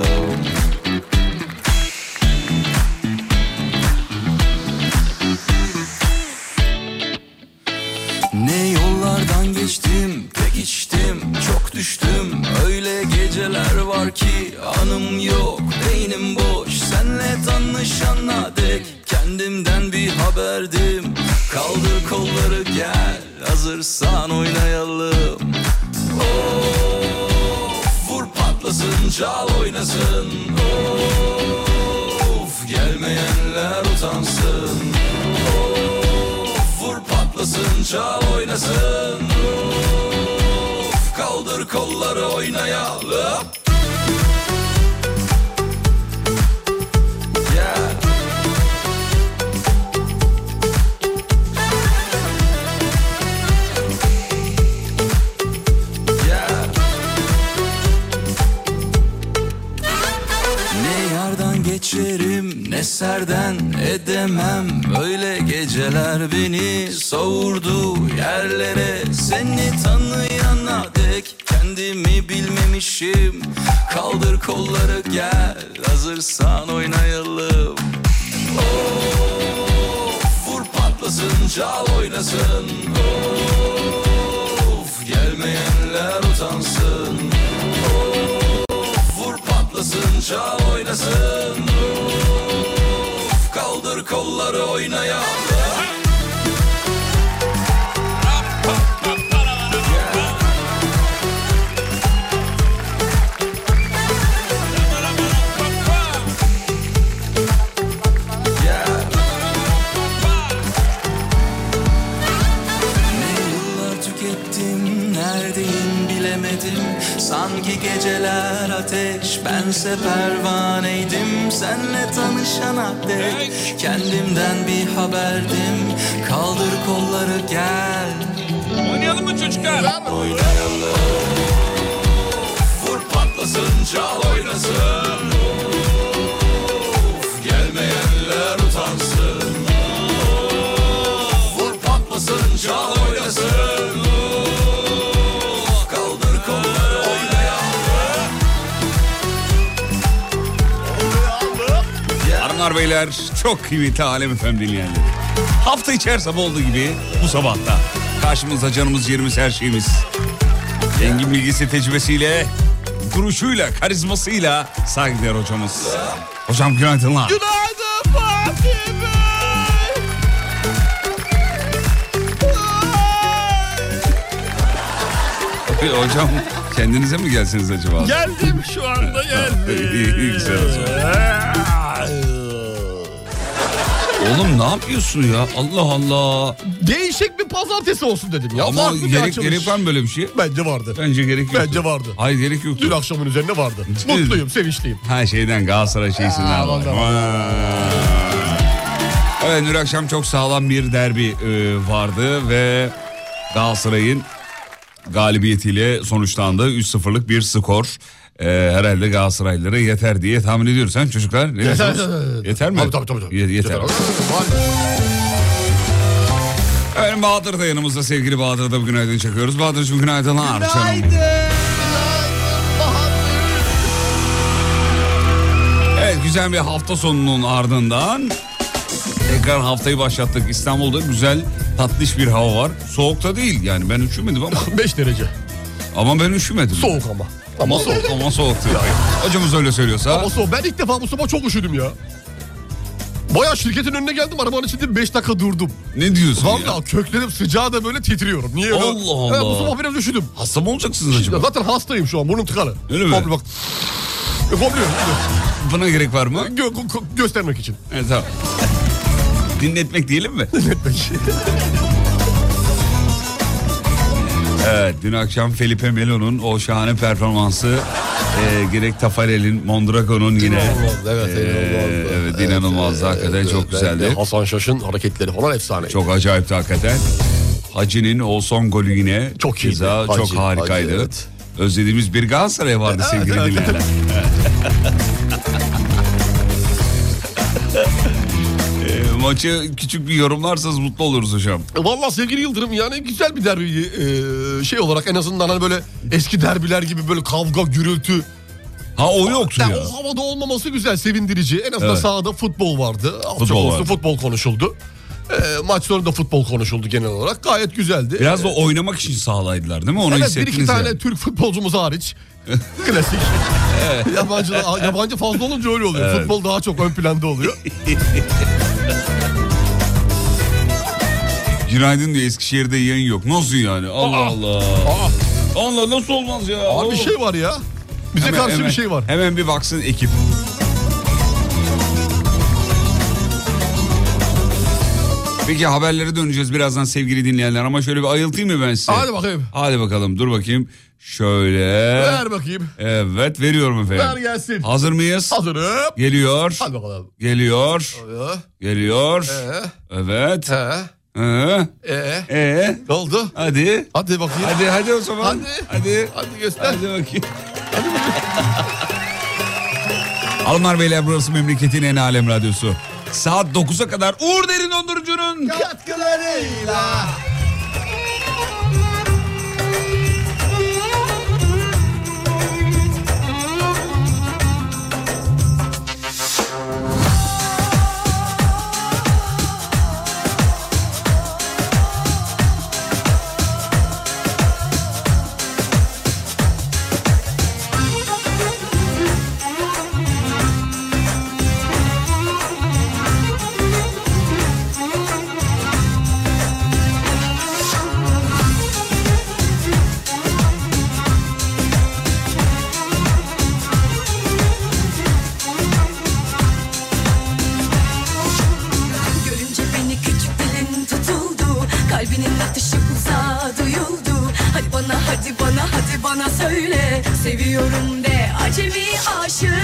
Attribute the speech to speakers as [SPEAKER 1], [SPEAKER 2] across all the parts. [SPEAKER 1] Oynayalım. Ne yollardan geçtim, pek içtim, çok düştüm Öyle geceler var ki anım yok, beynim boş Senle tanışana dek kendimden bir haberdim Kaldır kolları gel, hazırsan oynayalım Of, vur patlasın, çal oynasın Of, gelmeyenler utansın Vur patlasın çal oynasın Of, Kaldır kolları oynayalım Gel. Gel. Ne yardan geçerim ne serden edemem Öyle geceler beni savurdu yerlere Seni tanıyana dek kendimi bilmemişim Kaldır kolları gel hazırsan oynayalım Of vur patlasın çal oynasın Of gelmeyenler utansın Vur patlasın çal oynasın Of, Kaldır kolları oynayalım Ne yıllar tükettim, neredeyim bilemedim Sanki geceler ateş, bense pervaneydim Senle tanışana dek kendimden bir haberdim Kaldır kolları gel
[SPEAKER 2] Oynayalım mı çocuklar?
[SPEAKER 1] Vur patlasın, çal oynasın Of, Gelmeyenler utansın Of, Vur patlasın, çal oynasın Of, Kaldır kolları oynayalım
[SPEAKER 2] Hanımlar beyler çok kıymetli Alem Efem dinleyenleri. Hafta içi her sabah olduğu gibi bu sabahta. Karşımızda canımız yerimiz her şeyimiz. Engin bilgisi tecrübesiyle, duruşuyla, karizmasıyla saygıdeğer hocamız. Hocam günaydınlar.
[SPEAKER 3] Günaydın Fatih Bey.
[SPEAKER 2] hocam kendinize mi gelsiniz acaba?
[SPEAKER 3] Geldim şu anda
[SPEAKER 2] İyi,
[SPEAKER 3] geldim.
[SPEAKER 2] güzel o Oğlum ne yapıyorsun ya? Allah Allah.
[SPEAKER 3] Değişik bir pazartesi olsun dedim ya.
[SPEAKER 2] Ama
[SPEAKER 3] Farklı bir
[SPEAKER 2] gerek,
[SPEAKER 3] açılış.
[SPEAKER 2] gerek var mı böyle bir şey?
[SPEAKER 3] Bence vardı.
[SPEAKER 2] Bence gerek yoktu.
[SPEAKER 3] Bence vardı.
[SPEAKER 2] Hayır gerek yoktu.
[SPEAKER 3] Dün akşamın üzerine vardı.
[SPEAKER 2] Ciddi.
[SPEAKER 3] Mutluyum, sevinçliyim.
[SPEAKER 2] Ha şeyden Galatasaray şeysinden
[SPEAKER 3] Aa,
[SPEAKER 2] var.
[SPEAKER 3] ondan.
[SPEAKER 2] Vay. Evet dün akşam çok sağlam bir derbi e, vardı ve Galatasaray'ın galibiyetiyle sonuçlandı. 3-0'lık bir skor. E, herhalde Galatasaraylılara yeter diye tahmin ediyoruz. Sen çocuklar ne
[SPEAKER 3] Yeter,
[SPEAKER 2] diyorsunuz?
[SPEAKER 3] yeter, yeter.
[SPEAKER 2] Yeter mi?
[SPEAKER 3] Tabii, tabii, tabii, tabii.
[SPEAKER 2] Ye- yeter.
[SPEAKER 3] Yeter. Var.
[SPEAKER 2] Efendim Bahadır da yanımızda. Sevgili Bahadır'a da bir günaydın çakıyoruz. Bahadır'cığım günaydınlar. Günaydın. Evet güzel bir hafta sonunun ardından tekrar haftayı başlattık. İstanbul'da güzel tatlış bir hava var. Soğukta değil yani ben üşümedim ama
[SPEAKER 3] 5 derece.
[SPEAKER 2] ama ben üşümedim.
[SPEAKER 3] Soğuk ama. Ama soğuk.
[SPEAKER 2] Ama soğuk diyor. Hocamız öyle söylüyorsa.
[SPEAKER 3] Ama soğuk. Ben ilk defa bu sabah çok üşüdüm ya. Baya şirketin önüne geldim arabanın içinde 5 dakika durdum.
[SPEAKER 2] Ne diyorsun ya?
[SPEAKER 3] Valla köklerim sıcağı da böyle titriyorum. Niye öyle?
[SPEAKER 2] Allah Allah.
[SPEAKER 3] Evet, bu sabah biraz üşüdüm.
[SPEAKER 2] Hasta mı olacaksınız
[SPEAKER 3] Ya
[SPEAKER 2] acaba?
[SPEAKER 3] zaten hastayım şu an burnum tıkalı.
[SPEAKER 2] Öyle mi?
[SPEAKER 3] Komple bak. E, komple
[SPEAKER 2] Buna gerek var mı?
[SPEAKER 3] gö- gö- gö- göstermek için.
[SPEAKER 2] Evet tamam. Dinletmek diyelim mi? Evet dün akşam Felipe Melo'nun o şahane performansı e, gerek Tafarel'in Mondragon'un yine
[SPEAKER 3] evet,
[SPEAKER 2] e, evet inanılmazdı hakikaten çok güzeldi.
[SPEAKER 3] Hasan Şaş'ın hareketleri falan efsane.
[SPEAKER 2] Çok acayipti hakikaten. Hacı'nin Olson golü yine
[SPEAKER 3] Çok iyiydi.
[SPEAKER 2] Keza
[SPEAKER 3] Hacı,
[SPEAKER 2] çok harikaydı.
[SPEAKER 3] Hacı, evet.
[SPEAKER 2] Özlediğimiz bir Galatasaray vardı sevgili dinleyenler. E, maçı küçük bir yorumlarsanız mutlu oluruz hocam.
[SPEAKER 3] Valla E, sevgili Yıldırım yani güzel bir derbi e, şey olarak en azından hani böyle eski derbiler gibi böyle kavga gürültü.
[SPEAKER 2] Ha o yoktu
[SPEAKER 3] Yani
[SPEAKER 2] ya.
[SPEAKER 3] o havada olmaması güzel sevindirici. En azından
[SPEAKER 2] Evet.
[SPEAKER 3] sahada futbol vardı. Az çok
[SPEAKER 2] Futbol
[SPEAKER 3] olsun
[SPEAKER 2] vardı.
[SPEAKER 3] futbol konuşuldu. E, maç sonunda futbol konuşuldu genel olarak. Gayet güzeldi.
[SPEAKER 2] Biraz da oynamak için sağlaydılar değil mi? Onu
[SPEAKER 3] evet, bir
[SPEAKER 2] hissettiniz
[SPEAKER 3] iki tane
[SPEAKER 2] yani.
[SPEAKER 3] Türk futbolcumuz hariç. Klasik. yabancı, yabancı fazla olunca öyle oluyor.
[SPEAKER 2] Evet.
[SPEAKER 3] Futbol daha çok ön planda oluyor.
[SPEAKER 2] Günaydın diyor Eskişehir'de yayın yok. Nasıl yani? Allah
[SPEAKER 3] Aa.
[SPEAKER 2] Allah. Allah nasıl olmaz ya?
[SPEAKER 3] Abi bir şey var ya. Bize karşı bir şey var.
[SPEAKER 2] Hemen bir baksın ekip. Peki haberlere döneceğiz birazdan sevgili dinleyenler ama şöyle bir ayıltayım mı ben size?
[SPEAKER 3] Hadi bakayım.
[SPEAKER 2] Hadi bakalım dur bakayım. Şöyle.
[SPEAKER 3] Ver bakayım.
[SPEAKER 2] Evet veriyorum efendim.
[SPEAKER 3] Ver gelsin.
[SPEAKER 2] Hazır mıyız?
[SPEAKER 3] Hazırım.
[SPEAKER 2] Geliyor.
[SPEAKER 3] Hadi bakalım.
[SPEAKER 2] Geliyor. Geliyor.
[SPEAKER 3] Ee,
[SPEAKER 2] Evet.
[SPEAKER 3] ee,
[SPEAKER 2] Ee.
[SPEAKER 3] ee.
[SPEAKER 2] Ee.
[SPEAKER 3] Ne oldu?
[SPEAKER 2] Hadi.
[SPEAKER 3] Hadi bakayım.
[SPEAKER 2] Hadi hadi o zaman.
[SPEAKER 3] Hadi.
[SPEAKER 2] Hadi.
[SPEAKER 3] Hadi göster.
[SPEAKER 2] Hadi bakayım. Hanımlar beyler burası memleketin en alem radyosu. Saat 9'a kadar Uğur Derin Dondurucu'nun
[SPEAKER 3] Katkılarıyla.
[SPEAKER 4] Görünce beni küçük dilin tutuldu Kalbinin atışı uzağa duyuldu Hadi bana hadi bana hadi bana söyle Seviyorum de acemi aşık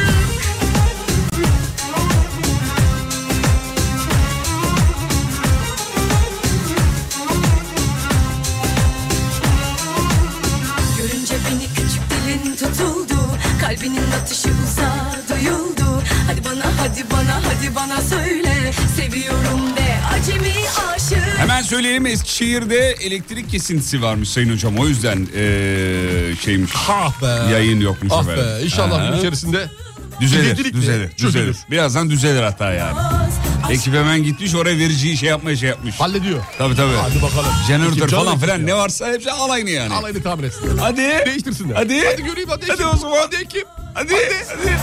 [SPEAKER 4] Görünce beni küçük dilin tutuldu Kalbinin atışı uzağa duyuldu Hadi bana hadi bana hadi bana söyle Seviyorum de acemi aşık
[SPEAKER 2] Hemen söyleyelim Eskişehir'de elektrik kesintisi varmış Sayın Hocam. O yüzden ee, şeymiş.
[SPEAKER 3] Ah be.
[SPEAKER 2] Yayın yokmuş
[SPEAKER 3] Ah
[SPEAKER 2] efendim.
[SPEAKER 3] be. İnşallah
[SPEAKER 2] Ha.
[SPEAKER 3] gün içerisinde
[SPEAKER 2] Düzelir,
[SPEAKER 3] Elektrik mi?
[SPEAKER 2] düzelir, düzelir.
[SPEAKER 3] Çözülür.
[SPEAKER 2] Birazdan düzelir hatta yani. Ekip hemen gitmiş oraya vericiyi şey yapmaya şey yapmış.
[SPEAKER 3] hallediyor.
[SPEAKER 2] Tabii tabii.
[SPEAKER 3] Hadi bakalım.
[SPEAKER 2] Jeneratör
[SPEAKER 3] Ekip canlı
[SPEAKER 2] falan
[SPEAKER 3] ekip
[SPEAKER 2] filan
[SPEAKER 3] ya.
[SPEAKER 2] ne varsa hepsi alayını yani.
[SPEAKER 3] Alayını tamir etsinler.
[SPEAKER 2] Hadi.
[SPEAKER 3] Değiştirsinler.
[SPEAKER 2] Hadi.
[SPEAKER 3] Hadi göreyim hadi.
[SPEAKER 2] Hadi
[SPEAKER 3] ekip.
[SPEAKER 2] o zaman.
[SPEAKER 3] Hadi ekip.
[SPEAKER 2] Hadi. Hadi.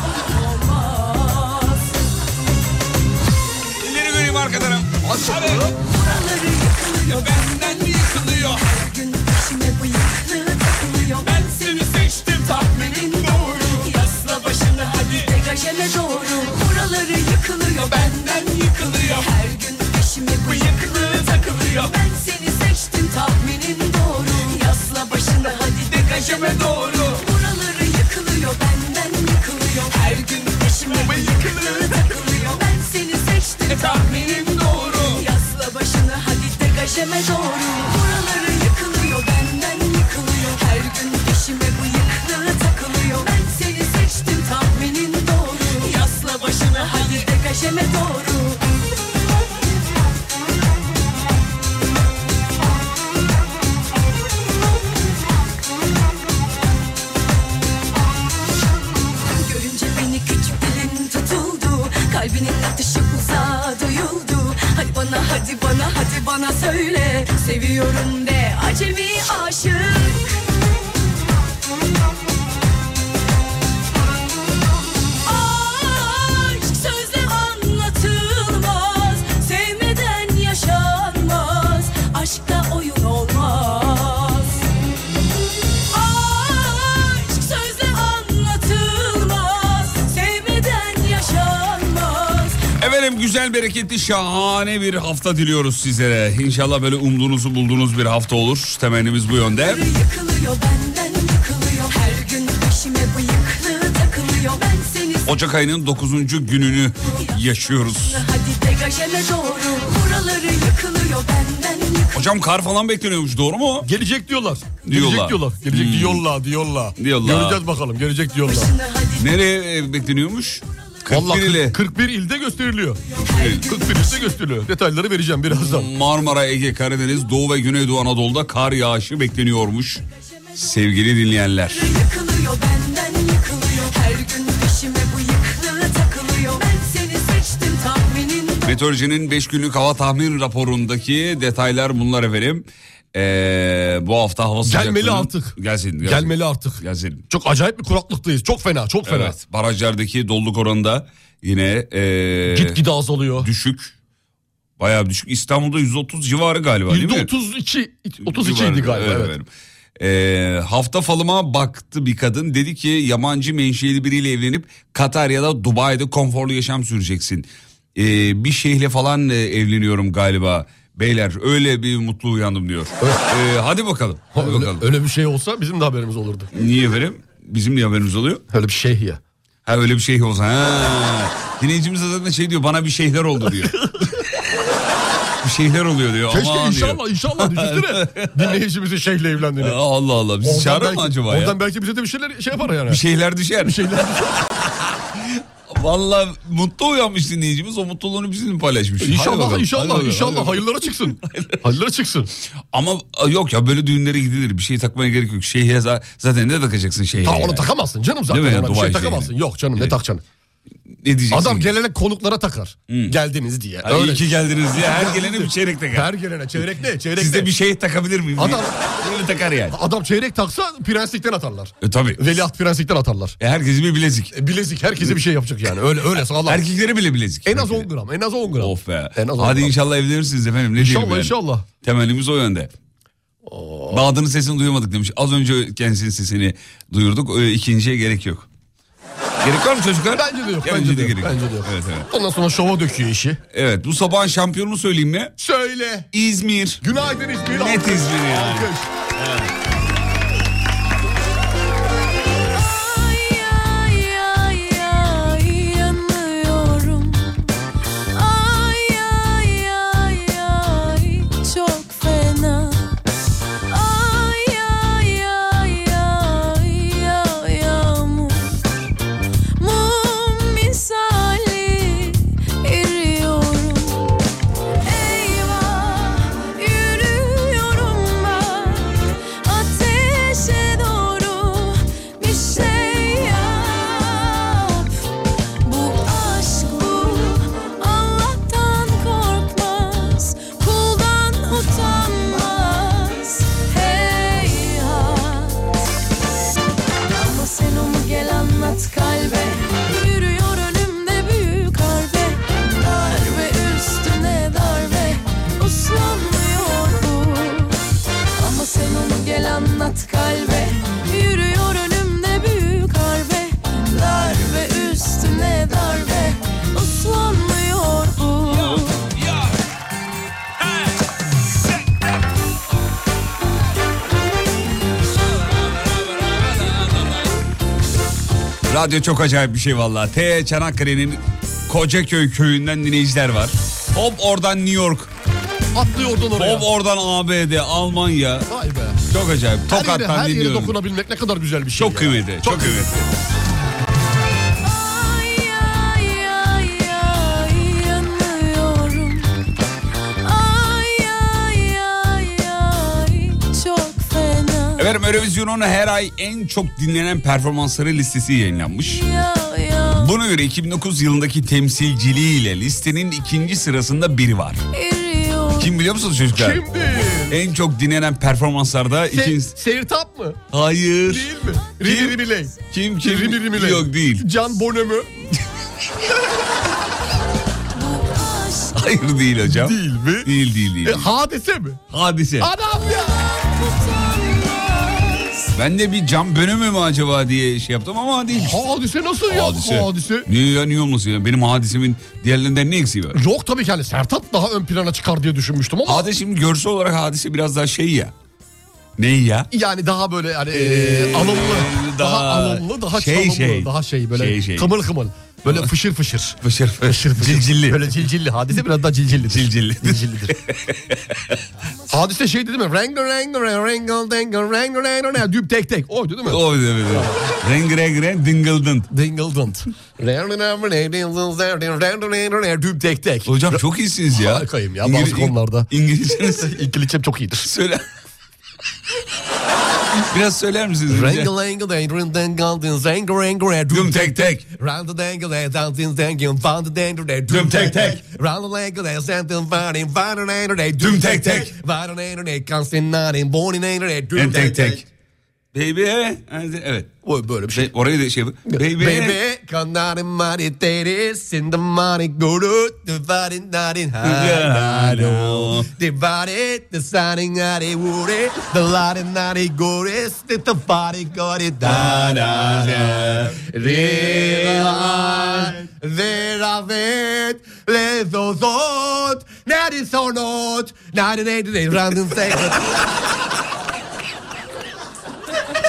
[SPEAKER 2] İleri göreyim arkadan. Hadi.
[SPEAKER 4] Buraları yıkılıyor
[SPEAKER 2] Ya benden yıkılıyor.
[SPEAKER 4] gün peşime bıyıklı takılıyor Ben
[SPEAKER 2] Seni seçtim tahminim doğru.
[SPEAKER 4] yasla başını hadi degajeme doğru Buraları yıkılıyor benden yıkılıyor Her gün peşime bıyıklı takılıyor Ben seni seçtim tahminin doğru Yasla başını hadi degajeme doğru Buraları yıkılıyor benden yıkılıyor Her gün peşime bıyıklı takılıyor Ben seni seçtim tahminin doğru Yasla başını hadi degajeme doğru Buraları yıkılıyor benden yıkılıyor Her gün peşime bıyıklı takılıyor Ben seni seçtim tahminin doğru Yasla başını hadi degajeme doğru Görünce beni küçük dilin tutuldu Kalbinin atışı uzağa duyuldu Hadi bana hadi bana hadi bana söyle Seviyorum de acemi aşık Aşk sözle anlatılmaz Sevmeden yaşanmaz Aşkta oyun olmaz Aşk sözle anlatılmaz Sevmeden yaşanmaz
[SPEAKER 2] Efendim güzel, bereketli, şahane bir hafta diliyoruz sizlere. İnşallah böyle umduğunuzu bulduğunuz bir hafta olur. Temennimiz bu yönde.
[SPEAKER 4] Yıkılıyor benden yıkılıyor Her gün peşime bıyıklı takılıyor Ben seni
[SPEAKER 2] Ocak ayının 9. gününü yaşıyoruz.
[SPEAKER 4] Hadi degajeme doğru Buraları yıkılıyor yıkılıyor benden yıkılıyor
[SPEAKER 2] Hocam kar falan bekleniyormuş doğru mu?
[SPEAKER 3] Gelecek diyorlar.
[SPEAKER 2] Diyorlar. Hmm.
[SPEAKER 3] Gelecek diyorlar. Gelecek diyorlar, diyorlar.
[SPEAKER 2] Diyorlar.
[SPEAKER 3] Göreceğiz bakalım. Gelecek diyorlar.
[SPEAKER 4] hadi
[SPEAKER 2] Nereye e, bekleniyormuş? 41
[SPEAKER 3] Vallahi
[SPEAKER 2] ile
[SPEAKER 3] 40 41 ilde gösteriliyor. 41 ilde gösteriliyor. Detayları vereceğim birazdan.
[SPEAKER 2] Marmara, Ege, Karadeniz, Doğu ve Güneydoğu Anadolu'da kar yağışı bekleniyormuş. Sevgili dinleyenler.
[SPEAKER 4] yıkılıyor benden yıkılıyor her gün peşime bıyıklığı takılıyor ben seni seçtim tahminin
[SPEAKER 2] Meteorolojinin 5 günlük hava tahmin raporundaki detaylar bunlar efendim. Ee, bu hafta hava sıcaklığının...
[SPEAKER 3] Gelmeli artık.
[SPEAKER 2] Gelsin. gelsin.
[SPEAKER 3] Gelmeli artık.
[SPEAKER 2] Gelsin.
[SPEAKER 3] Çok acayip bir kuraklıktayız. Çok fena, çok fena.
[SPEAKER 2] Evet. Barajlardaki doluluk oranında yine ee,
[SPEAKER 3] Gitgide azalıyor.
[SPEAKER 2] düşük. Bayağı düşük. İstanbul'da 130 civarı galiba değil mi?
[SPEAKER 3] %32 32 idi galiba.
[SPEAKER 2] Evet,
[SPEAKER 3] Evet.
[SPEAKER 2] efendim. Ee, hafta falıma baktı bir kadın dedi ki yabancı menşeli biriyle evlenip Katar ya da Dubai'de konforlu yaşam süreceksin. Ee, bir şeyhle falan e, evleniyorum galiba beyler öyle bir mutlu uyandım diyor. Ee, hadi bakalım. Hadi
[SPEAKER 3] Öyle,
[SPEAKER 2] bakalım.
[SPEAKER 3] öyle bir şey olsa bizim de haberimiz olurdu.
[SPEAKER 2] Niye efendim? Bizim niye haberimiz oluyor?
[SPEAKER 3] Öyle bir şey ya.
[SPEAKER 2] Ha öyle bir şey olsa. Ha. Dinleyicimiz de zaten şey diyor bana bir şeyler oldu diyor. bir şeyler oluyor diyor.
[SPEAKER 3] Keşke
[SPEAKER 2] aman diyor.
[SPEAKER 3] inşallah inşallah düşünsene. Dinleyicimizin şeyhle evlendiğini.
[SPEAKER 2] Aa, Allah Allah bizi
[SPEAKER 3] Oradan
[SPEAKER 2] çağırır mı
[SPEAKER 3] belki-
[SPEAKER 2] acaba ya?
[SPEAKER 3] Oradan belki bize de bir şeyler şey yapar yani.
[SPEAKER 2] Bir şeyler düşer.
[SPEAKER 3] Bir şey şeyler.
[SPEAKER 2] Valla mutlu uyanmış dinleyicimiz. O mutluluğunu bizimle paylaşmış. Hadi
[SPEAKER 3] inşallah
[SPEAKER 2] bakalım, hadi
[SPEAKER 3] inşallah
[SPEAKER 2] bakalım, hadi
[SPEAKER 3] inşallah
[SPEAKER 2] bakalım.
[SPEAKER 3] hayırlara çıksın. hayırlara çıksın.
[SPEAKER 2] Ama e, yok ya böyle düğünlere gidilir. Bir şey takmaya gerek yok. Şeyhe za- zaten ne takacaksın şeyhe?
[SPEAKER 3] Ha onu
[SPEAKER 2] yani?
[SPEAKER 3] takamazsın canım zaten.
[SPEAKER 2] Değil mi?
[SPEAKER 3] Ona bir
[SPEAKER 2] Dubai
[SPEAKER 3] şey
[SPEAKER 2] şeyine.
[SPEAKER 3] takamazsın. Yok canım ne takacaksın?
[SPEAKER 2] Ne diyeceksin?
[SPEAKER 3] Adam gelene konuklara takar. Geldiniz diye.
[SPEAKER 2] Ha, Hmm. iyi
[SPEAKER 3] Öyle.
[SPEAKER 2] ki geldiniz diye her gelene bir çeyrek takar.
[SPEAKER 3] Her gelene çeyrek ne? Çeyrek
[SPEAKER 2] Sizde
[SPEAKER 3] ne?
[SPEAKER 2] bir şey takabilir miyim? diye.
[SPEAKER 3] Adam-
[SPEAKER 2] Böyle takar yani.
[SPEAKER 3] Adam çeyrek taksa prenslikten atarlar.
[SPEAKER 2] E tabii.
[SPEAKER 3] Veliaht prenslikten atarlar.
[SPEAKER 2] E, herkesin bir bilezik.
[SPEAKER 3] E, Bilezik herkese bir şey yapacak yani. Öyle öyle sağlam.
[SPEAKER 2] Erkeklere bile bilezik.
[SPEAKER 3] en az
[SPEAKER 2] Herkese.
[SPEAKER 3] 10 gram. En az 10 gram.
[SPEAKER 2] Of be.
[SPEAKER 3] En az 10
[SPEAKER 2] Hadi
[SPEAKER 3] gram.
[SPEAKER 2] inşallah evlenirsiniz efendim. Ne
[SPEAKER 3] İnşallah,
[SPEAKER 2] diyelim yani?
[SPEAKER 3] inşallah.
[SPEAKER 2] Temelimiz o yönde. Bağdır'ın sesini duyamadık demiş. Az önce kendisinin sesini duyurduk. Ee, İkinciye gerek yok. Gerek var mı çocuklar?
[SPEAKER 3] Bence de yok.
[SPEAKER 2] Ya,
[SPEAKER 3] Bence de yok.
[SPEAKER 2] gerek
[SPEAKER 3] Bence de yok.
[SPEAKER 2] Evet, evet.
[SPEAKER 3] Ondan sonra şova döküyor işi.
[SPEAKER 2] Evet bu sabahın şampiyonunu söyleyeyim mi?
[SPEAKER 3] Söyle.
[SPEAKER 2] İzmir.
[SPEAKER 3] Günaydın İzmir.
[SPEAKER 2] Net İzmir yani.
[SPEAKER 3] Alkış.
[SPEAKER 4] Ay ay ay ay yanıyorum Ay ay ay ay çok fena Ay ay ay ay ya yağmur Mum misali eriyorum Eyvah yürüyorum ben ateşe doğru bir şey yap Bu aşk bu Allah'tan korkmaz kuldan utanmaz Heyhat ama sen onu gel anlat kalbe Yürüyor önümde büyük harbe Darbe üstüne darbe Uslanmıyor bu Ama sen onu gel anlat kalbe Yürüyor önümde büyük harbe Darbe üstüne darbe Uslanmıyor bu
[SPEAKER 2] Radyo çok acayip bir şey valla. T Çanakkale'nin Kocaköy köyünden dinleyiciler var. Hop oradan New York.
[SPEAKER 3] Atlıyor oradan oraya.
[SPEAKER 2] Hop oradan ABD, Almanya.
[SPEAKER 3] Vay be.
[SPEAKER 2] Çok acayip.
[SPEAKER 3] Her yere,
[SPEAKER 2] Tokat'tan
[SPEAKER 3] her yere
[SPEAKER 2] dinliyorum.
[SPEAKER 3] dokunabilmek ne kadar güzel bir şey.
[SPEAKER 2] Çok
[SPEAKER 3] ya.
[SPEAKER 2] kıymetli. Çok kıymetli.
[SPEAKER 4] Ay ay ay ay yanıyorum Ay ay ay ay çok fena
[SPEAKER 2] Efendim Eurovision'un her ay en çok dinlenen performansları listesi yayınlanmış.
[SPEAKER 4] Ya ya
[SPEAKER 2] Buna göre 2009 yılındaki temsilciliğiyle listenin ikinci sırasında biri var.
[SPEAKER 4] eriyor
[SPEAKER 2] Kim biliyor musunuz çocuklar?
[SPEAKER 3] Kimdi?
[SPEAKER 2] En çok dinlenen performanslarda
[SPEAKER 3] Se
[SPEAKER 2] ikinci...
[SPEAKER 3] Sertap mı?
[SPEAKER 2] Hayır.
[SPEAKER 3] Değil mi? Riri Riri Biley.
[SPEAKER 2] Kim kim?
[SPEAKER 3] Riri Riri Biley.
[SPEAKER 2] Yok değil.
[SPEAKER 3] Can Bonomo.
[SPEAKER 4] aşk
[SPEAKER 2] Hayır değil hocam.
[SPEAKER 3] Değil mi?
[SPEAKER 2] Değil değil değil.
[SPEAKER 3] E, hadise mi?
[SPEAKER 2] Hadise.
[SPEAKER 3] Adam ya.
[SPEAKER 4] utanmaz
[SPEAKER 2] Ben de bir cam bölümü mü acaba diye şey yaptım ama değil.
[SPEAKER 3] Hadise nasıl ya?
[SPEAKER 2] Hadise.
[SPEAKER 3] Hadise.
[SPEAKER 2] Niye ya niye olmasın ya? Benim hadisemin diğerlerinden ne eksiği var?
[SPEAKER 3] Yok tabii ki hani Sertap daha ön plana çıkar diye düşünmüştüm ama
[SPEAKER 2] Hadise şimdi görsel olarak hadise biraz daha şey ya. Ne ya?
[SPEAKER 3] yani daha böyle hani e, alımlı,
[SPEAKER 2] Ee, daha
[SPEAKER 3] daha, alımlı, daha
[SPEAKER 2] şey
[SPEAKER 3] çalımlı,
[SPEAKER 2] şey.
[SPEAKER 3] daha şey böyle
[SPEAKER 2] Şey şey.
[SPEAKER 3] kımıl kımıl. Böyle fışır fışır.
[SPEAKER 2] Fışır fışır. Cilcilli.
[SPEAKER 3] Böyle cilcilli. Hadise biraz daha cilcillidir. Cilcilli. Cilcillidir. Hadise şey dedi mi? Rangle rangle rangle dangle rangle rangle rangle. Düp tek tek. Oydu değil mi?
[SPEAKER 2] O bir de bir de. Rengi rengi rengi dingıldın.
[SPEAKER 3] Dingle dunt. Düp tek tek.
[SPEAKER 2] Hocam çok iyisiniz ya.
[SPEAKER 3] Harikayım ya bazı konularda.
[SPEAKER 2] İngilizceniz
[SPEAKER 3] İngilizcem çok iyidir.
[SPEAKER 2] söyle. Biraz söyler misiniz? bize?
[SPEAKER 3] Rangle rangle dangle dangle dangle rangle
[SPEAKER 2] Düm
[SPEAKER 3] düp
[SPEAKER 2] tek tek.
[SPEAKER 3] Round the dangle and down things dangle found the dangle they doom
[SPEAKER 2] tek tek.
[SPEAKER 3] Round the dangle and something fighting find an angle they
[SPEAKER 2] Doom tek tek.
[SPEAKER 3] Find an angle they constant night and born in angle they doom
[SPEAKER 2] Düm tek tek. Baby. Evet.
[SPEAKER 3] Oy, Böyle bir şey.
[SPEAKER 2] Şey, orayı da şey yapın. Baby.
[SPEAKER 3] Baby, come down in my details in the morning, go to the body, not in high, Divided, the signing out it, wood it, the light and not it, go to stick the body, got it, da, da, da. Realize, there of it, let those out, that is or not, 98 days, random second.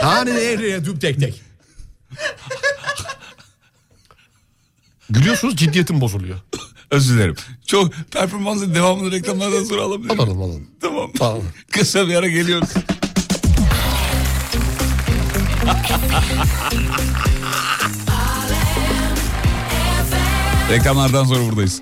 [SPEAKER 3] Hani nereye düp tek tek. Gülüyorsunuz ciddiyetim bozuluyor.
[SPEAKER 2] Özür dilerim. Çok performansın devamını reklamlardan sonra alabilirim.
[SPEAKER 3] Alalım alalım.
[SPEAKER 2] Tamam.
[SPEAKER 3] Tamam.
[SPEAKER 2] Kısa bir ara geliyoruz. Reklamlardan sonra buradayız.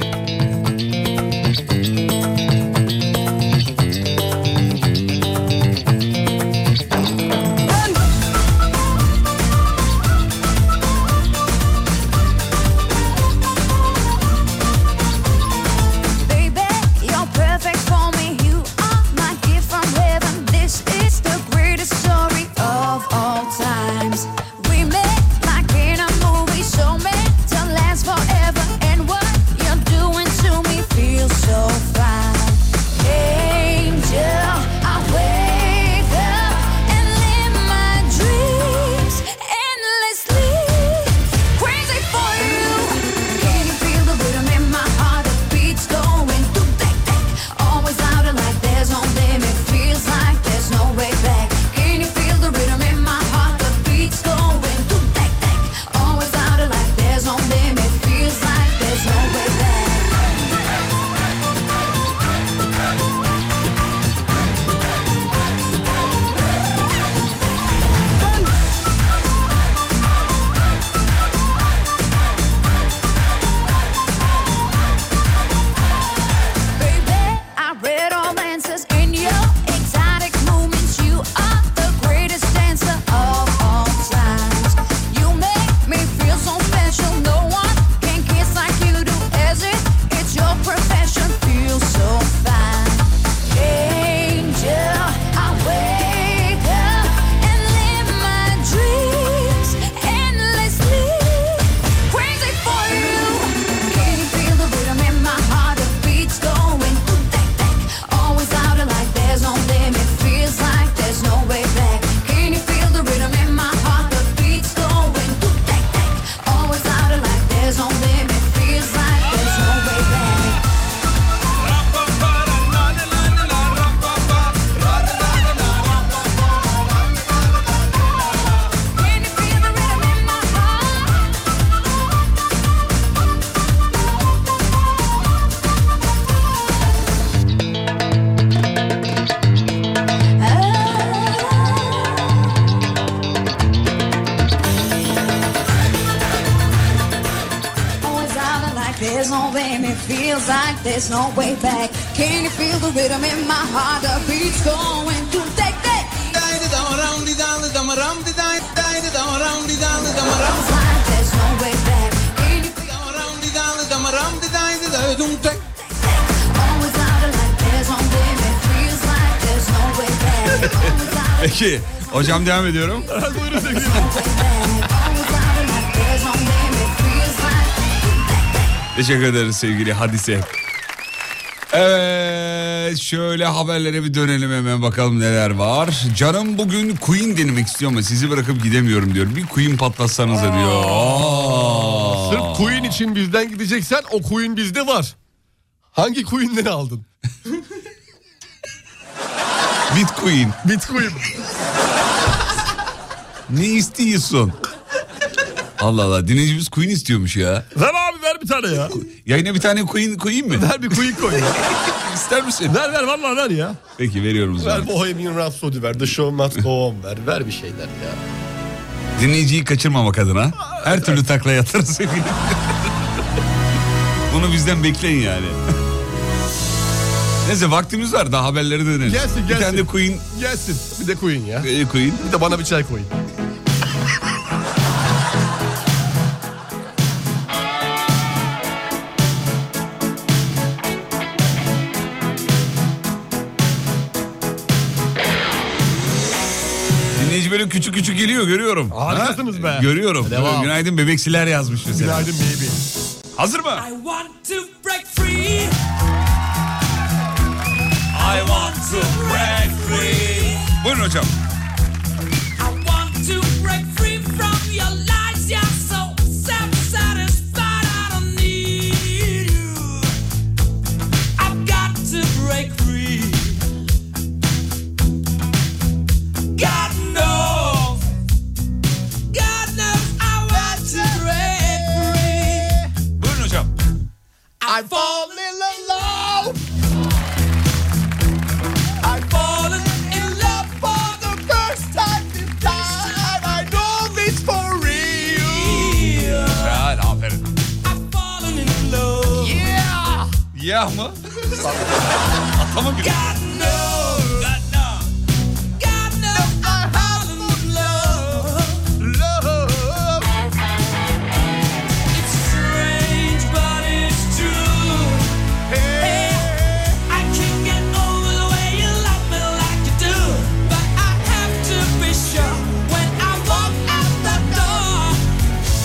[SPEAKER 5] Baby, you're perfect for me. You are my gift from heaven. This is the greatest story of all times. We met like in a movie, so meant to last forever. And what you're doing to me feels so fine. Angel, I wake up and live my dreams endlessly. Crazy for you. Can you feel the rhythm in my heart? The beats going through thick, thick. Always louder like there's no limit. Feels like there's no way back. Can you feel the rhythm in my heart? The beats going through thick, thick. Always louder like there's no limit. Feels like there's no way back. Baby, I read all answers in your exotic movements. You are the greatest dancer of all times. You make me feel so special. No one can kiss like you do. As it, it's your profession. Feels so fine, angel. I wake up and live my dreams endlessly. Crazy for you. Can you feel the rhythm in my heart? The beats going through thick, thick. Always louder like there's no limit. Feels like there's no way back. Can you feel the rhythm in my heart? The beats going through thick, thick. Always louder like there's no limit. Feels like there's no way back. Can you feel the rhythm in my heart? Always out like there's no limit, feels like there's no way back. Can you feel the rhythm in my heart? The beat's going to take that. Feels like there's no way back. Can you feel always out like there's no limit, feels like there's no way back. Always out
[SPEAKER 2] Peki. Hocam devam ediyorum.
[SPEAKER 5] like there's no limit, feels like.
[SPEAKER 2] Teşekkür ederiz sevgili Hadise. Evet şöyle haberlere bir dönelim hemen bakalım neler var. Canım bugün Queen dinlemek istiyor ama sizi bırakıp gidemiyorum diyor. Bir Queen patlatsanız da diyor. Aa.
[SPEAKER 3] Sırf Queen için bizden gideceksen o Queen bizde var. Hangi Queen'leri aldın?
[SPEAKER 2] Bitcoin.
[SPEAKER 3] Bitcoin.
[SPEAKER 2] Ne istiyorsun? Allah Allah dinleyicimiz Queen istiyormuş ya.
[SPEAKER 3] Ver abi ver bir tane ya.
[SPEAKER 2] Yayına bir tane Queen koyayım mı?
[SPEAKER 3] Ver bir Queen koy ya.
[SPEAKER 2] İster misin?
[SPEAKER 3] Ver ver vallahi ver ya.
[SPEAKER 2] Peki veriyorum o
[SPEAKER 3] Ver
[SPEAKER 2] zaman.
[SPEAKER 3] Bohemian Rhapsody ver. The Show Must Go On ver. Ver bir şeyler ya.
[SPEAKER 2] Dinleyiciyi kaçırmamak adına her türlü takla yatarız sevgili. Bunu bizden bekleyin yani. Neyse vaktimiz var daha haberlere döneriz.
[SPEAKER 3] Gelsin, gelsin.
[SPEAKER 2] Bir tane de Queen,
[SPEAKER 3] Gelsin. Bir de Queen ya.
[SPEAKER 2] e, Queen.
[SPEAKER 3] Bir de bana bir çay koyun.
[SPEAKER 2] Dinleyici böyle küçük küçük geliyor görüyorum.
[SPEAKER 3] Harikasınız
[SPEAKER 2] Ha?
[SPEAKER 3] be.
[SPEAKER 2] Görüyorum.
[SPEAKER 3] Devam.
[SPEAKER 2] Günaydın bebeksiler yazmış mesela.
[SPEAKER 3] Günaydın baby.
[SPEAKER 2] Hazır mı?
[SPEAKER 4] I want to break free. I want to break free.
[SPEAKER 2] Buyurun hocam.
[SPEAKER 4] I want to break free from your lies. You're so self-satisfied. I don't need you. I've got to break free. God knows. God knows I want to break free.
[SPEAKER 2] Buyurun hocam.
[SPEAKER 4] I fall in love. I've fallen in love for the first time this time. I know this for real.
[SPEAKER 2] Güzel aferin.
[SPEAKER 4] I've fallen in love. Yeah.
[SPEAKER 2] Ya mı? Atama gibi.
[SPEAKER 4] God knows. God knows. God knows I fallen in love. Love. It's strange, but it's true. I can't get over the way you love me like you do. But I have to be sure when I walk out the door.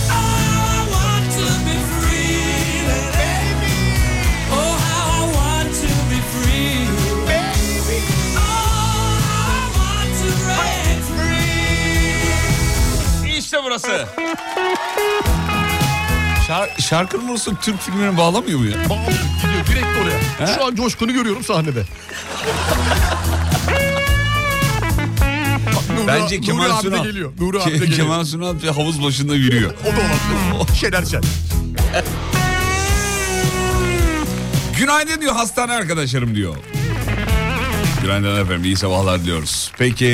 [SPEAKER 4] Oh, I want to be free, baby. Oh, how I want to be free, baby. Oh, I want to break free.
[SPEAKER 2] İşte burası. Şar- şarkının burası Türk filmlerine bağlamıyor mu ya?
[SPEAKER 3] Bağlı gidiyor direkt oraya. Şu an coşkunu görüyorum sahnede. Bak, Nuri-
[SPEAKER 2] Bence
[SPEAKER 3] Nuri
[SPEAKER 2] Kemal
[SPEAKER 3] abi de
[SPEAKER 2] Sunal.
[SPEAKER 3] geliyor. Nuri abi de geliyor.
[SPEAKER 2] Kemal Sunal bir havuz başında yürüyor.
[SPEAKER 3] O da olabilir. Şener Şen.
[SPEAKER 2] Günaydın diyor hastane arkadaşlarım diyor. Günaydın efendim iyi sabahlar diyoruz. Peki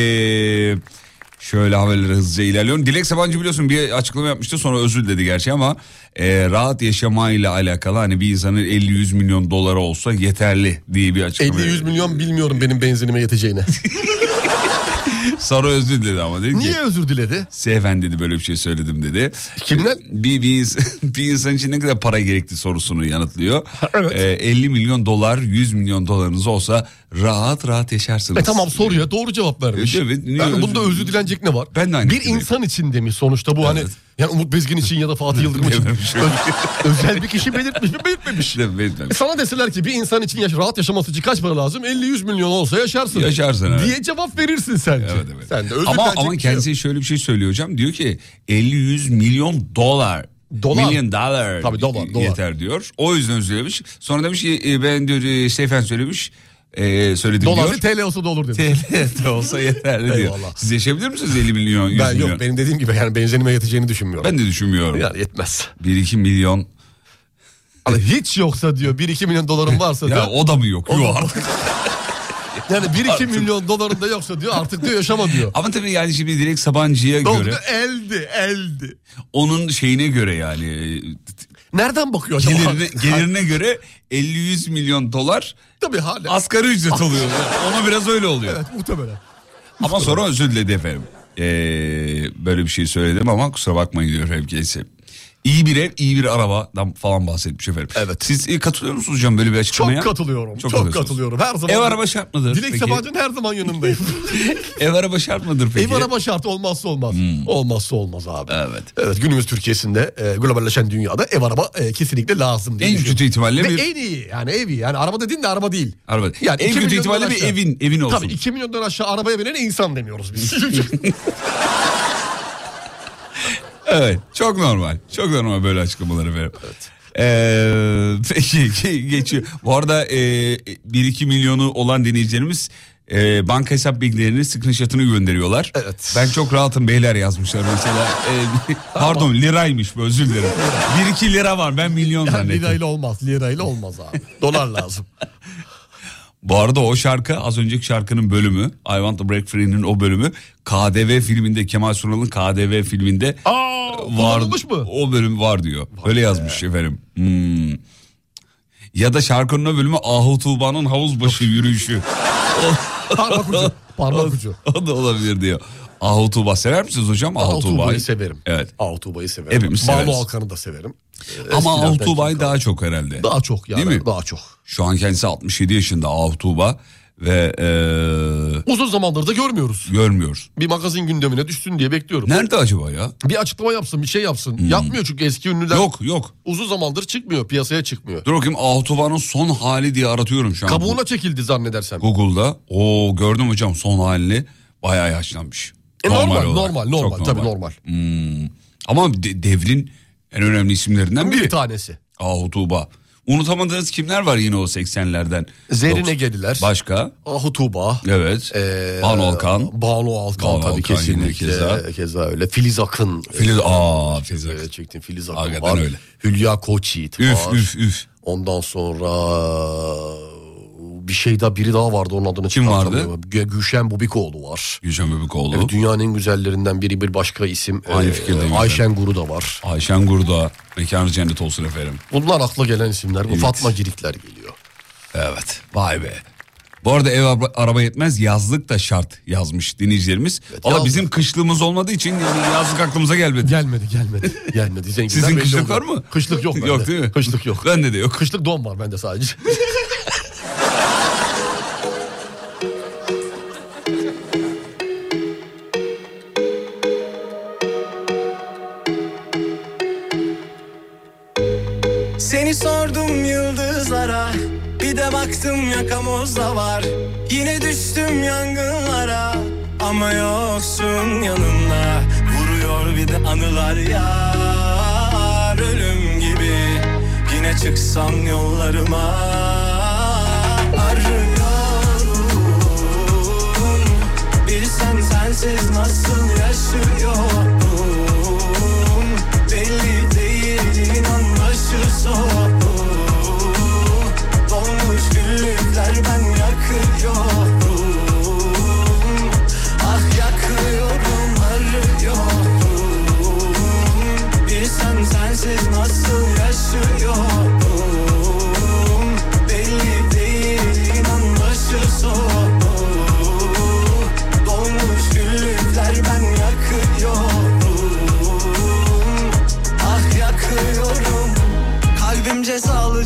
[SPEAKER 2] şöyle haberlere hızlıca ilerliyorum. Dilek Sabancı biliyorsun bir açıklama yapmıştı sonra özür dedi gerçi ama e, rahat yaşamayla alakalı hani bir insanın 50-100 milyon doları olsa yeterli diye bir açıklama.
[SPEAKER 3] 50-100
[SPEAKER 2] e,
[SPEAKER 3] milyon bilmiyorum benim benzinime yeteceğini.
[SPEAKER 2] Sarı özür dedi ama dedi ki.
[SPEAKER 3] Niye özür diledi?
[SPEAKER 2] Seyfen dedi böyle bir şey söyledim dedi.
[SPEAKER 3] Kimden?
[SPEAKER 2] Bir, bir, ins- bir insan için ne kadar para gerekti sorusunu yanıtlıyor.
[SPEAKER 3] Evet.
[SPEAKER 2] Ee, 50 milyon dolar 100 milyon dolarınız olsa rahat rahat yaşarsınız.
[SPEAKER 3] E tamam soruya doğru cevap vermiş.
[SPEAKER 2] E, Evet, evet. Niye
[SPEAKER 3] yani
[SPEAKER 2] özür-
[SPEAKER 3] bunda özür dilenecek ne var?
[SPEAKER 2] Ben de aynı
[SPEAKER 3] Bir
[SPEAKER 2] fikirdeyim.
[SPEAKER 3] insan için demiş sonuçta bu hani yani Umut Bezgin için ya da Fatih Yıldırım için
[SPEAKER 2] Dememiş.
[SPEAKER 3] Ö- özel bir kişi belirtmiş mi belirtmemiş.
[SPEAKER 2] Değil mi? Bilmem.
[SPEAKER 3] E Sana deseler ki bir insan için yaş- rahat yaşaması için kaç para lazım? 50-100 milyon olsa yaşarsın.
[SPEAKER 2] Yaşarsın, evet.
[SPEAKER 3] Diye cevap verirsin sence.
[SPEAKER 2] Evet, evet.
[SPEAKER 3] Sen de özür
[SPEAKER 2] ama
[SPEAKER 3] dilenecek
[SPEAKER 2] ama
[SPEAKER 3] bir şey yok.
[SPEAKER 2] kendisi şöyle bir şey söylüyor hocam. Diyor ki 50-100 milyon dolar.
[SPEAKER 3] Dolar.
[SPEAKER 2] Milyon dolar.
[SPEAKER 3] Tabii, dolar, dolar.
[SPEAKER 2] Yeter diyor. O yüzden söylemiş. Sonra demiş ki e, ben diyor e, Seyfen söylemiş. E, söyledim
[SPEAKER 3] Dolarlı
[SPEAKER 2] diyor.
[SPEAKER 3] TL olsa da olur demiş.
[SPEAKER 2] TL de olsa yeterli diyor.
[SPEAKER 3] Eyvallah.
[SPEAKER 2] Siz yaşayabilir misiniz 50 milyon 100
[SPEAKER 3] ben yok
[SPEAKER 2] milyon?
[SPEAKER 3] benim dediğim gibi yani benzinime yeteceğini düşünmüyorum.
[SPEAKER 2] Ben de düşünmüyorum.
[SPEAKER 3] Yani yetmez.
[SPEAKER 2] 1-2 milyon.
[SPEAKER 3] Hani hiç yoksa diyor 1-2 milyon dolarım varsa
[SPEAKER 2] Ya
[SPEAKER 3] diyor.
[SPEAKER 2] o da mı yok?
[SPEAKER 3] O da-
[SPEAKER 2] Yok artık.
[SPEAKER 3] Yani 1-2 milyon doların da yoksa diyor artık diyor yaşama diyor.
[SPEAKER 2] Ama tabii yani şimdi direkt Sabancı'ya
[SPEAKER 3] Doğru
[SPEAKER 2] göre
[SPEAKER 3] eldi eldi.
[SPEAKER 2] onun şeyine göre yani e,
[SPEAKER 3] Nereden bakıyor acaba?
[SPEAKER 2] gelirine, gelirine göre 50-100 milyon dolar
[SPEAKER 3] Tabii hala.
[SPEAKER 2] asgari ücret oluyor. Ona biraz öyle oluyor.
[SPEAKER 3] evet muhtemelen.
[SPEAKER 2] Ama sonra özür diledi efendim. Ee, böyle bir şey söyledim ama kusura bakmayın diyor efendim kendisi. İyi bir ev, iyi bir arabadan falan bahsetmiş efendim.
[SPEAKER 3] Evet.
[SPEAKER 2] Siz e, katılıyor musunuz hocam böyle bir
[SPEAKER 3] Çok
[SPEAKER 2] açıklamaya?
[SPEAKER 3] katılıyorum. Çok,
[SPEAKER 2] katılıyorsunuz.
[SPEAKER 3] katılıyorum. Her zaman.
[SPEAKER 2] Ev araba şart mıdır?
[SPEAKER 3] Dilek
[SPEAKER 2] peki?
[SPEAKER 3] Sabancı'nın her zaman yanındayım.
[SPEAKER 2] Ev araba şart mıdır peki? Hmm.
[SPEAKER 3] Ev araba şart olmazsa olmaz. Olmazsa olmaz abi.
[SPEAKER 2] Evet.
[SPEAKER 3] Evet günümüz Türkiye'sinde e, globalleşen dünyada ev araba e, kesinlikle lazım diye
[SPEAKER 2] En
[SPEAKER 3] düşünüyorum.
[SPEAKER 2] kötü ihtimalle
[SPEAKER 3] Ve
[SPEAKER 2] bir-
[SPEAKER 3] en iyi yani ev iyi. Yani araba dediğin de araba değil.
[SPEAKER 2] Araba.
[SPEAKER 3] Yani
[SPEAKER 2] En
[SPEAKER 3] iki
[SPEAKER 2] kötü
[SPEAKER 3] milyondan
[SPEAKER 2] ihtimalle bir
[SPEAKER 3] aşağı-
[SPEAKER 2] evin, evin olsun.
[SPEAKER 3] Tabii 2 milyondan aşağı arabaya binene insan demiyoruz biz.
[SPEAKER 2] Evet çok normal. Çok normal böyle açıklamaları verip. Ee, peki ge- geçiyor. Bu arada e, 1-2 milyonu olan dinleyicilerimiz e, banka hesap bilgilerini screenshot'ını gönderiyorlar.
[SPEAKER 3] Evet.
[SPEAKER 2] Ben çok rahatım beyler yazmışlar mesela. E, pardon liraymış bu özür dilerim. 1-2 lira var ben milyon zannettim.
[SPEAKER 3] Lirayla olmaz. Lirayla olmaz abi. Dolar lazım.
[SPEAKER 2] Bu arada o şarkı az önceki şarkının bölümü I Want To Break Free'nin o bölümü KDV filminde Kemal Sunal'ın KDV filminde var,
[SPEAKER 3] kullanılmış mı?
[SPEAKER 2] O bölüm var diyor. Öyle yazmış efendim. Hmm. Ya da şarkının o bölümü Ahu Tuğba'nın havuz başı yürüyüşü.
[SPEAKER 3] Parmak ucu. Parmak ucu.
[SPEAKER 2] o da olabilir diyor. Ahu Tuğba sever misiniz hocam? Ahu,
[SPEAKER 3] Ahu Tuğba'yı
[SPEAKER 2] Tuğba'yı
[SPEAKER 3] severim.
[SPEAKER 2] Evet.
[SPEAKER 3] Ahu Tuğba'yı severim.
[SPEAKER 2] Hepimiz
[SPEAKER 3] Banu
[SPEAKER 2] severiz.
[SPEAKER 3] Alkan'ı da severim. Ee,
[SPEAKER 2] Ama
[SPEAKER 3] eskilerden
[SPEAKER 2] Ahu Tuğba'yı
[SPEAKER 3] kim
[SPEAKER 2] daha
[SPEAKER 3] kaldı?
[SPEAKER 2] çok herhalde.
[SPEAKER 3] Daha çok yani.
[SPEAKER 2] Değil mi?
[SPEAKER 3] Daha çok.
[SPEAKER 2] Şu an kendisi 67 yaşında Ahu Tuğba ve eee
[SPEAKER 3] Uzun zamandır da görmüyoruz.
[SPEAKER 2] görmüyoruz.
[SPEAKER 3] Bir magazin gündemine düşsün diye bekliyorum.
[SPEAKER 2] Nerede acaba ya?
[SPEAKER 3] Bir açıklama yapsın, bir şey yapsın. Yapmıyor çünkü eski ünlüler
[SPEAKER 2] Hmm. Yok yok.
[SPEAKER 3] uzun zamandır çıkmıyor, piyasaya çıkmıyor.
[SPEAKER 2] Dur bakayım Ahtuban'ın son hali diye aratıyorum şu an.
[SPEAKER 3] Kabuğuna çekildi zannedersem.
[SPEAKER 2] Google'da. Oo gördüm hocam son halini. Bayağı yaşlanmış.
[SPEAKER 3] E, normal,
[SPEAKER 2] olarak.
[SPEAKER 3] normal, normal,
[SPEAKER 2] Çok
[SPEAKER 3] tabii normal.
[SPEAKER 2] Ama de- devrin en önemli isimlerinden
[SPEAKER 3] Bir
[SPEAKER 2] biri.
[SPEAKER 3] tanesi.
[SPEAKER 2] Ahtuba. Unutamadığınız kimler var yine o 80'lerden?
[SPEAKER 3] Zerrin
[SPEAKER 2] Yok,
[SPEAKER 3] Egeliler.
[SPEAKER 2] Başka?
[SPEAKER 3] Ahu Tuğba.
[SPEAKER 2] Evet.
[SPEAKER 3] Ee,
[SPEAKER 2] Banu Alkan.
[SPEAKER 3] Banu Alkan
[SPEAKER 2] Banu Alkan
[SPEAKER 3] tabii
[SPEAKER 2] yine
[SPEAKER 3] kesinlikle.
[SPEAKER 2] keza.
[SPEAKER 3] Keza. öyle. Filiz Akın. e,
[SPEAKER 2] Filiz- Aa, Filiz Akın.
[SPEAKER 3] Evet, çektim. Filiz Akın
[SPEAKER 2] Hakikaten
[SPEAKER 3] var.
[SPEAKER 2] öyle.
[SPEAKER 3] Hülya Koçyiğit
[SPEAKER 2] Üf
[SPEAKER 3] var.
[SPEAKER 2] üf üf.
[SPEAKER 3] Ondan sonra bir şey daha biri daha vardı onun adını
[SPEAKER 2] Kim
[SPEAKER 3] çıkartamıyorum.
[SPEAKER 2] vardı?
[SPEAKER 3] Gü- Gülşen Bubikoğlu var.
[SPEAKER 2] Gülşen Bebikoğlu.
[SPEAKER 3] Evet, dünyanın en güzellerinden biri bir başka isim.
[SPEAKER 2] Aynı
[SPEAKER 3] Ee,
[SPEAKER 2] fikirdeyim
[SPEAKER 3] Ayşen Guru da var.
[SPEAKER 2] Ayşen Gurda. Mekanı cennet olsun efendim.
[SPEAKER 3] Bunlar akla gelen isimler. Bu
[SPEAKER 2] Evet.
[SPEAKER 3] Fatma Girikler geliyor.
[SPEAKER 2] Evet. Vay be. Bu arada ev ara- araba yetmez yazlık da şart yazmış dinleyicilerimiz.
[SPEAKER 3] Evet,
[SPEAKER 2] Valla
[SPEAKER 3] yazlık.
[SPEAKER 2] bizim kışlığımız olmadı için yani yazlık aklımıza gelmedi.
[SPEAKER 3] Gelmedi gelmedi. gelmedi. Zenginler
[SPEAKER 2] Sizin
[SPEAKER 3] belli
[SPEAKER 2] kışlık
[SPEAKER 3] oldu.
[SPEAKER 2] var mı?
[SPEAKER 3] Kışlık yok bende.
[SPEAKER 2] yok değil mi?
[SPEAKER 3] Kışlık yok.
[SPEAKER 2] Bende de yok.
[SPEAKER 3] Kışlık don var bende sadece.
[SPEAKER 6] Seni sordum yıldızlara Bir de baktım yakamozda var Yine düştüm yangınlara Ama yoksun yanımda Vuruyor bir de anılar ya Ölüm gibi Yine çıksam yollarıma Arıyorum Bilsen sensiz nasıl yaşıyorum Belli değil inan başı soğuk Dolmuş güllükler ben yakıyorum Ah yakıyorum arıyorum Bilsen sensiz nasıl yaşıyorum Belli değil inan başı soğuk Dolmuş güllükler ben yakıyorum Ah yakıyorum Kalbim cezalı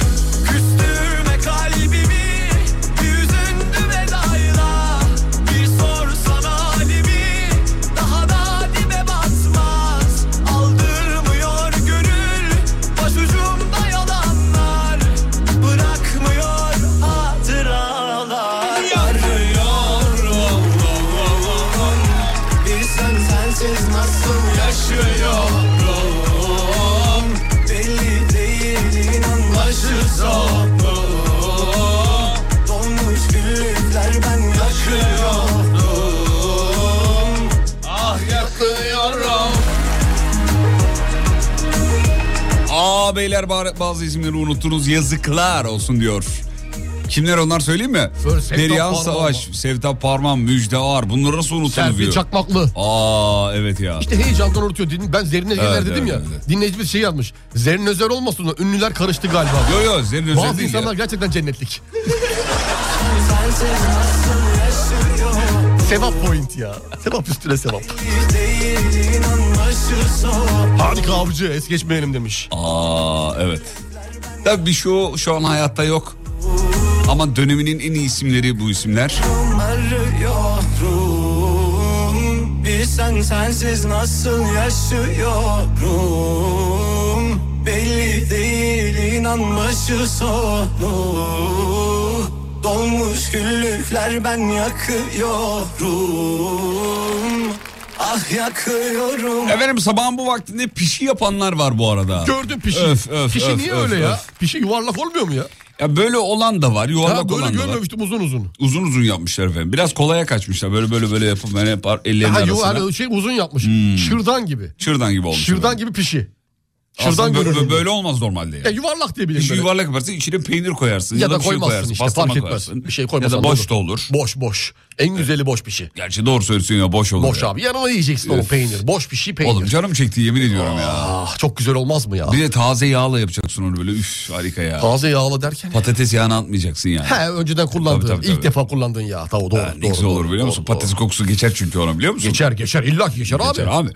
[SPEAKER 6] Küstürme kalbimi Yüzündü vedayla Bir sorsana halimi Daha da dibe basmaz Aldırmıyor gönül Başucumda yalanlar Bırakmıyor hatıralar Arıyorum Bir sen sensiz nasıl yaşıyorum Belli değil inan başı soğuk Dolmuş güllükler ben yakıyorum
[SPEAKER 2] Ah yakıyorum. Aa beyler bari- bazı isimleri unuttunuz yazıklar olsun diyor. Kimler onlar söyleyeyim mi?
[SPEAKER 3] Söyle, Sevtap
[SPEAKER 2] Perihan
[SPEAKER 3] Parmağan.
[SPEAKER 2] Savaş, Sevtap Parmağan, Müjde Ağar bunları nasıl unuttunuz
[SPEAKER 3] Serpil
[SPEAKER 2] diyor.
[SPEAKER 3] Çakmaklı.
[SPEAKER 2] Aa evet ya.
[SPEAKER 3] İşte heyecandan unutuyor. Din- Ben Zerrin Özer
[SPEAKER 2] Evet,
[SPEAKER 3] dedim
[SPEAKER 2] evet,
[SPEAKER 3] ya.
[SPEAKER 2] evet.
[SPEAKER 3] Dinleyicimiz şey yazmış. Zerrin Özer olmasın da ünlüler karıştı galiba.
[SPEAKER 2] Yo yo senin özel
[SPEAKER 3] Bazı
[SPEAKER 2] değil ya.
[SPEAKER 3] insanlar gerçekten cennetlik.
[SPEAKER 6] Sensiz nasıl yaşıyorum
[SPEAKER 3] Sevap point ya. Sevap üstüne sevap.
[SPEAKER 6] Belli değil inan başı soğuk
[SPEAKER 3] Harika avcı es geçmeyelim demiş.
[SPEAKER 2] Aa evet. Tabii bir şu şu an hayatta yok. Ama döneminin en iyi isimleri bu isimler.
[SPEAKER 6] arıyorum Bir sen sensiz nasıl yaşıyorum Belli değil inan başı sonu Dolmuş güllükler ben yakıyorum Ah yakıyorum
[SPEAKER 2] Efendim sabahın bu vaktinde pişi yapanlar var bu arada.
[SPEAKER 3] Gördüm pişi.
[SPEAKER 2] Öf, öf,
[SPEAKER 3] pişi
[SPEAKER 2] öf,
[SPEAKER 3] niye
[SPEAKER 2] öf,
[SPEAKER 3] öyle ya?
[SPEAKER 2] öf.
[SPEAKER 3] Pişi yuvarlak olmuyor mu ya?
[SPEAKER 2] Ya böyle olan da var, yuvarlak
[SPEAKER 3] Ya böyle
[SPEAKER 2] olan da var.
[SPEAKER 3] görmemiştim uzun uzun.
[SPEAKER 2] Uzun uzun yapmışlar efendim. Biraz kolaya kaçmışlar. Böyle böyle böyle yapıp böyle yapar ellerinin
[SPEAKER 3] Ha,
[SPEAKER 2] arasına.
[SPEAKER 3] yuvarlak şey uzun yapmış. Şırdan gibi.
[SPEAKER 2] Şırdan gibi olmuş.
[SPEAKER 3] Şırdan
[SPEAKER 2] efendim.
[SPEAKER 3] gibi pişi.
[SPEAKER 2] Aslında
[SPEAKER 3] Şırdan
[SPEAKER 2] böyle,
[SPEAKER 3] görünümlü.
[SPEAKER 2] böyle olmaz normalde yani.
[SPEAKER 3] Ya yuvarlak diye bilin
[SPEAKER 2] Şu
[SPEAKER 3] böyle.
[SPEAKER 2] yuvarlak yaparsın içine peynir koyarsın. Ya,
[SPEAKER 3] Ya,
[SPEAKER 2] da,
[SPEAKER 3] da
[SPEAKER 2] bir şey
[SPEAKER 3] koymazsın
[SPEAKER 2] koyarsın.
[SPEAKER 3] işte
[SPEAKER 2] pastırma
[SPEAKER 3] fark etmez.
[SPEAKER 2] koyarsın.
[SPEAKER 3] Bir şey
[SPEAKER 2] Ya
[SPEAKER 3] koymazsan
[SPEAKER 2] da
[SPEAKER 3] ne
[SPEAKER 2] boş
[SPEAKER 3] olur?
[SPEAKER 2] da olur.
[SPEAKER 3] Boş boş. En güzeli boş pişi.
[SPEAKER 2] Gerçi doğru söylüyorsun ya boş olur.
[SPEAKER 3] Boş
[SPEAKER 2] ya.
[SPEAKER 3] abi. Yanına yiyeceksin o peynir. Boş pişi peynir.
[SPEAKER 2] Oğlum canım çekti yemin ediyorum ya.
[SPEAKER 3] Ah, çok güzel olmaz mı ya?
[SPEAKER 2] Bir de taze yağla yapacaksın onu böyle üf harika ya.
[SPEAKER 3] Taze yağlı derken.
[SPEAKER 2] Patates yağını atmayacaksın yani.
[SPEAKER 3] He önceden kullandığın,
[SPEAKER 2] Tabii, tabii,
[SPEAKER 3] ilk
[SPEAKER 2] tabii.
[SPEAKER 3] defa kullandığın yağ. Tamam, doğru,
[SPEAKER 2] Ha,
[SPEAKER 3] doğru,
[SPEAKER 2] ne güzel olur
[SPEAKER 3] doğru,
[SPEAKER 2] biliyor musun?
[SPEAKER 3] doğru,
[SPEAKER 2] Patates kokusu geçer çünkü ona biliyor musun?
[SPEAKER 3] doğru. Geçer geçer illa ki geçer,
[SPEAKER 2] Geçer
[SPEAKER 3] abi.
[SPEAKER 2] abi.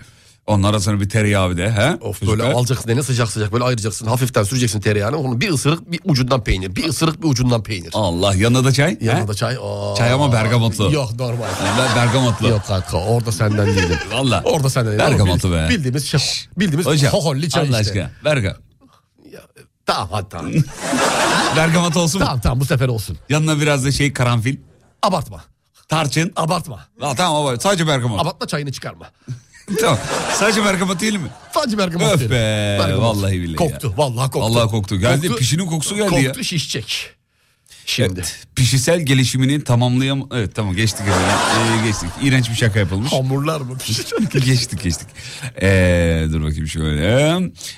[SPEAKER 2] Onun arasına bir tereyağı bir de. He?
[SPEAKER 3] Of
[SPEAKER 2] Süper.
[SPEAKER 3] böyle alacaksın eline sıcak sıcak böyle ayıracaksın hafiften süreceksin tereyağını onun bir ısırık bir ucundan peynir bir ısırık bir ucundan peynir.
[SPEAKER 2] Allah yanında da çay. he?
[SPEAKER 3] Yanında da çay. Aa.
[SPEAKER 2] Çay ama bergamotlu.
[SPEAKER 3] Yok normal.
[SPEAKER 2] Ben bergamotlu.
[SPEAKER 3] Yok kanka orada senden değilim.
[SPEAKER 2] Valla.
[SPEAKER 3] Orada senden değilim.
[SPEAKER 2] Bergamotlu
[SPEAKER 3] Oğlum,
[SPEAKER 2] be.
[SPEAKER 3] Bildiğimiz şey, bildiğimiz
[SPEAKER 2] Hocam
[SPEAKER 3] hoholli çay
[SPEAKER 2] Allah
[SPEAKER 3] işte.
[SPEAKER 2] aşkına berga.
[SPEAKER 3] Tamam hadi tamam.
[SPEAKER 2] Bergamot olsun. mu?
[SPEAKER 3] tamam tamam bu sefer olsun.
[SPEAKER 2] Yanına biraz da şey karanfil.
[SPEAKER 3] Abartma.
[SPEAKER 2] Tarçın.
[SPEAKER 3] Abartma.
[SPEAKER 2] Aa, tamam abi sadece bergamot.
[SPEAKER 3] Abartma çayını çıkarma.
[SPEAKER 2] tamam. Sadece bergamot değil mi?
[SPEAKER 3] Sadece bergamot.
[SPEAKER 2] Öf
[SPEAKER 3] verin.
[SPEAKER 2] be, vallahi billahi
[SPEAKER 3] Koktu
[SPEAKER 2] ya.
[SPEAKER 3] vallahi koktu.
[SPEAKER 2] Vallahi koktu. Geldi, pişinin kokusu geldi
[SPEAKER 3] koktu,
[SPEAKER 2] ya.
[SPEAKER 3] Koktu şişecek. Şimdi.
[SPEAKER 2] Evet, pişisel gelişimini tamamlayam... Evet tamam geçtik. efendim. Ee, geçtik. İğrenç bir şaka yapılmış.
[SPEAKER 3] Hamurlar mı pişecek?
[SPEAKER 2] geçtik geçtik. Ee, dur bakayım şöyle.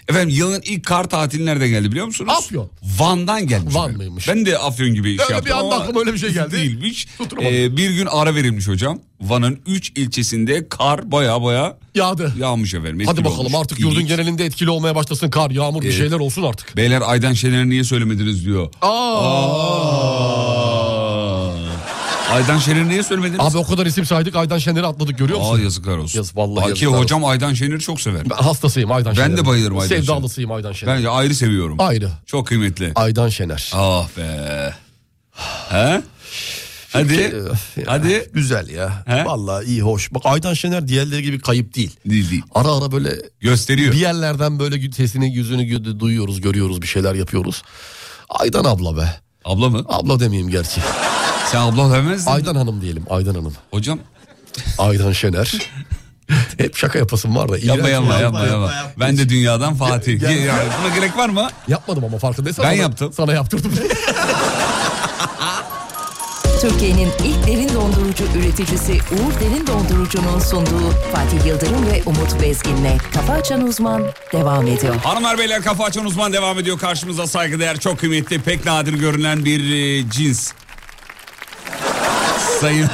[SPEAKER 2] Efendim yılın ilk kar tatili nerede geldi biliyor musunuz?
[SPEAKER 3] Afyon.
[SPEAKER 2] Van'dan gelmiş.
[SPEAKER 3] Van
[SPEAKER 2] efendim.
[SPEAKER 3] mıymış?
[SPEAKER 2] Ben de Afyon gibi şey
[SPEAKER 3] bir
[SPEAKER 2] yaptım
[SPEAKER 3] anda
[SPEAKER 2] ama
[SPEAKER 3] aklıma öyle bir şey geldi.
[SPEAKER 2] Değilmiş.
[SPEAKER 3] Tutturamadım.
[SPEAKER 2] Ee, bir gün ara verilmiş hocam. Van'ın 3 ilçesinde kar baya baya
[SPEAKER 3] Yağdı.
[SPEAKER 2] yağmış efendim.
[SPEAKER 3] Hadi
[SPEAKER 2] etkili
[SPEAKER 3] bakalım
[SPEAKER 2] olmuş.
[SPEAKER 3] artık yurdun
[SPEAKER 2] İlginç.
[SPEAKER 3] genelinde etkili olmaya başlasın kar, yağmur bir şeyler olsun artık.
[SPEAKER 2] Beyler Aydan Şener'i niye söylemediniz diyor. Aa. Aydan Şener'i niye söylemediniz?
[SPEAKER 3] Abi o kadar isim saydık Aydan Şener'i atladık görüyor musun?
[SPEAKER 2] Aa yazıklar olsun.
[SPEAKER 3] Yaz- vallahi
[SPEAKER 2] Aki
[SPEAKER 3] yazıklar
[SPEAKER 2] hocam Aydan Şener'i çok sever.
[SPEAKER 3] Ben hastasıyım Aydan
[SPEAKER 2] Ben
[SPEAKER 3] Şener.
[SPEAKER 2] de bayılırım Aydan Şener'e.
[SPEAKER 3] Sevdalısıyım Aydan Şener.
[SPEAKER 2] Ben ayrı seviyorum.
[SPEAKER 3] Ayrı.
[SPEAKER 2] Çok kıymetli.
[SPEAKER 3] Aydan Şener.
[SPEAKER 2] Ah be. He? Hadi.
[SPEAKER 3] Öf ya,
[SPEAKER 2] E, Hadi.
[SPEAKER 3] Güzel ya.
[SPEAKER 2] He?
[SPEAKER 3] Vallahi iyi hoş. Bak Aydan Şener diğerleri gibi kayıp değil.
[SPEAKER 2] Değil değil.
[SPEAKER 3] Ara ara böyle
[SPEAKER 2] Gösteriyor.
[SPEAKER 3] bir yerlerden böyle gü- sesini yüzünü gü- duyuyoruz görüyoruz bir şeyler yapıyoruz. Aydan abla be.
[SPEAKER 2] Abla mı?
[SPEAKER 3] Abla demeyeyim gerçi.
[SPEAKER 2] Sen abla demezdin.
[SPEAKER 3] Aydan Hanım diyelim Aydan Hanım.
[SPEAKER 2] Hocam
[SPEAKER 3] Aydan Şener. Hep şaka yapasım var da.
[SPEAKER 2] yapma
[SPEAKER 3] iğrenç
[SPEAKER 2] yapma
[SPEAKER 3] ya.
[SPEAKER 2] yapma yapma. Ben de dünyadan Fatih.
[SPEAKER 3] Gel-
[SPEAKER 2] Ya, buna gerek var mı?
[SPEAKER 3] Yapmadım ama farkındaysan.
[SPEAKER 2] Ben
[SPEAKER 3] sana-
[SPEAKER 2] yaptım.
[SPEAKER 3] Sana yaptırdım.
[SPEAKER 7] Türkiye'nin ilk derin dondurucu üreticisi Uğur Derin Dondurucu'nun sunduğu Fatih Yıldırım ve Umut Bezgin'le Kafa Açan Uzman devam ediyor.
[SPEAKER 2] Hanımlar beyler kafa açan uzman devam ediyor. Karşımıza saygıdeğer çok kıymetli pek nadir görünen bir e, cins. Sayın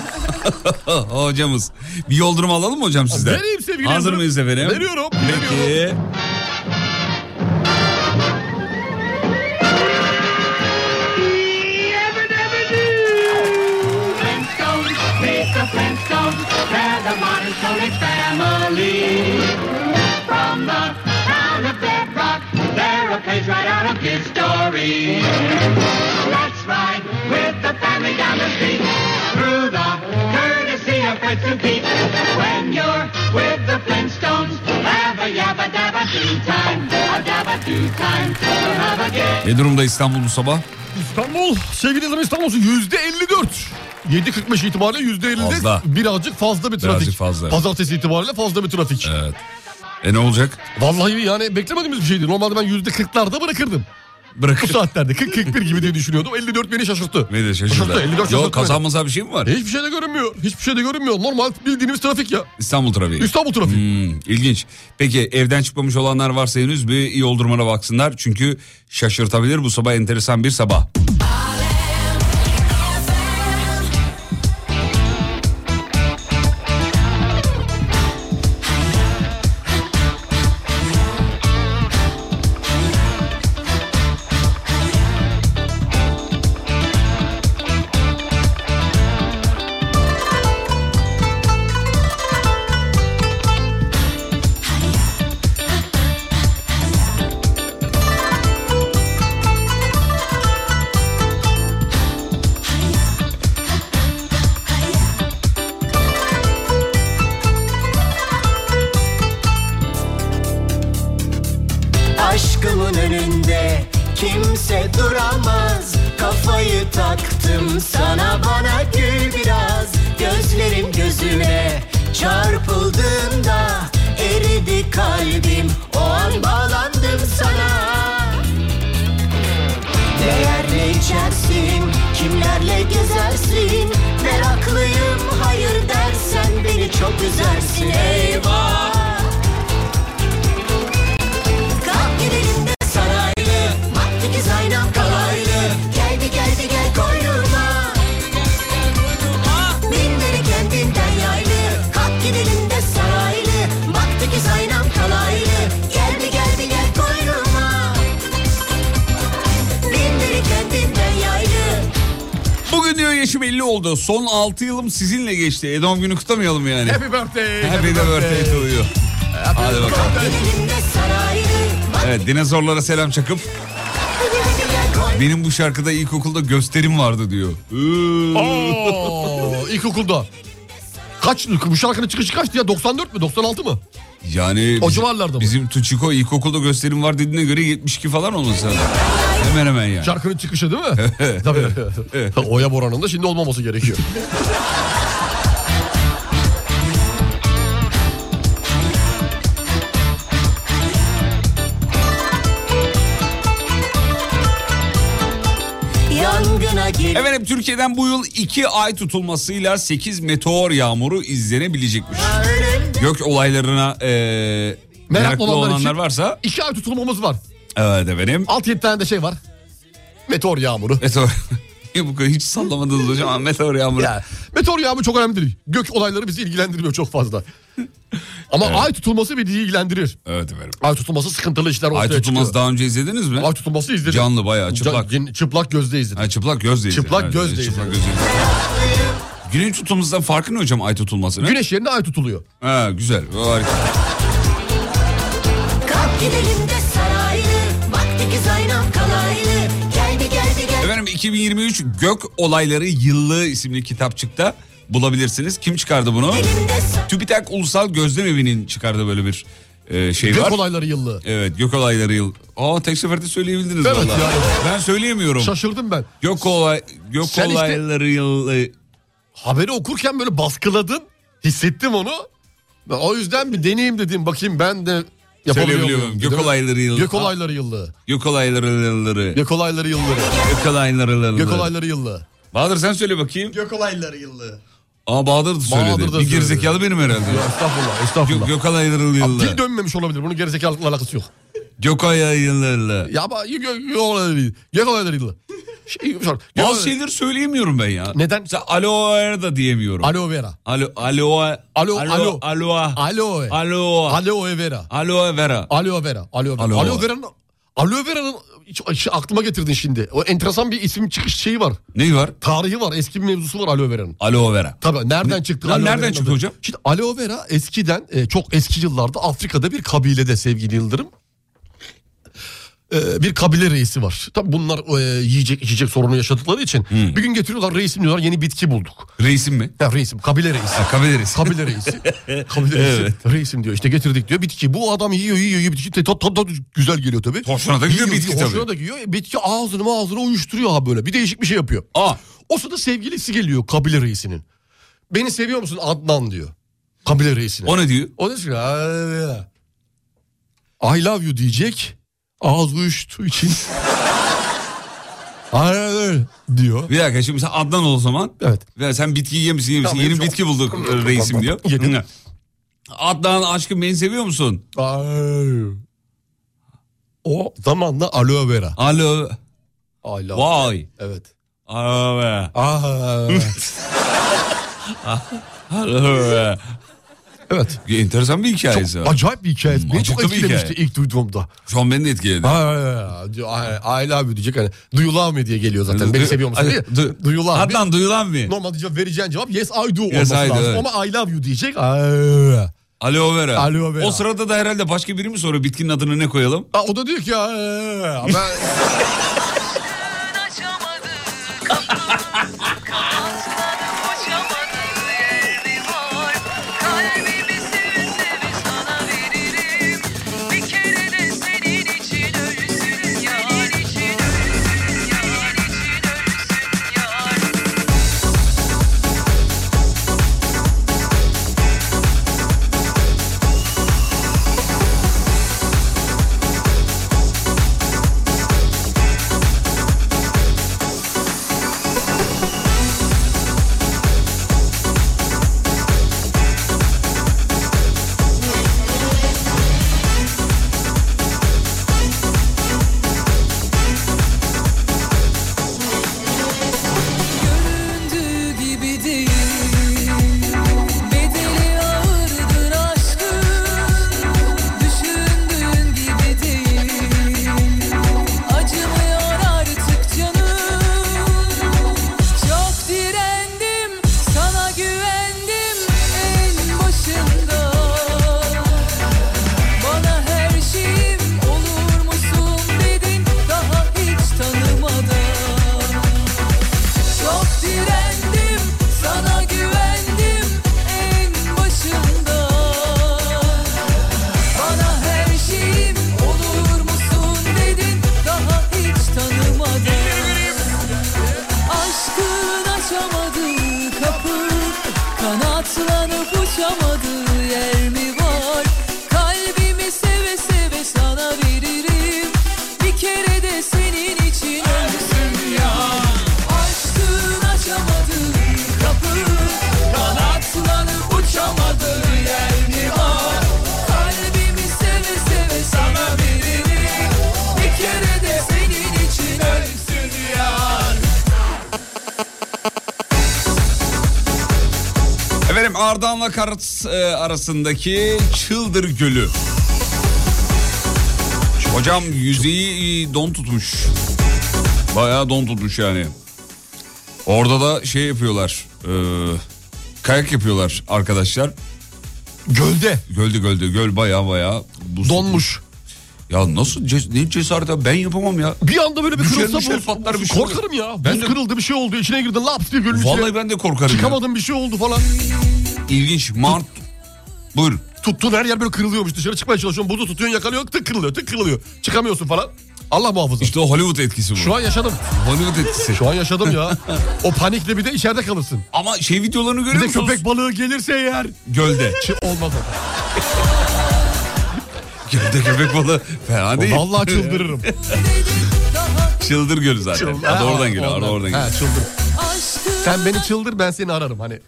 [SPEAKER 2] hocamız. Bir yoldurum alalım mı hocam sizden?
[SPEAKER 3] Vereyim sevgili
[SPEAKER 2] Hazır
[SPEAKER 3] Yıldırım.
[SPEAKER 2] mıyız efendim?
[SPEAKER 3] Veriyorum,
[SPEAKER 2] Peki. Ne durumda İstanbul bu sabah?
[SPEAKER 3] İstanbul sevgili İzmir İstanbul yüzde 54. 7.45 itibariyle yüzde 50'de
[SPEAKER 2] Fazla.
[SPEAKER 3] birazcık fazla bir trafik.
[SPEAKER 2] Birazcık fazla, evet.
[SPEAKER 3] Pazartesi itibariyle fazla bir trafik.
[SPEAKER 2] Evet. E ne olacak?
[SPEAKER 3] Vallahi yani beklemediğimiz bir şeydi. Normalde ben yüzde 40'larda bırakırdım. Bu
[SPEAKER 2] Bırakın.
[SPEAKER 3] saatlerde 40-41 gibi diye düşünüyordum. 54 beni şaşırttı.
[SPEAKER 2] Beni de şaşırdı.
[SPEAKER 3] 54 şaşırttı.
[SPEAKER 2] Yok
[SPEAKER 3] beni.
[SPEAKER 2] kazanmasa bir şey mi var?
[SPEAKER 3] Hiçbir şey de görünmüyor. Hiçbir şey de görünmüyor. Normal bildiğimiz trafik ya.
[SPEAKER 2] İstanbul trafiği.
[SPEAKER 3] İstanbul trafiği.
[SPEAKER 2] Hmm, ilginç. Peki evden çıkmamış olanlar varsa henüz bir yoldurmana baksınlar. Çünkü şaşırtabilir bu sabah enteresan bir sabah.
[SPEAKER 6] önünde kimse duramaz Kafayı taktım sana bana gül biraz Gözlerim gözüne çarpıldığında eridi kalbim O an bağlandım sana Değerli içersin, kimlerle gezersin Meraklıyım hayır dersen beni çok üzersin eyvah Kalk gidelim de saraylı Maddi kız aynam kalaylı Geldi geldi gel koynuma Bin beni kendinden yaylı Kalk gidelim de saraylı Maddi kız aynam kalaylı Geldi geldi gel koynuma Bin beni kendinden yaylı
[SPEAKER 2] Bugün diyor yaşım 50 oldu. Son 6 yılım sizinle geçti. E doğum günü kutlamayalım yani.
[SPEAKER 3] Happy birthday.
[SPEAKER 2] Happy the birthday to you. Hadi bakalım.
[SPEAKER 6] Gidelim de saraylı Maddi
[SPEAKER 2] Evet dinozorlara selam çakıp
[SPEAKER 6] kız gel koynuma
[SPEAKER 2] benim bu şarkıda ilkokulda gösterim vardı diyor. Iıı.
[SPEAKER 3] Oo, ilkokulda. Kaç bu şarkının çıkışı kaçtı ya 94 mü 96 mı?
[SPEAKER 2] Yani bizim-
[SPEAKER 3] O civarlarda mı?
[SPEAKER 2] Bizim Tuçiko ilkokulda gösterim var dediğine göre 72 falan olması lazım. Hemen hemen yani.
[SPEAKER 3] Şarkının çıkışı değil mi? Tabii. Oya Boran'ın da şimdi olmaması gerekiyor.
[SPEAKER 6] Yangına gir
[SPEAKER 2] Efendim Türkiye'den bu yıl 2 ay tutulmasıyla 8 meteor yağmuru izlenebilecekmiş. Gök olaylarına eee
[SPEAKER 3] Meraklı
[SPEAKER 2] meraklı
[SPEAKER 3] olanlar
[SPEAKER 2] olanlar,
[SPEAKER 3] için-
[SPEAKER 2] varsa
[SPEAKER 3] İki ay tutulmamız var.
[SPEAKER 2] evet efendim.
[SPEAKER 3] Alt yedi tane de şey var. Meteor yağmuru.
[SPEAKER 2] Meteor. bu kadar hiç sallamadınız hocam ama meteor yağmuru.
[SPEAKER 3] Ya, meteor yağmuru çok önemli değil. Gök olayları bizi ilgilendirmiyor çok fazla. Ama ay tutulması bizi ilgilendirir.
[SPEAKER 2] Evet efendim.
[SPEAKER 3] Ay tutulması sıkıntılı işler ortaya
[SPEAKER 2] Ay tutulmaz
[SPEAKER 3] çıkıyor.
[SPEAKER 2] daha önce izlediniz mi?
[SPEAKER 3] Ay tutulması izledim.
[SPEAKER 2] Canlı bayağı, çıplak.
[SPEAKER 3] Can- çıplak gözle izledim.
[SPEAKER 2] Ha, çıplak gözle izledim.
[SPEAKER 3] Çıplak gözle
[SPEAKER 2] evet,
[SPEAKER 3] izledim.
[SPEAKER 2] Çıplak gözle izledim. Güney tutulmasından farkı ne hocam ay tutulmasının?
[SPEAKER 3] Güneş yerine ay tutuluyor.
[SPEAKER 2] Ha, güzel. Harika.
[SPEAKER 6] Kalk gidelim de saraylı Vakti kız aynam kalaylı Geldi geldi gel
[SPEAKER 2] Efendim 2023 Gök Olayları Yıllığı isimli kitapçıkta bulabilirsiniz. Kim çıkardı bunu?
[SPEAKER 6] gidelim de saraylı
[SPEAKER 2] TÜBİTAK Ulusal Gözlem Evi'nin çıkardığı böyle bir e, şey
[SPEAKER 3] Gök
[SPEAKER 2] var.
[SPEAKER 3] olayları yıllığı.
[SPEAKER 2] Evet Gök Olayları Yıl. Aa tek seferde söyleyebildiniz
[SPEAKER 3] Evet
[SPEAKER 2] vallahi.
[SPEAKER 3] ya.
[SPEAKER 2] Ben söyleyemiyorum.
[SPEAKER 3] Şaşırdım ben.
[SPEAKER 2] Gök Olay Gök
[SPEAKER 3] Sen işte-
[SPEAKER 2] Olayları Yıllığı.
[SPEAKER 3] Haberi okurken böyle baskıladım. Hissettim onu. Ben O yüzden bir deneyeyim dedim. Bakayım ben de yapabiliyor
[SPEAKER 2] Söyleyebiliyor
[SPEAKER 3] muyum?
[SPEAKER 2] muyum? Gök
[SPEAKER 3] Değil mi?
[SPEAKER 2] Olayları Yıllığı.
[SPEAKER 3] Gök olayları yıllığı.
[SPEAKER 2] Gök Olayları Yıllığı.
[SPEAKER 3] Gök olayları yıllığı.
[SPEAKER 2] Gök Olayları Yıllığı.
[SPEAKER 3] Gök olayları yıllığı.
[SPEAKER 2] Bahadır sen söyle bakayım.
[SPEAKER 3] Gök olayları yıllığı.
[SPEAKER 2] Aa Bahadır da söyledi.
[SPEAKER 3] Bahadır da
[SPEAKER 2] bir
[SPEAKER 3] söyledi.
[SPEAKER 2] gerizekalı benim herhalde.
[SPEAKER 3] Estağfurullah, estağfurullah.
[SPEAKER 2] Gök, Gök Olayları Yıllığı.
[SPEAKER 3] Dil dönmemiş olabilir. Bunun gerizekalılıkla alakası yok.
[SPEAKER 2] Gök Olayları Yıllığı.
[SPEAKER 3] Ya ama gök, gök olayları yıllığı. Gök olayları yıllığı. Şey, sor- gök
[SPEAKER 2] Bazı
[SPEAKER 3] olayları-
[SPEAKER 2] şeyleri söyleyemiyorum ben ya.
[SPEAKER 3] Neden?
[SPEAKER 2] Mesela aloe vera da diyemiyorum.
[SPEAKER 3] Aloe vera.
[SPEAKER 2] Alo, aloe,
[SPEAKER 3] Alo, alo.
[SPEAKER 2] aloe,
[SPEAKER 3] Aloe.
[SPEAKER 2] aloe,
[SPEAKER 3] Aloe e vera.
[SPEAKER 2] aloe vera.
[SPEAKER 3] Aloe vera. Aloe vera.
[SPEAKER 2] Aloe.
[SPEAKER 3] Aloe vera'nın... Aloe vera'nın... Hiç- hiç aklıma getirdin şimdi. O enteresan bir isim çıkış şeyi var.
[SPEAKER 2] Neyi var?
[SPEAKER 3] Tarihi var. Eski bir mevzusu var aloe vera'nın.
[SPEAKER 2] Aloe vera.
[SPEAKER 3] Tabii nereden
[SPEAKER 2] Ne-
[SPEAKER 3] çıktı?
[SPEAKER 2] Lan
[SPEAKER 3] aloe
[SPEAKER 2] nereden
[SPEAKER 3] vera'nın
[SPEAKER 2] çıktı
[SPEAKER 3] adı?
[SPEAKER 2] hocam?
[SPEAKER 3] Şimdi aloe vera eskiden e, çok eski yıllarda Afrika'da bir kabilede sevgili Yıldırım. E, bir kabile reisi var. Tabii bunlar e, yiyecek içecek sorunu yaşadıkları için
[SPEAKER 2] Hmm.
[SPEAKER 3] bir gün getiriyorlar reisim diyorlar yeni bitki bulduk.
[SPEAKER 2] Reisim mi?
[SPEAKER 3] Ya reisim kabile reisi.
[SPEAKER 2] Ha, kabile reisi.
[SPEAKER 3] Kabile reisi. Kabile reisi. Reisim diyor işte getirdik diyor bitki. Bu adam yiyor yiyor yiyor bitki. Tat tat tat güzel geliyor tabii.
[SPEAKER 2] Hoşuna da gidiyor
[SPEAKER 3] Yiyor,
[SPEAKER 2] bitki
[SPEAKER 3] yiyor, Hoşuna
[SPEAKER 2] tabii.
[SPEAKER 3] da gidiyor. E, Bitki ağzını ağzını uyuşturuyor ha böyle. Bir değişik bir şey yapıyor.
[SPEAKER 2] Aa,
[SPEAKER 3] O sırada sevgilisi geliyor kabile reisinin. Beni seviyor musun Adnan diyor. Kabile reisine.
[SPEAKER 2] o ne diyor?
[SPEAKER 3] O da diyor, "Aa, I love you diyecek. Ağız uyuştuğu için. Hayır diyor.
[SPEAKER 2] Bir dakika şimdi sen Adnan ol o zaman.
[SPEAKER 3] Evet.
[SPEAKER 2] Ve sen bitkiyi yemişsin yemişsin.
[SPEAKER 3] Tamam,
[SPEAKER 2] Yeni
[SPEAKER 3] yemiş-
[SPEAKER 2] bitki bulduk e, reisim diyor.
[SPEAKER 3] Yedim.
[SPEAKER 2] Hı. Adnan aşkım beni seviyor musun?
[SPEAKER 3] Ay. O zamanla aloe vera.
[SPEAKER 2] Alo.
[SPEAKER 3] I love you.
[SPEAKER 2] Vay.
[SPEAKER 3] Evet.
[SPEAKER 2] Aloe vera.
[SPEAKER 3] Aa,
[SPEAKER 2] Aloe vera.
[SPEAKER 3] evet.
[SPEAKER 2] Enteresan bir hikayesi
[SPEAKER 3] Çok
[SPEAKER 2] var.
[SPEAKER 3] acayip bir hikaye. Beni çok
[SPEAKER 2] Hmm, Acıklı bir
[SPEAKER 3] etkilemişti
[SPEAKER 2] hikaye.
[SPEAKER 3] ilk duyduğumda.
[SPEAKER 2] Şu an beni de etkiledi.
[SPEAKER 3] Aa, diyor, I I love you diyecek hani. Do you love me diye geliyor zaten. Beni
[SPEAKER 2] Du-
[SPEAKER 3] seviyor musun
[SPEAKER 2] Ay,
[SPEAKER 3] diye.
[SPEAKER 2] du-
[SPEAKER 3] Do you love me?
[SPEAKER 2] Adnan duyulan mı?
[SPEAKER 3] Normalde cevap vereceğin cevap yes I do
[SPEAKER 2] Yes,
[SPEAKER 3] olması
[SPEAKER 2] I do,
[SPEAKER 3] lazım.
[SPEAKER 2] evet.
[SPEAKER 3] Ama I love you diyecek. Aa.
[SPEAKER 2] Aloe vera.
[SPEAKER 3] Aloe vera.
[SPEAKER 2] O sırada da herhalde başka biri mi soruyor bitkinin adını ne koyalım?
[SPEAKER 3] Aa, o da diyor ki "Aa." ben
[SPEAKER 8] Kalbimi seve seve sana veririm Bir kere de senin için ölsün
[SPEAKER 2] Ardahan'la Kars e, arasındaki Çıldır Gölü. Hocam yüzeyi e, don tutmuş. Bayağı don tutmuş yani. Orada da şey yapıyorlar. e, kayak yapıyorlar arkadaşlar.
[SPEAKER 3] Gölde.
[SPEAKER 2] Gölde gölde göl bayağı bayağı. buz
[SPEAKER 3] Donmuş.
[SPEAKER 2] tutmuş. Ya nasıl ces ne cesaret ya? ben yapamam ya.
[SPEAKER 3] Bir anda böyle bir
[SPEAKER 2] Düşer,
[SPEAKER 3] kırılsa
[SPEAKER 2] düşer,
[SPEAKER 3] buz.
[SPEAKER 2] patlar bir şey olur.
[SPEAKER 3] Korkarım ya.
[SPEAKER 2] Ben
[SPEAKER 3] Buz
[SPEAKER 2] de-
[SPEAKER 3] kırıldı bir şey oldu. içine girdin laps diye gölün içine.
[SPEAKER 2] Vallahi ben de korkarım ya.
[SPEAKER 3] Çıkamadın bir şey oldu falan.
[SPEAKER 2] İlginç. Mart. Buyur.
[SPEAKER 3] Tuttuğun her yer böyle kırılıyormuş. Dışarı çıkmaya çalışıyorsun. Buzu tutuyorsun yakalıyor. Tık kırılıyor tık kırılıyor. Çıkamıyorsun falan. Allah muhafaza.
[SPEAKER 2] İşte o Hollywood etkisi bu.
[SPEAKER 3] Şu an yaşadım.
[SPEAKER 2] Hollywood etkisi.
[SPEAKER 3] Şu an yaşadım ya. O panikle bir de içeride kalırsın.
[SPEAKER 2] Ama şey videolarını
[SPEAKER 3] Bir
[SPEAKER 2] görüyor
[SPEAKER 3] de
[SPEAKER 2] musunuz?
[SPEAKER 3] köpek balığı gelirse eğer.
[SPEAKER 2] Gölde.
[SPEAKER 3] Ki olmaz o.
[SPEAKER 2] Gölde köpek balığı fena değil.
[SPEAKER 3] Vallahi çıldırırım.
[SPEAKER 2] Çıldır gölü zaten.
[SPEAKER 3] Çıldır.
[SPEAKER 2] Adı
[SPEAKER 3] Ha,
[SPEAKER 2] oradan geliyor. Adı oradan
[SPEAKER 3] Ha
[SPEAKER 2] geliyor.
[SPEAKER 3] çıldır. Sen beni çıldır ben seni ararım hani.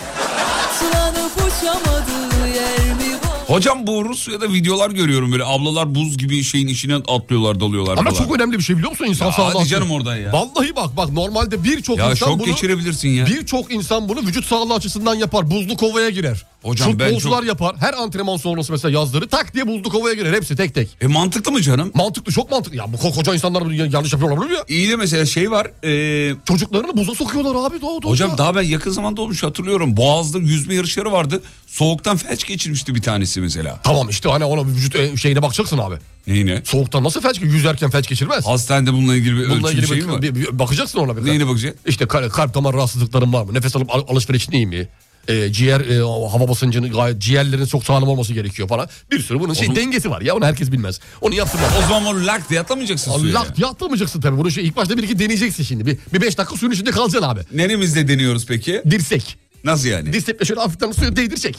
[SPEAKER 4] Atlanıp uçamadığı yer mi bu?
[SPEAKER 2] Hocam bu Rusya'da videolar görüyorum böyle ablalar buz gibi şeyin içine atlıyorlar dalıyorlar
[SPEAKER 3] Ama
[SPEAKER 2] falan.
[SPEAKER 3] çok önemli bir şey biliyor musun insan
[SPEAKER 2] Ya
[SPEAKER 3] sağlığı?
[SPEAKER 2] hadi
[SPEAKER 3] açısından.
[SPEAKER 2] canım oradan ya.
[SPEAKER 3] Vallahi bak bak normalde birçok
[SPEAKER 2] ya
[SPEAKER 3] insan
[SPEAKER 2] şok
[SPEAKER 3] bunu
[SPEAKER 2] geçirebilirsin ya.
[SPEAKER 3] birçok insan bunu vücut sağlığı açısından yapar. Buzlu kovaya girer.
[SPEAKER 2] Hocam ben
[SPEAKER 3] Futbolcular
[SPEAKER 2] çok-
[SPEAKER 3] yapar. Her antrenman sonrası mesela yazları tak diye buzlu kovaya girer hepsi tek tek.
[SPEAKER 2] E mantıklı mı canım?
[SPEAKER 3] Mantıklı çok mantıklı. Ya bu ko- koca insanlar bunu yanlış yapıyor olabilir mi ya?
[SPEAKER 2] İyi de mesela şey var. e,
[SPEAKER 3] Çocuklarını buza sokuyorlar abi doğru doğru.
[SPEAKER 2] hocam daha ben yakın zamanda olmuş hatırlıyorum. Boğaz'da yüzme yarışları vardı. Soğuktan felç geçirmişti bir tanesi mesela.
[SPEAKER 3] Tamam işte hani ona bir vücut e, şeyine bakacaksın abi.
[SPEAKER 2] Neyine?
[SPEAKER 3] Soğuktan nasıl felç yüzerken felç geçirmez.
[SPEAKER 2] Hastanede bununla ilgili bir
[SPEAKER 3] Bununla
[SPEAKER 2] ölçüm
[SPEAKER 3] ilgili
[SPEAKER 2] şeyi şey mi
[SPEAKER 3] bir,
[SPEAKER 2] var?
[SPEAKER 3] bir- bir- bakacaksın ona bir.
[SPEAKER 2] Neyine bakacak?
[SPEAKER 3] İşte kal- kalp damar rahatsızlıkların var mı? Nefes alıp al- alışveriş değil mi? E, ciğer e, o hava basıncının gayet ciğerlerin çok sağlam olması gerekiyor falan. Bir sürü bunun şey
[SPEAKER 2] Oğlum-
[SPEAKER 3] dengesi var ya onu herkes bilmez. Onu yaptırmaz.
[SPEAKER 2] O zaman onu lak diye atlamayacaksın suya.
[SPEAKER 3] Allah diye atlamayacaksın tabii. Bunu şey, ilk başta bir iki deneyeceksin şimdi. Bir, bir beş dakika suyun içinde kalacaksın abi.
[SPEAKER 2] Neremizde deniyoruz peki?
[SPEAKER 3] Dirsek.
[SPEAKER 2] Nasıl yani?
[SPEAKER 3] Dirsekle şöyle hafiften suya değdirecek.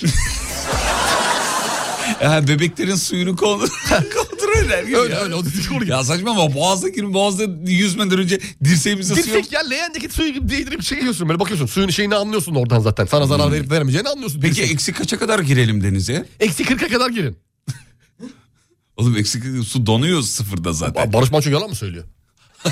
[SPEAKER 2] E, Ha, bebeklerin suyunu kol- kontrol eder gibi
[SPEAKER 3] öyle
[SPEAKER 2] ya.
[SPEAKER 3] öyle o dirsekle oluyor.
[SPEAKER 2] Ya saçma ama boğazda girin boğazda yüzmeden önce dirseğimize su yok.
[SPEAKER 3] Dirsek ya leğendeki suyu gibi değdirip çekiyorsun böyle bakıyorsun. Suyun şeyini anlıyorsun oradan zaten. Sana zarar verip veremeyeceğini anlıyorsun.
[SPEAKER 2] Hmm. Peki
[SPEAKER 3] Dirsek.
[SPEAKER 2] eksi kaça kadar girelim denize?
[SPEAKER 3] eksi 40'a kadar girin.
[SPEAKER 2] Oğlum eksi su donuyor sıfırda zaten.
[SPEAKER 3] Ba- Barış Manço yalan mı söylüyor?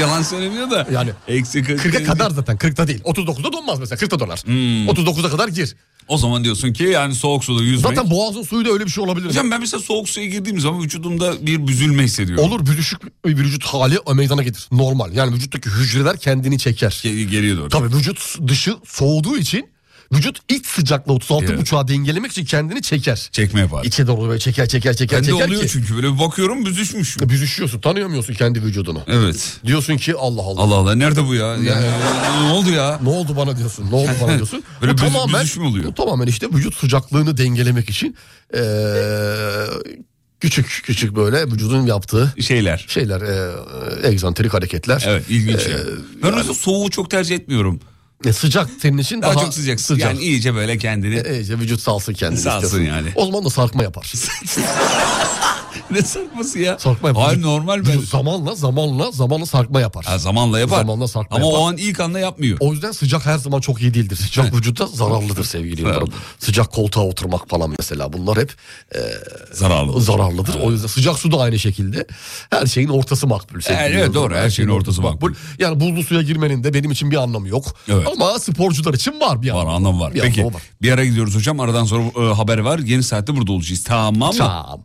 [SPEAKER 2] Yalan söylemiyor da.
[SPEAKER 3] Yani
[SPEAKER 2] eksi
[SPEAKER 3] 40'a kadar zaten 40'ta değil. 39'da donmaz mesela 40'ta donar.
[SPEAKER 2] Hmm.
[SPEAKER 3] 39'a kadar gir.
[SPEAKER 2] O zaman diyorsun ki yani soğuk suda yüzmek.
[SPEAKER 3] Zaten boğazın suyuyla öyle bir şey olabilir.
[SPEAKER 2] Hocam ben mesela soğuk suya girdiğim zaman vücudumda bir büzülme hissediyorum.
[SPEAKER 3] Olur büzüşük bir vücut hali meydana gelir. Normal. Yani vücuttaki hücreler kendini çeker.
[SPEAKER 2] Ge- Geriye doğru.
[SPEAKER 3] Tabii vücut dışı soğuduğu için vücut iç sıcaklığı 36
[SPEAKER 2] Evet.
[SPEAKER 3] buçuğa dengelemek için kendini çeker.
[SPEAKER 2] Çekme yapar.
[SPEAKER 3] İçe doğru böyle çeker çeker çeker
[SPEAKER 2] Bende
[SPEAKER 3] çeker
[SPEAKER 2] oluyor
[SPEAKER 3] ki.
[SPEAKER 2] çünkü böyle bir bakıyorum büzüşmüş.
[SPEAKER 3] Büzüşüyorsun tanıyamıyorsun kendi vücudunu.
[SPEAKER 2] Evet.
[SPEAKER 3] Diyorsun ki Allah Allah.
[SPEAKER 2] Allah Allah nerede bu ya? Yani, ne oldu ya?
[SPEAKER 3] Ne oldu bana diyorsun? Ne oldu bana diyorsun?
[SPEAKER 2] Böyle büzü- büzüşme oluyor.
[SPEAKER 3] Bu tamamen işte vücut sıcaklığını dengelemek için eee, küçük küçük böyle vücudun yaptığı
[SPEAKER 2] Şeyler.
[SPEAKER 3] şeyler, eee egzantrik hareketler.
[SPEAKER 2] Evet ilginç. ya. ben o yüzden soğuğu çok tercih etmiyorum.
[SPEAKER 3] E, sıcak senin için daha,
[SPEAKER 2] Daha, çok sıcak. Yani iyice böyle kendini.
[SPEAKER 3] İyice vücut salsın kendini.
[SPEAKER 2] Salsın
[SPEAKER 3] istiyorsun.
[SPEAKER 2] yani.
[SPEAKER 3] O zaman da sarkma yapar.
[SPEAKER 2] ne sarkması ya?
[SPEAKER 3] Sarkma yapar.
[SPEAKER 2] Hayır
[SPEAKER 3] Vücut-
[SPEAKER 2] normal ben.
[SPEAKER 3] vücut Zamanla zamanla zamanla sarkma yapar.
[SPEAKER 2] Ha, zamanla yapar.
[SPEAKER 3] Zamanla sarkma
[SPEAKER 2] Ama
[SPEAKER 3] yapar.
[SPEAKER 2] o an ilk anda yapmıyor.
[SPEAKER 3] O yüzden sıcak her zaman çok iyi değildir. Sıcak vücuda zararlıdır sevgili yıldırım. Sıcak koltuğa oturmak falan mesela bunlar hep
[SPEAKER 2] Zararlı.
[SPEAKER 3] zararlıdır. O yüzden sıcak su da aynı şekilde. Her şeyin ortası makbul. sevgili
[SPEAKER 2] Evet, evet,
[SPEAKER 3] yıldırım.
[SPEAKER 2] doğru. Her şeyin ortası makbul.
[SPEAKER 3] Yani buzlu suya girmenin de benim için bir anlamı yok.
[SPEAKER 2] Evet.
[SPEAKER 3] Ama sporcular için var bir
[SPEAKER 2] Var
[SPEAKER 3] anlamı.
[SPEAKER 2] anlamı var.
[SPEAKER 3] Bir
[SPEAKER 2] Peki
[SPEAKER 3] anlamı var.
[SPEAKER 2] bir ara gidiyoruz hocam. Aradan sonra e, haber var. Yeni saatte burada olacağız. Tamam mı?
[SPEAKER 3] Tamam.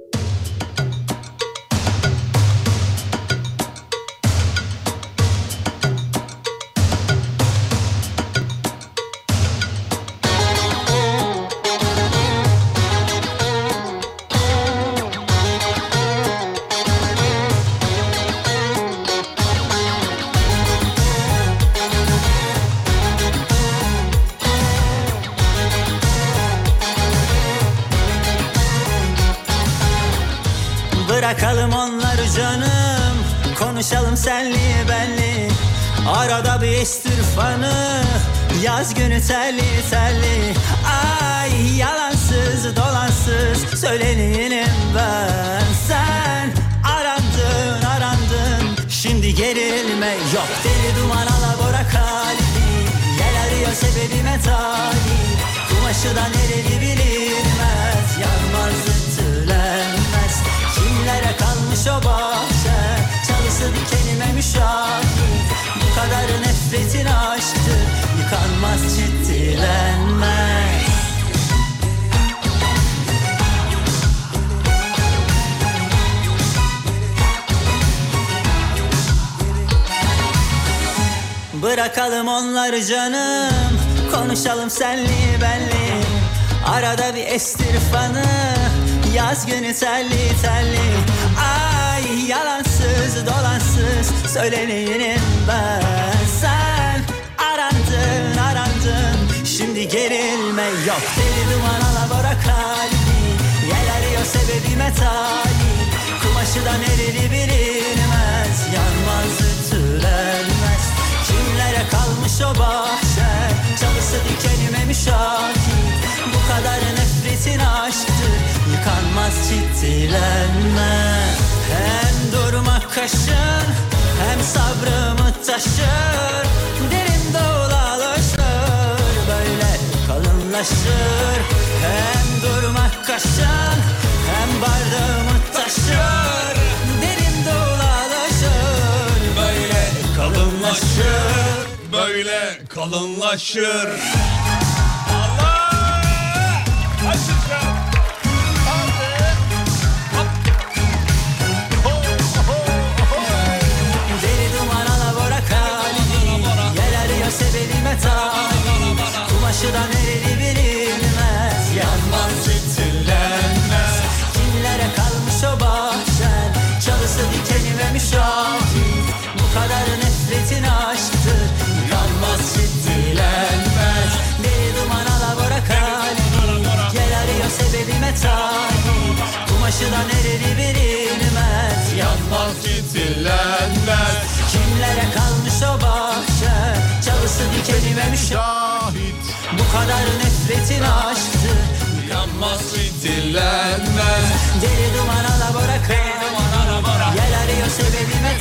[SPEAKER 9] Bırakalım onları canım Konuşalım senli benli Arada bir istirfanı Yaz günü telli telli Ay yalansız dolansız Söyleneyim ben Sen arandın arandın Şimdi gerilme yok Deli duman alabora kalbi Yel arıyor sebebime talip Başı da nereli bilinmez Yanmaz ütülenmez Kimlere kalmış o bahçe Çalısı dikenime müşahit Bu kadar nefretin aşktı Yıkanmaz ciddilenmez Bırakalım onları canım Konuşalım senli benli Arada bir estir fanı Yaz günü telli telli Ay yalansız dolansız Söyleneyim ben Sen arandın arandın Şimdi gerilme yok Deli duman alabora kalbi Yel arıyor sebebime tali Kumaşı da nereli bilinmez Yanmaz ütülenmez Kimlere kalmış o bahçe Çalısı dikenime müşahit Bu kadar nefretin aşktı Yıkanmaz ciddilenme Hem durmak kaşın Hem sabrımı taşır Derin dolalaşır Böyle kalınlaşır Hem durmak kaşın Hem bardağımı taşır Derin dolalaşır Böyle
[SPEAKER 2] Kalınlaşır böyle kalınlaşır. Allah! Açın şu an.
[SPEAKER 9] Deli duman alabora kalbi Yel arıyor sebebime tabi Kumaşı da nereli bilinmez Yanmaz ütülenmez Kimlere kalmış o bahçen Çalısı dikenime müşahit Bu kadar nefretin aşktır Yanmaz ütülenmez Deli duman alabora kalbi Yel arıyor sebebime tabi Kumaşı da nereli bilinmez Yanmaz
[SPEAKER 3] Dilenmez
[SPEAKER 9] Kimlere kalmış o bahçe Çalısı dikenime müşahit Bu kadar nefretin aşktı
[SPEAKER 2] Yanmaz dilenmez
[SPEAKER 9] Deli duman alabora kral Yel arıyor sebebime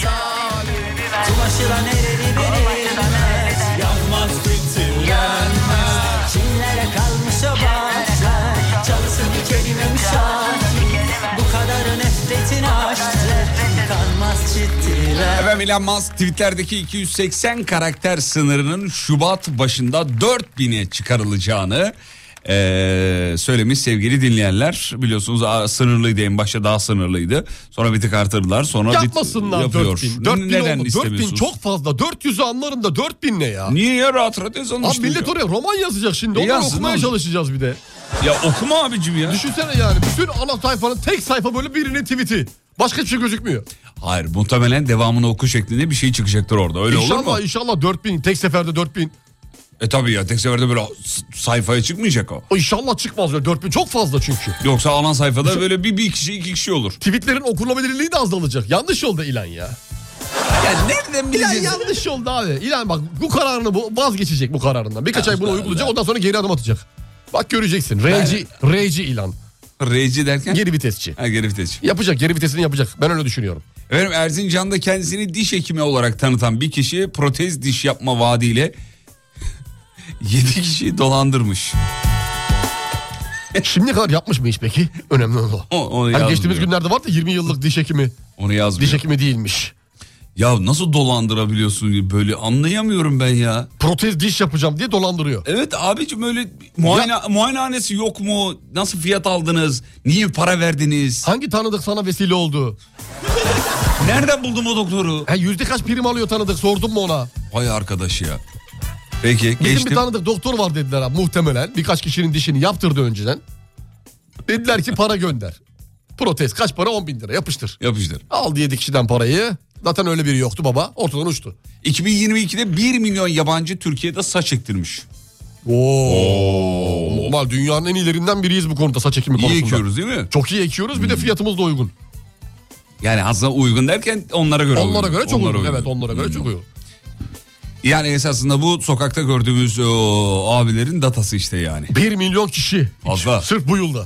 [SPEAKER 9] Kumaşıla nereli bilinmez Yanmaz bitirlenmez Kimlere kalmış o bahçe Çalısı dikenime müşahit Bu kadar nefretin aşktı Yıkanmaz ciddiler
[SPEAKER 2] Efendim Elon Musk tweetlerdeki 280 karakter sınırının Şubat başında 4000'e çıkarılacağını eee, söylemiş sevgili dinleyenler. Biliyorsunuz aa, sınırlıydı en başta daha sınırlıydı. Sonra bir tık artırdılar. Sonra bir-
[SPEAKER 3] Yapmasınlar
[SPEAKER 2] yapıyor.
[SPEAKER 3] 4000. 4000
[SPEAKER 2] Neden
[SPEAKER 3] oldu. 4000
[SPEAKER 2] istemiyorsunuz?
[SPEAKER 3] çok fazla. 400'ü anlarım da 4000 ne ya?
[SPEAKER 2] Niye ya rahat rahat yazalım
[SPEAKER 3] Abi
[SPEAKER 2] işte.
[SPEAKER 3] millet oraya roman yazacak şimdi.
[SPEAKER 2] E,
[SPEAKER 3] Onları
[SPEAKER 2] yazsın
[SPEAKER 3] okumaya
[SPEAKER 2] oğlum.
[SPEAKER 3] çalışacağız bir de.
[SPEAKER 2] Ya okuma abicim ya.
[SPEAKER 3] Düşünsene yani bütün ana sayfanın tek sayfa böyle birinin tweet'i. Başka hiçbir şey gözükmüyor.
[SPEAKER 2] Hayır muhtemelen devamını oku şeklinde bir şey çıkacaktır orada öyle
[SPEAKER 3] inşallah
[SPEAKER 2] olur mu?
[SPEAKER 3] inşallah 4000 tek seferde 4000.
[SPEAKER 2] E tabii ya tek seferde böyle s- sayfaya çıkmayacak o.
[SPEAKER 3] O inşallah çıkmaz öyle 4000 çok fazla çünkü.
[SPEAKER 2] Yoksa alan sayfada böyle bir, bir kişi iki kişi olur.
[SPEAKER 3] Tweetlerin okunabilirliği de azalacak. Yanlış yolda ilan ya.
[SPEAKER 2] Ya nereden
[SPEAKER 3] İlan
[SPEAKER 2] bileceğiz?
[SPEAKER 3] yanlış yolda abi. İlan bak bu kararını bu vazgeçecek bu kararından. Birkaç ay bunu uygulayacak ondan sonra geri adım atacak. Bak göreceksin. RC, RC ilan.
[SPEAKER 2] Reci derken?
[SPEAKER 3] Geri vitesçi.
[SPEAKER 2] Ha, geri vitesçi.
[SPEAKER 3] Yapacak geri vitesini yapacak. Ben öyle düşünüyorum.
[SPEAKER 2] Efendim Erzincan'da kendisini diş hekimi olarak tanıtan bir kişi protez diş yapma vaadiyle 7 kişiyi dolandırmış.
[SPEAKER 3] Şimdiye kadar yapmış mı hiç peki? Önemli olan o.
[SPEAKER 2] O- onu
[SPEAKER 3] Hani
[SPEAKER 2] yazmıyor.
[SPEAKER 3] geçtiğimiz günlerde vardı 20 yıllık diş hekimi.
[SPEAKER 2] Onu
[SPEAKER 3] Diş
[SPEAKER 2] yazmıyor.
[SPEAKER 3] hekimi değilmiş.
[SPEAKER 2] Ya nasıl dolandırabiliyorsun diye böyle anlayamıyorum ben ya.
[SPEAKER 3] Protez diş yapacağım diye dolandırıyor.
[SPEAKER 2] Evet abicim öyle muayene, muayenehanesi yok mu? Nasıl fiyat aldınız? Niye para verdiniz?
[SPEAKER 3] Hangi tanıdık sana vesile oldu?
[SPEAKER 2] Nereden buldum o doktoru?
[SPEAKER 3] Ha, yüzde kaç prim alıyor tanıdık sordun mu ona?
[SPEAKER 2] Vay arkadaş ya. Peki
[SPEAKER 3] Bizim bir
[SPEAKER 2] geçtim.
[SPEAKER 3] tanıdık doktor var dediler abi muhtemelen. Birkaç kişinin dişini yaptırdı önceden. Dediler ki para gönder. Protez kaç para 10 bin lira yapıştır.
[SPEAKER 2] Yapıştır.
[SPEAKER 3] Aldı 7 kişiden parayı. Zaten öyle biri yoktu baba. Ortadan uçtu.
[SPEAKER 2] 2022'de 1 milyon yabancı Türkiye'de saç ektirmiş.
[SPEAKER 3] Oo. Normal dünyanın en ilerinden biriyiz bu konuda saç ekimi konusunda.
[SPEAKER 2] İyi ekiyoruz Hmm. değil mi?
[SPEAKER 3] Çok iyi ekiyoruz bir de fiyatımız da uygun.
[SPEAKER 2] Yani aslında uygun derken onlara göre
[SPEAKER 3] Onlara
[SPEAKER 2] uygun. Hmm.
[SPEAKER 3] göre çok uygun. Evet onlara göre çok uygun.
[SPEAKER 2] Yani esasında bu sokakta gördüğümüz e, o, abilerin datası işte yani.
[SPEAKER 3] 1 milyon kişi.
[SPEAKER 2] Fazla.
[SPEAKER 3] Sırf bu yılda.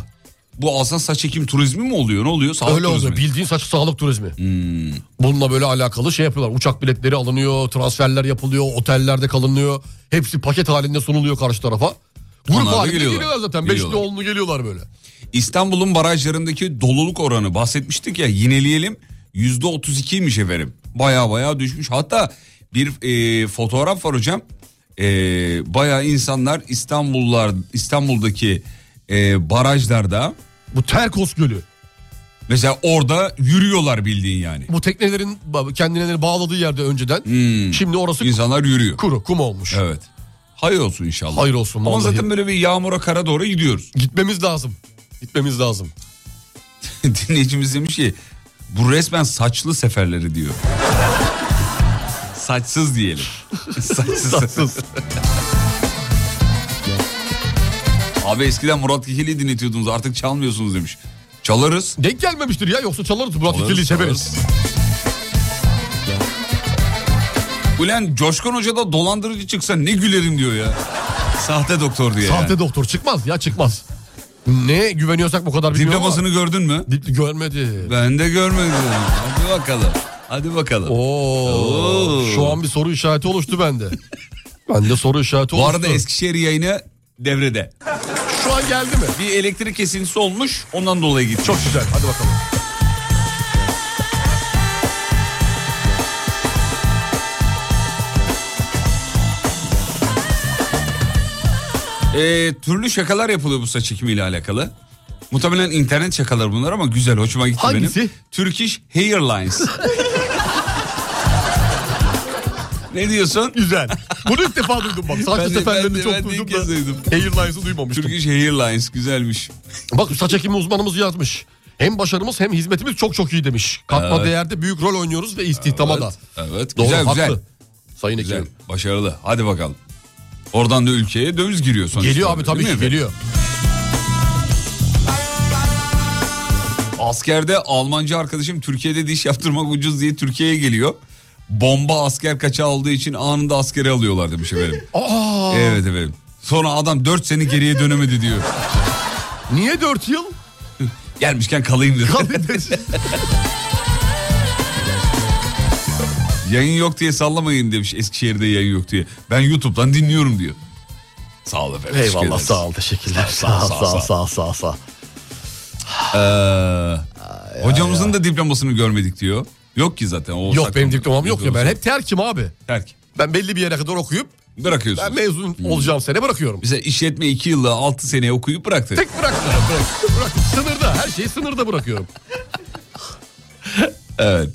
[SPEAKER 2] Bu aslında saç ekim turizmi mi oluyor? Ne oluyor? Sağlık
[SPEAKER 3] Öyle
[SPEAKER 2] turizmi. Hmm.
[SPEAKER 3] oluyor. Bildiğin saç sağlık turizmi. Bununla böyle alakalı şey yapıyorlar. Uçak biletleri alınıyor, transferler yapılıyor, otellerde kalınıyor. Hepsi paket halinde sunuluyor karşı tarafa. Grup
[SPEAKER 2] Onlar da
[SPEAKER 3] halinde
[SPEAKER 2] geliyorlar.
[SPEAKER 3] geliyorlar, zaten. Beşli
[SPEAKER 2] Geliyorlar.
[SPEAKER 3] onlu geliyorlar böyle.
[SPEAKER 2] İstanbul'un barajlarındaki doluluk oranı bahsetmiştik ya yineleyelim yüzde 32'ymiş efendim. Baya baya düşmüş. Hatta bir e, fotoğraf var hocam. E, baya insanlar İstanbullar İstanbul'daki e, barajlarda
[SPEAKER 3] Bu Terkos Gölü.
[SPEAKER 2] mesela orada yürüyorlar bildiğin yani.
[SPEAKER 3] Bu teknelerin kendilerini bağladığı yerde önceden. Şimdi orası
[SPEAKER 2] İnsanlar yürüyor.
[SPEAKER 3] kuru, kum olmuş.
[SPEAKER 2] Hmm. Evet. Hayır olsun inşallah.
[SPEAKER 3] Hayır olsun,
[SPEAKER 2] Ama
[SPEAKER 3] vallahi.
[SPEAKER 2] zaten böyle bir yağmura kara doğru gidiyoruz.
[SPEAKER 3] Gitmemiz lazım. Gitmemiz lazım.
[SPEAKER 2] Dinleyicimiz demiş ki bu resmen saçlı seferleri diyor. Saçsız diyelim. Saçsız.
[SPEAKER 3] Saçsız.
[SPEAKER 2] Abi eskiden Murat Kekilli'yi dinletiyordunuz artık çalmıyorsunuz demiş. Çalarız.
[SPEAKER 3] Denk gelmemiştir ya yoksa çalarız. Murat
[SPEAKER 2] Çalarız,
[SPEAKER 3] İkili'yi severiz.
[SPEAKER 2] Ulan Coşkun Hoca da dolandırıcı çıksa ne gülerim diyor ya. Sahte doktor diye.
[SPEAKER 3] Sahte
[SPEAKER 2] yani.
[SPEAKER 3] doktor çıkmaz ya çıkmaz. Ne güveniyorsak bu kadar bilmiyorum
[SPEAKER 2] Diplomasını gördün mü?
[SPEAKER 3] ama. Dip- görmedi.
[SPEAKER 2] Ben de görmedim. Hadi bakalım. Hadi bakalım.
[SPEAKER 3] Oo,
[SPEAKER 2] Oo.
[SPEAKER 3] Şu an bir soru işareti oluştu bende. bende soru işareti
[SPEAKER 2] Bu
[SPEAKER 3] oluştu.
[SPEAKER 2] arada Eskişehir yayını devrede.
[SPEAKER 3] Şu an geldi mi?
[SPEAKER 2] Bir elektrik kesintisi olmuş ondan dolayı gitti. Çok
[SPEAKER 3] Güzel hadi bakalım.
[SPEAKER 2] Ee, türlü şakalar yapılıyor bu saç ekimiyle alakalı. Muhtemelen internet şakaları bunlar ama güzel hoşuma gitti
[SPEAKER 3] Hangisi?
[SPEAKER 2] benim. Turkish Hairlines. ne diyorsun?
[SPEAKER 3] Güzel. Bunu ilk defa duydum bak.
[SPEAKER 2] Ben
[SPEAKER 3] Saçlı
[SPEAKER 2] de- ben
[SPEAKER 3] seferlerini
[SPEAKER 2] de-
[SPEAKER 3] çok
[SPEAKER 2] ben de
[SPEAKER 3] duydum
[SPEAKER 2] ilk
[SPEAKER 3] da.
[SPEAKER 2] kez duydum.
[SPEAKER 3] Hairlines'ı duymamıştım.
[SPEAKER 2] Turkish Hairlines güzelmiş.
[SPEAKER 3] Bak saç ekimi uzmanımız yazmış. Hem başarımız hem hizmetimiz çok çok iyi demiş. Katma
[SPEAKER 2] Evet.
[SPEAKER 3] değerde büyük rol oynuyoruz ve istihdama da.
[SPEAKER 2] Evet
[SPEAKER 3] Doğru,
[SPEAKER 2] güzel
[SPEAKER 3] haklı.
[SPEAKER 2] güzel.
[SPEAKER 3] Sayın
[SPEAKER 2] Güzel
[SPEAKER 3] Ekim.
[SPEAKER 2] başarılı hadi bakalım. Oradan da ülkeye döviz giriyor sonuçta.
[SPEAKER 3] Geliyor abi
[SPEAKER 2] Değil
[SPEAKER 3] tabii
[SPEAKER 2] mi
[SPEAKER 3] ki
[SPEAKER 2] efendim?
[SPEAKER 3] geliyor.
[SPEAKER 2] Askerde Almancı arkadaşım Türkiye'de diş yaptırmak ucuz diye Türkiye'ye geliyor. Bomba asker kaça aldığı için anında askere alıyorlar demiş efendim.
[SPEAKER 3] Aa,
[SPEAKER 2] evet efendim. Sonra adam 4 sene geriye dönemedi diyor.
[SPEAKER 3] niye 4 yıl?
[SPEAKER 2] Gelmişken kalayım dedi. yayın yok diye sallamayın demiş Eskişehir'de yayın yok diye. Ben YouTube'dan dinliyorum diyor. Sağ ol efendim. teşekkür
[SPEAKER 3] Eyvallah
[SPEAKER 2] ederiz.
[SPEAKER 3] sağ ol teşekkürler. Sağ ol, sağ ol, sağ ol, sağ ol, sağ ol.
[SPEAKER 2] Ee, hocamızın da diplomasını görmedik diyor. Yok ki zaten. O
[SPEAKER 3] Yok
[SPEAKER 2] saklı-
[SPEAKER 3] benim diplomam yok ya ben
[SPEAKER 2] olsa-
[SPEAKER 3] hep terkim abi.
[SPEAKER 2] Terk.
[SPEAKER 3] Ben belli bir yere kadar okuyup
[SPEAKER 2] Bırakıyorsun.
[SPEAKER 3] ben mezun
[SPEAKER 2] Hmm.
[SPEAKER 3] olacağım sene bırakıyorum.
[SPEAKER 2] Mesela işletme 2 yılla 6 seneye okuyup bıraktı.
[SPEAKER 3] Tek bıraktım. bıraktım, bıraktım. Sınırda her şeyi sınırda bırakıyorum.
[SPEAKER 2] Evet.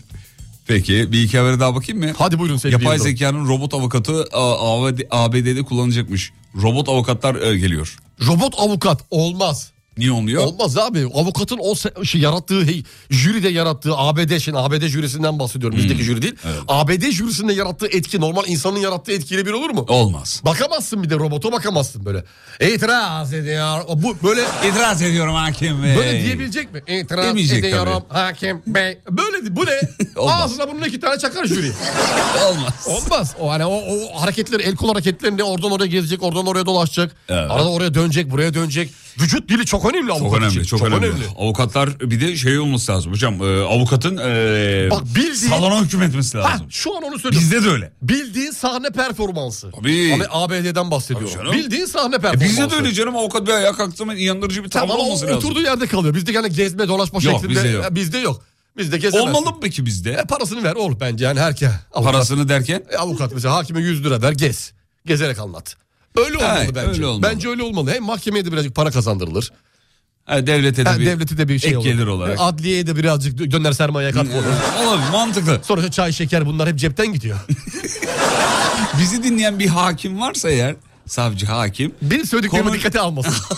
[SPEAKER 2] Peki bir iki habere daha bakayım mı?
[SPEAKER 3] Hadi buyurun sevgili
[SPEAKER 2] Yapay
[SPEAKER 3] Yıldırım.
[SPEAKER 2] zekanın robot avukatı a- ABD ABD'de kullanacakmış. Robot avukatlar e, geliyor.
[SPEAKER 3] Robot avukat olmaz.
[SPEAKER 2] Niye olmuyor?
[SPEAKER 3] Olmaz abi. Avukatın o se- şey yarattığı hey, jüride yarattığı ABD şimdi ABD jürisinden bahsediyorum bizdeki jüri değil. ABD jürisinde yarattığı etki normal insanın yarattığı etkiyle bir olur mu?
[SPEAKER 2] Olmaz.
[SPEAKER 3] Bakamazsın bir de robota bakamazsın böyle. İtiraz ediyor. Bu böyle
[SPEAKER 2] İtiraz ediyorum hakim bey.
[SPEAKER 3] böyle diyebilecek mi? İtiraz
[SPEAKER 2] Demeyecek
[SPEAKER 3] ediyorum hakim bey. Böyle di- bu ne?
[SPEAKER 2] Olmaz.
[SPEAKER 3] Ağzına bunun iki tane çakar jüri.
[SPEAKER 2] Olmaz.
[SPEAKER 3] Olmaz. O hani o, o hareketleri, el kol hareketlerini oradan oraya gezecek, oradan oraya dolaşacak.
[SPEAKER 2] Evet.
[SPEAKER 3] Arada oraya dönecek, buraya dönecek. Vücut dili çok önemli avukat
[SPEAKER 2] Çok önemli,
[SPEAKER 3] için.
[SPEAKER 2] çok, önemli. Avukatlar bir de şey olması lazım hocam. e, avukatın e,
[SPEAKER 3] Bak bildiğin-
[SPEAKER 2] salona hüküm etmesi
[SPEAKER 3] Ha,
[SPEAKER 2] lazım.
[SPEAKER 3] şu an onu söylüyorum.
[SPEAKER 2] Bizde de öyle.
[SPEAKER 3] Bildiğin sahne performansı.
[SPEAKER 2] Tabii.
[SPEAKER 3] Abi ABD'den bahsediyorum.
[SPEAKER 2] Tabii canım.
[SPEAKER 3] Bildiğin sahne
[SPEAKER 2] E,
[SPEAKER 3] performansı.
[SPEAKER 2] bizde de öyle canım avukat bir ayağa kalktığı zaman inandırıcı bir tavır
[SPEAKER 3] Tamam o
[SPEAKER 2] olması lazım.
[SPEAKER 3] oturduğu yerde kalıyor. Bizde yani gezme dolaşma
[SPEAKER 2] Yok,
[SPEAKER 3] şeklinde.
[SPEAKER 2] bizde yok.
[SPEAKER 3] Ha, Bizde yok. Bizde gezemezsin.
[SPEAKER 2] Olmalı mı peki bizde?
[SPEAKER 3] E, parasını ver olur bence yani herkese. Avukat,
[SPEAKER 2] Parasını derken?
[SPEAKER 3] E, avukat mesela hakime 100 lira ver gez. Gezerek anlat. Öyle olmalı
[SPEAKER 2] Evet,
[SPEAKER 3] bence.
[SPEAKER 2] öyle olmalı.
[SPEAKER 3] Bence öyle olmalı. Hem mahkemeye de birazcık para kazandırılır.
[SPEAKER 2] Ha, devlete de
[SPEAKER 3] Ha,
[SPEAKER 2] bir
[SPEAKER 3] devleti de bir şey
[SPEAKER 2] ek
[SPEAKER 3] olur.
[SPEAKER 2] gelir olarak. Hmm.
[SPEAKER 3] E, Adliyeye de birazcık dö- döner sermaye katkı olur.
[SPEAKER 2] Olabilir mantıklı.
[SPEAKER 3] Sonra çay şeker bunlar hep cepten gidiyor.
[SPEAKER 2] Bizi dinleyen bir hakim varsa eğer savcı hakim
[SPEAKER 3] Benim söylediklerimi
[SPEAKER 2] Konu-
[SPEAKER 3] dikkate almasın.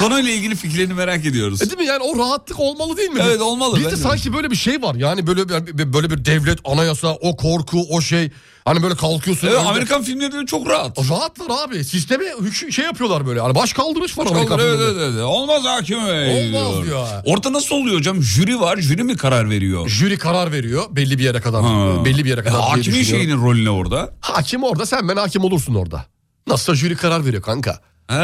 [SPEAKER 2] konuyla ilgili fikirlerini merak ediyoruz.
[SPEAKER 3] E Değil mi yani o rahatlık olmalı değil mi?
[SPEAKER 2] Evet, olmalı. Ben
[SPEAKER 3] Bizde
[SPEAKER 2] de
[SPEAKER 3] sanki böyle bir şey var yani böyle bir, böyle bir devlet anayasa o korku o şey hani böyle kalkıyorsun.
[SPEAKER 2] Evet,
[SPEAKER 3] önce-
[SPEAKER 2] Ee, Amerikan filmlerinde çok rahat.
[SPEAKER 3] Rahatlar abi sisteme hükü- şey yapıyorlar böyle hani baş kaldırmış var Amerikan
[SPEAKER 2] Evet,
[SPEAKER 3] filminde.
[SPEAKER 2] evet, evet. Olmaz hakim bey.
[SPEAKER 3] Olmaz
[SPEAKER 2] diyor.
[SPEAKER 3] diyor.
[SPEAKER 2] Orada nasıl oluyor hocam? Jüri var jüri mi karar veriyor?
[SPEAKER 3] Jüri karar veriyor belli bir yere kadar
[SPEAKER 2] Ha.
[SPEAKER 3] belli bir yere
[SPEAKER 2] E,
[SPEAKER 3] kadar. diye
[SPEAKER 2] hakimin
[SPEAKER 3] düşünüyorum.
[SPEAKER 2] şeyinin rolü ne orada?
[SPEAKER 3] Hakim orada sen ben hakim olursun orada. Nasılsa jüri karar veriyor kanka.
[SPEAKER 2] Ee,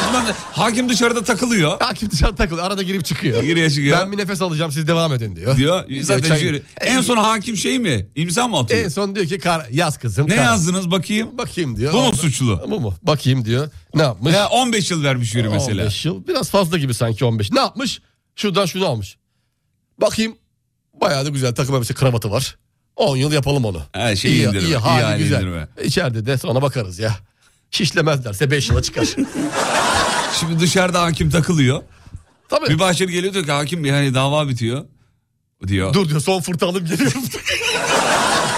[SPEAKER 2] o zaman hakim dışarıda takılıyor.
[SPEAKER 3] Hakim dışarı takılıyor. Arada girip çıkıyor.
[SPEAKER 2] Giriyor, çıkıyor.
[SPEAKER 3] Ben bir nefes alacağım siz devam edin diyor.
[SPEAKER 2] Diyor. Zaten
[SPEAKER 3] Geçen-
[SPEAKER 2] jüri. En son hakim şey mi? İmza mı atıyor?
[SPEAKER 3] En E, son diyor ki kar, yaz kızım.
[SPEAKER 2] ne
[SPEAKER 3] kar-
[SPEAKER 2] yazdınız bakayım?
[SPEAKER 3] Bakayım diyor.
[SPEAKER 2] Bu mu
[SPEAKER 3] Ondan-
[SPEAKER 2] suçlu?
[SPEAKER 3] Bu mu? Bakayım diyor. Ne yapmış?
[SPEAKER 2] Ya 15 yıl vermiş jüri mesela.
[SPEAKER 3] 15 yıl. Biraz fazla gibi sanki 15. Ne yapmış? Şuradan şunu almış. Bakayım. Bayağı da güzel takım elbise kravatı var. 10 yıl yapalım onu.
[SPEAKER 2] Her şeyi
[SPEAKER 3] iyi,
[SPEAKER 2] şey indirme,
[SPEAKER 3] iyi, hali
[SPEAKER 2] ihale
[SPEAKER 3] güzel.
[SPEAKER 2] indirme.
[SPEAKER 3] İçeride de sonra bakarız ya. Şişlemezlerse 5 yıla çıkar.
[SPEAKER 2] Şimdi dışarıda hakim takılıyor.
[SPEAKER 3] Tabii.
[SPEAKER 2] Bir bahçeli geliyor diyor ki hakim bey hani dava bitiyor. Diyor.
[SPEAKER 3] Dur diyor son fırtalım geliyorum.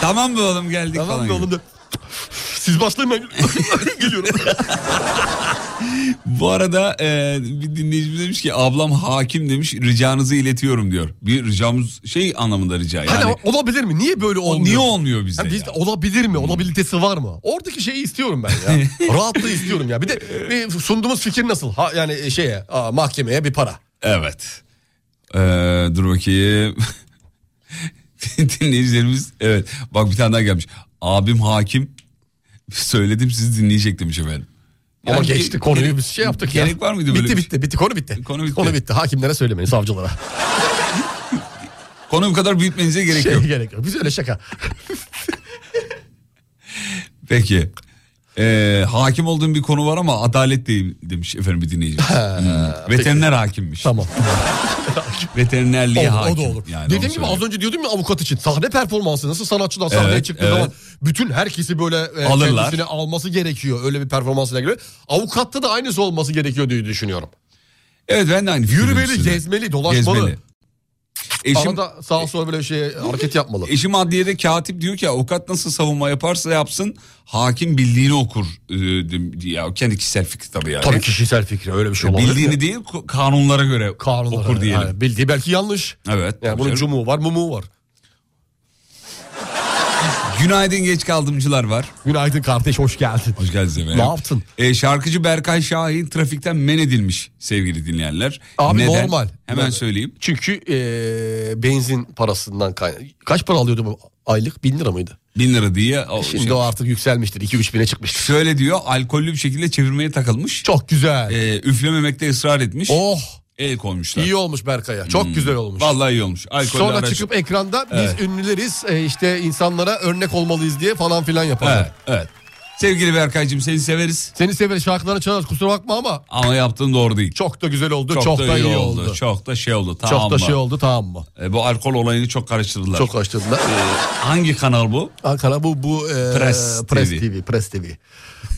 [SPEAKER 2] Tamam be oğlum geldik
[SPEAKER 3] tamam
[SPEAKER 2] falan.
[SPEAKER 3] mı oğlum diyor. Siz başlayın ben gel- geliyorum.
[SPEAKER 2] Bu arada e, bir dinleyicimiz demiş ki ablam hakim demiş ricanızı iletiyorum diyor. Bir ricamız şey anlamında rica yani.
[SPEAKER 3] Hani olabilir mi? Niye böyle
[SPEAKER 2] o
[SPEAKER 3] olmuyor?
[SPEAKER 2] niye olmuyor bizde?
[SPEAKER 3] Yani biz-
[SPEAKER 2] ya?
[SPEAKER 3] olabilir mi? Olabilitesi var mı? Oradaki şeyi istiyorum ben ya. Rahatlığı istiyorum ya. Bir de e, sunduğumuz fikir nasıl? Ha, yani e, şeye aa, mahkemeye bir para.
[SPEAKER 2] Evet. Ee, dur bakayım. Dinleyicilerimiz evet bak bir tane daha gelmiş. Abim hakim söyledim siz dinleyecek demiş efendim.
[SPEAKER 3] Ama
[SPEAKER 2] Yani
[SPEAKER 3] geçti
[SPEAKER 2] ge-
[SPEAKER 3] konuyu
[SPEAKER 2] gerek-
[SPEAKER 3] biz şey yaptık ya.
[SPEAKER 2] gerek var mıydı böyle
[SPEAKER 3] bitti,
[SPEAKER 2] bir şey?
[SPEAKER 3] bitti, bitti, konu bitti.
[SPEAKER 2] Konu bitti.
[SPEAKER 3] Hakimlere söylemeyin, savcılara.
[SPEAKER 2] Konu bu kadar büyütmenize gerek
[SPEAKER 3] şey
[SPEAKER 2] yok.
[SPEAKER 3] gerek yok. Biz öyle şaka.
[SPEAKER 2] Peki. Ee, hakim olduğum bir konu var ama adalet değil demiş efendim bir dinleyicimiz. Hmm. Veteriner hakimmiş.
[SPEAKER 3] Tamam.
[SPEAKER 2] Veterinerliğe
[SPEAKER 3] Olur,
[SPEAKER 2] hakim.
[SPEAKER 3] o da olur.
[SPEAKER 2] Yani onu
[SPEAKER 3] Dediğim gibi az
[SPEAKER 2] söyleyeyim.
[SPEAKER 3] önce diyordum ya avukat için. Sahne performansı nasıl sanatçılar sahneye
[SPEAKER 2] Evet,
[SPEAKER 3] çıktığı
[SPEAKER 2] evet.
[SPEAKER 3] zaman bütün herkesi böyle e,
[SPEAKER 2] Alırlar.
[SPEAKER 3] kendisine alması gerekiyor. Öyle bir performansına göre. Avukatta da aynısı olması gerekiyor diye düşünüyorum.
[SPEAKER 2] Evet ben de aynı fikirdeyim
[SPEAKER 3] Yürümeli,
[SPEAKER 2] sizinle.
[SPEAKER 3] gezmeli, dolaşmalı.
[SPEAKER 2] Gezmeli. Eşim,
[SPEAKER 3] Arada sağa sola böyle şey hareket yapmalı.
[SPEAKER 2] eşim adliyede katip diyor ki avukat nasıl savunma yaparsa yapsın hakim bildiğini okur. Ee, dem- ya kendi kişisel fikri tabii yani. E,
[SPEAKER 3] Tabii kişisel fikri öyle bir şey olabilir. mi?
[SPEAKER 2] Bildiğini değil ku- kanunlara göre
[SPEAKER 3] Kanunlara,
[SPEAKER 2] okur diyelim.
[SPEAKER 3] yani bildiği belki yanlış.
[SPEAKER 2] Evet.
[SPEAKER 3] Yani
[SPEAKER 2] tabii
[SPEAKER 3] bunun
[SPEAKER 2] canım.
[SPEAKER 3] cumu var, mumu var.
[SPEAKER 2] Günaydın geç kaldımcılar var.
[SPEAKER 3] Günaydın kardeş, hoş geldin.
[SPEAKER 2] Hoş geldiniz efendim.
[SPEAKER 3] Ne yaptın?
[SPEAKER 2] Ee, şarkıcı Berkay Şahin trafikten men edilmiş sevgili dinleyenler.
[SPEAKER 3] Abi normal.
[SPEAKER 2] Hemen
[SPEAKER 3] Yani.
[SPEAKER 2] söyleyeyim.
[SPEAKER 3] Çünkü eee, benzin parasından kaynak. Kaç para alıyordu bu aylık? Bin lira mıydı?
[SPEAKER 2] Bin lira diye. o
[SPEAKER 3] Şimdi
[SPEAKER 2] şey-
[SPEAKER 3] o artık yükselmiştir. 2-3 bine çıkmıştır.
[SPEAKER 2] Şöyle diyor alkollü bir şekilde çevirmeye takılmış.
[SPEAKER 3] Çok güzel.
[SPEAKER 2] Ee, üflememekte ısrar etmiş.
[SPEAKER 3] oh
[SPEAKER 2] El koymuşlar.
[SPEAKER 3] iyi olmuş Berkay'a. Çok güzel olmuş.
[SPEAKER 2] Hmm. Vallahi iyi olmuş. Alkollü
[SPEAKER 3] Sonra
[SPEAKER 2] araç-
[SPEAKER 3] çıkıp ekranda biz
[SPEAKER 2] Evet.
[SPEAKER 3] ünlüleriz e, işte insanlara örnek olmalıyız diye falan filan yaparlar.
[SPEAKER 2] Evet, evet. Sevgili Berkay'cığım seni severiz.
[SPEAKER 3] Seni severiz şarkılarını çalarız kusura bakma ama
[SPEAKER 2] Ama yaptığın doğru değil.
[SPEAKER 3] çok da güzel oldu. Çok, da, iyi oldu. Çok,
[SPEAKER 2] Çok da şey oldu. Tamam
[SPEAKER 3] da
[SPEAKER 2] mı?
[SPEAKER 3] şey oldu tamam mı?
[SPEAKER 2] E, bu alkol olayını çok karıştırdılar.
[SPEAKER 3] Çok açtığında.
[SPEAKER 2] Hangi kanal bu?
[SPEAKER 3] Ankara bu bu e,
[SPEAKER 2] Press
[SPEAKER 3] Press,
[SPEAKER 2] TV.
[SPEAKER 3] TV. Press TV.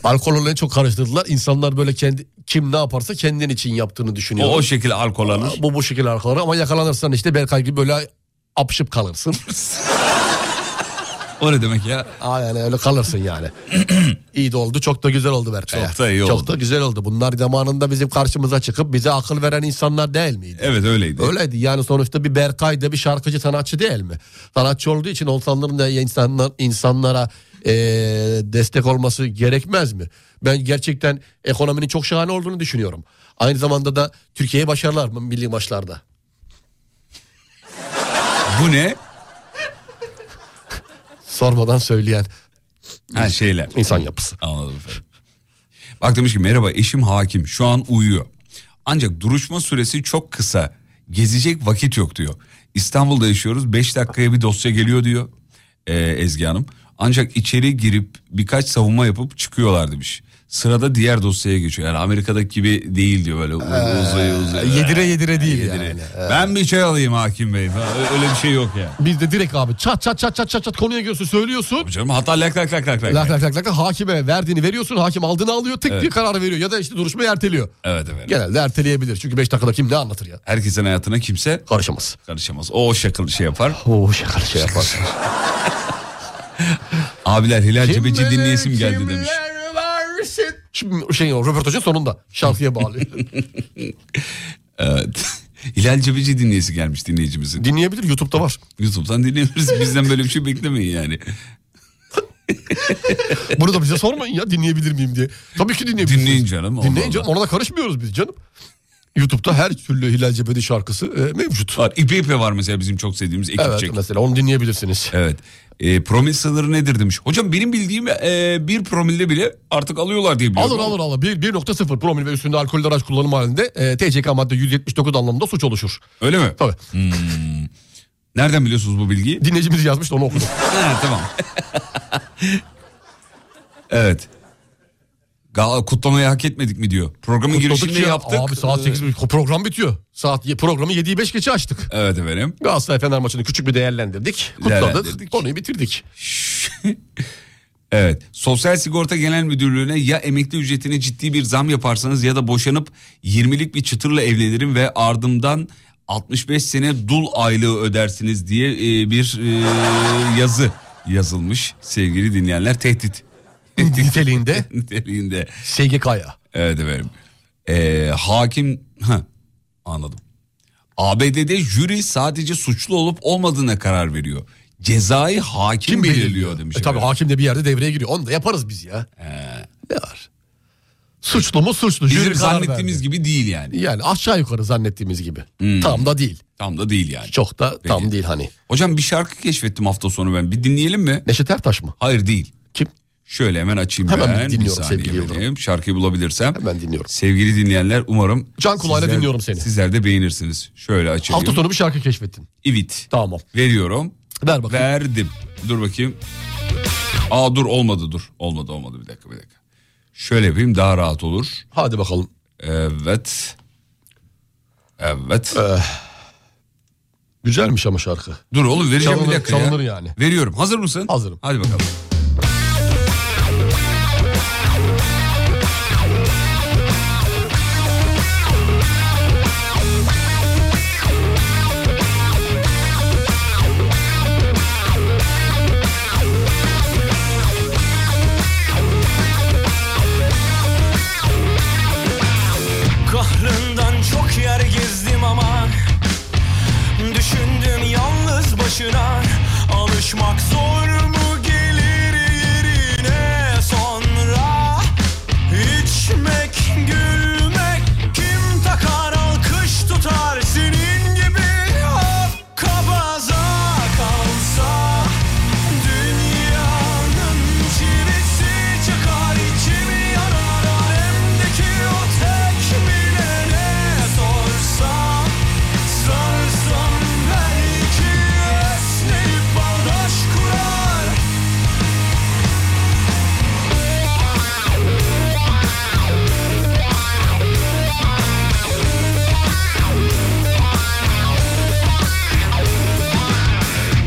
[SPEAKER 3] Alkol olayını çok karıştırdılar. İnsanlar böyle kendi kim ne yaparsa kendin için yaptığını düşünüyor.
[SPEAKER 2] O, o şekilde alkol alır.
[SPEAKER 3] bu bu şekilde alkoları ama yakalanırsan işte Berkay gibi böyle apışıp kalırsın.
[SPEAKER 2] O ne demek ya?
[SPEAKER 3] Aa yani öyle kalırsın yani. iyi de oldu çok da güzel oldu Berkay.
[SPEAKER 2] Çok da iyi
[SPEAKER 3] Çok
[SPEAKER 2] oldu.
[SPEAKER 3] da güzel oldu. Bunlar zamanında bizim karşımıza çıkıp bize akıl veren insanlar değil miydi?
[SPEAKER 2] Evet öyleydi.
[SPEAKER 3] Öyleydi yani sonuçta bir Berkay da bir şarkıcı sanatçı değil mi? Sanatçı olduğu için insanların da insanlar, insanlara eee, destek olması gerekmez mi? Ben gerçekten ekonominin çok şahane olduğunu düşünüyorum. Aynı zamanda da Türkiye'ye başarılar mı milli maçlarda?
[SPEAKER 2] Bu ne?
[SPEAKER 3] Sormadan söyleyen
[SPEAKER 2] Ha şeyler.
[SPEAKER 3] insan yapısı.
[SPEAKER 2] Anladım efendim. Bak demiş ki merhaba eşim hakim şu an uyuyor. Ancak duruşma süresi çok kısa. Gezecek vakit yok diyor. İstanbul'da yaşıyoruz 5 dakikaya bir dosya geliyor diyor ee, Ezgi Hanım. Ancak içeri girip birkaç savunma yapıp çıkıyorlar demiş. Sırada diğer dosyaya geçiyor. Yani Amerika'daki gibi değil diyor böyle uzaya uzaya.
[SPEAKER 3] Ee, Yedire yedire değil yani.
[SPEAKER 2] Ben bir çay alayım hakim bey. falan. Ö- Öyle bir şey yok ya.
[SPEAKER 3] Bizde direkt abi çat çat çat çat çat çat konuya giriyorsun söylüyorsun.
[SPEAKER 2] Canım hata lak lak lak lak lak.
[SPEAKER 3] Lak lak lak lak hakime verdiğini veriyorsun hakim aldığını alıyor tık diye karar veriyor ya da işte duruşmayı erteliyor.
[SPEAKER 2] Evet efendim.
[SPEAKER 3] Genelde erteleyebilir çünkü 5 dakikada kim ne anlatır ya
[SPEAKER 2] Herkesin hayatına kimse
[SPEAKER 3] karışamaz.
[SPEAKER 2] karışamaz. O şakıl şey yapar.
[SPEAKER 3] Oo şaka şey yapar.
[SPEAKER 2] Abiler Hilal Cebeci dinleyesim geldi demiş.
[SPEAKER 3] Şimdi şey o röportajın sonunda şarkıya bağlıyor.
[SPEAKER 2] Evet. Hilal Cebeci dinleyesi gelmiş dinleyicimizin.
[SPEAKER 3] Dinleyebilir YouTube'da var.
[SPEAKER 2] YouTube'dan dinleyebiliriz. Bizden böyle bir şey beklemeyin yani.
[SPEAKER 3] Bunu da bize sormayın ya dinleyebilir miyim diye. Tabii ki dinleyebilirsiniz.
[SPEAKER 2] Dinleyin canım, Allah
[SPEAKER 3] Dinleyin
[SPEAKER 2] Allah.
[SPEAKER 3] canım ona da karışmıyoruz biz canım. YouTube'da her türlü Hilal Cebedi şarkısı e, mevcut.
[SPEAKER 2] Var. İpe ipe var mesela bizim çok sevdiğimiz
[SPEAKER 3] Evet
[SPEAKER 2] ekipçek. Evet.
[SPEAKER 3] mesela onu dinleyebilirsiniz.
[SPEAKER 2] E, promil sınırı nedir demiş. Hocam benim bildiğim e, bir promilde bile artık alıyorlar diye biliyorum.
[SPEAKER 3] Alır alır alır. Bir- 1.0 promil ve üstünde alkollü araç kullanımı halinde e, TCK madde 179 anlamında suç oluşur.
[SPEAKER 2] Öyle mi?
[SPEAKER 3] Tabii.
[SPEAKER 2] Nereden biliyorsunuz bu bilgiyi?
[SPEAKER 3] Dinleyicimiz yazmış da onu okudum.
[SPEAKER 2] Ha, tamam. evet. Gal kutlamayı hak etmedik mi diyor. Programın girişinde
[SPEAKER 3] Kutladıkça-
[SPEAKER 2] yaptık.
[SPEAKER 3] Abi saat 8 program bitiyor. Saat programı 7'yi 5 geçe açtık.
[SPEAKER 2] Evet efendim.
[SPEAKER 3] Galatasaray Fener maçını küçük bir değerlendirdik.
[SPEAKER 2] Değerlendirdik.
[SPEAKER 3] Kutladık. Konuyu bitirdik.
[SPEAKER 2] Evet. Sosyal Sigorta Genel Müdürlüğü'ne ya emekli ücretine ciddi bir zam yaparsanız ya da boşanıp 20'lik bir çıtırla evlenirim ve ardımdan 65 sene dul aylığı ödersiniz diye e, bir e, yazı yazılmış sevgili dinleyenler. Tehdit
[SPEAKER 3] Niteliğinde
[SPEAKER 2] niteliğinde.
[SPEAKER 3] SGK'ya.
[SPEAKER 2] Evet efendim. Ee, hakim... Ha, anladım. ABD'de jüri sadece suçlu olup olmadığına karar veriyor. Cezayı hakim
[SPEAKER 3] Kim
[SPEAKER 2] belirliyor,
[SPEAKER 3] belirliyor?
[SPEAKER 2] demiş.
[SPEAKER 3] E, tabii
[SPEAKER 2] efendim.
[SPEAKER 3] hakim de bir yerde devreye giriyor. Onu da yaparız biz ya. Ne var? Suçlu mu suçlu.
[SPEAKER 2] Bizim
[SPEAKER 3] Jüri karar
[SPEAKER 2] zannettiğimiz Hmm.
[SPEAKER 3] verdi.
[SPEAKER 2] gibi değil yani.
[SPEAKER 3] Yani aşağı yukarı zannettiğimiz gibi. Tam da değil.
[SPEAKER 2] Tam da değil yani.
[SPEAKER 3] Çok da tam değil hani.
[SPEAKER 2] Hocam bir şarkı keşfettim hafta sonu ben. Bir dinleyelim mi?
[SPEAKER 3] Neşet Ertaş mı?
[SPEAKER 2] Hayır değil.
[SPEAKER 3] Kim?
[SPEAKER 2] Şöyle hemen açayım
[SPEAKER 3] Hemen
[SPEAKER 2] ben.
[SPEAKER 3] bir dinliyorum
[SPEAKER 2] saniye
[SPEAKER 3] sevgili Yıldırım.
[SPEAKER 2] vereyim. Şarkıyı bulabilirsem.
[SPEAKER 3] Hemen dinliyorum.
[SPEAKER 2] Sevgili dinleyenler umarım.
[SPEAKER 3] Can kulağıyla
[SPEAKER 2] sizler-
[SPEAKER 3] dinliyorum seni.
[SPEAKER 2] Sizler de beğenirsiniz. Şöyle açayım.
[SPEAKER 3] Hafta sonu bir şarkı keşfettin.
[SPEAKER 2] İvit.
[SPEAKER 3] Tamam.
[SPEAKER 2] Veriyorum.
[SPEAKER 3] Ver bakayım.
[SPEAKER 2] Verdim. Dur bakayım. Aa dur olmadı dur. Olmadı olmadı bir dakika bir dakika. Şöyle yapayım daha rahat olur.
[SPEAKER 3] Hadi bakalım.
[SPEAKER 2] Evet. Evet.
[SPEAKER 3] Güzelmiş ama şarkı.
[SPEAKER 2] dur oğlum vereceğim bir
[SPEAKER 3] çalınır-
[SPEAKER 2] dakika ya.
[SPEAKER 3] çalınır yani.
[SPEAKER 2] Veriyorum. Hazır mısın?
[SPEAKER 3] Hazırım.
[SPEAKER 2] Hadi bakalım.
[SPEAKER 6] Kahrından çok yer gezdim ama Düşündüm yalnız başına Alışmak zor mu gelir yerine Sonra içmek gülmek Kim takar alkış tutar Senin gibi hap kabaza kalsa Dünyanın çivisi çıkar içimi yanar alemdeki o tek bilene sorsam Sarsam belki esneyip bağdaş kurar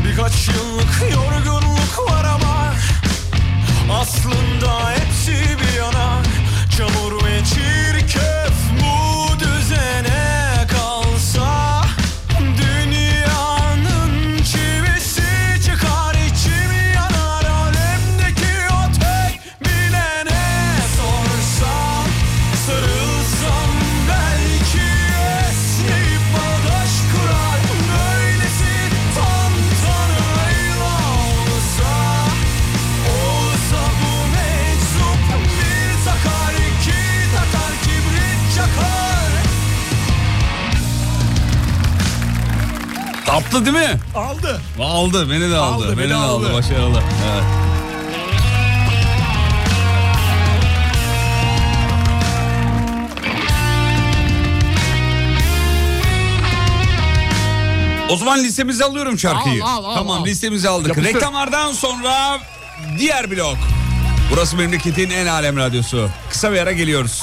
[SPEAKER 6] Birkaç yıllık yorgunluk var ama Aslında hepsi bir yana Çamur ve çirkef bu düzene kalsa Dünyanın çivisi çıkar içimi yanar Alemdeki o tek bilene sorsam Sarılsam belki esneyip bağdaş kurar Böylesi tam tanrıyla olsa Olsa bu meczup bir takar iki takar kibrit çakar
[SPEAKER 2] Tatlı değil mi?
[SPEAKER 3] Aldı.
[SPEAKER 2] Aldı beni de aldı.
[SPEAKER 3] Aldı,
[SPEAKER 2] beni,
[SPEAKER 3] beni
[SPEAKER 2] de aldı.
[SPEAKER 3] aldı.
[SPEAKER 2] Başarılı. Evet. O zaman listemize alıyorum şarkıyı.
[SPEAKER 3] Al, al, al,
[SPEAKER 2] tamam
[SPEAKER 3] al.
[SPEAKER 2] listemize aldık.
[SPEAKER 3] Yapıştır.
[SPEAKER 2] Reklamlardan sonra diğer blok. Burası memleketin en alem radyosu. Kısa bir ara geliyoruz.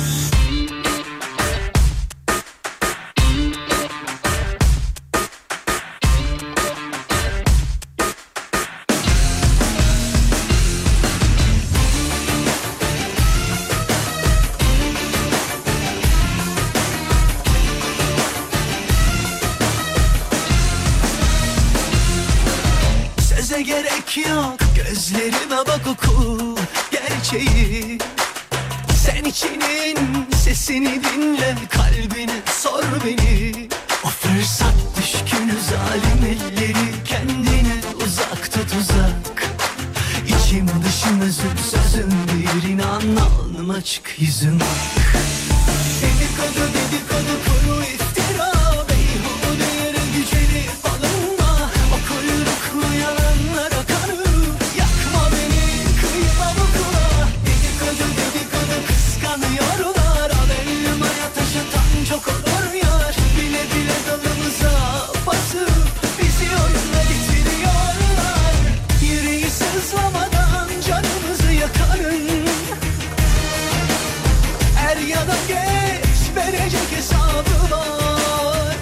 [SPEAKER 6] Söze gerek yok Gözlerime bak oku gerçeği Sen içinin sesini dinle Kalbine sor beni O fırsat düşkünü zalim elleri kendine özüm sözüm bir inan Alnım açık yüzüm ak Dedikodu dedikodu kuru iftira Beyhude yere gücenip alınma O kuyruklu yalanlara kanım Yakma beni kıyma bu kula Dedikodu dedikodu kıskanıyorlar Al ellim taş atan çok olur yar Bile bile dalımıza basıp Bizi oyunla bitiriyorlar Yüreği sızlamadan canımızı yakarım Er ya da geç verecek hesabı var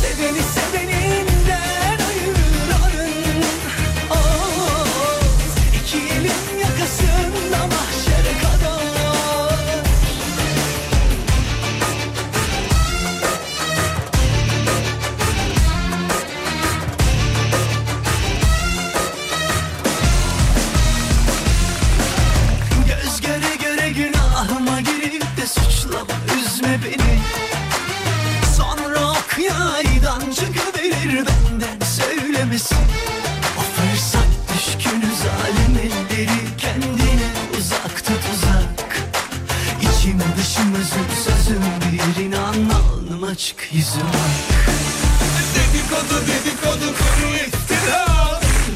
[SPEAKER 6] Seveni seveninden ayırarım Oh, iki elin yakasında mahşere kadar Göz göre göre günahıma girip de suçlama üzme beni Sonra ok yaydan çıkıverir benden söylemesin O fırsat düşkünü zalim elleri kendine uzak tut uzak İçim dışım özüm sözüm bir inan alnım açık yüzüm ak Dedikodu dedikodu kuru iftira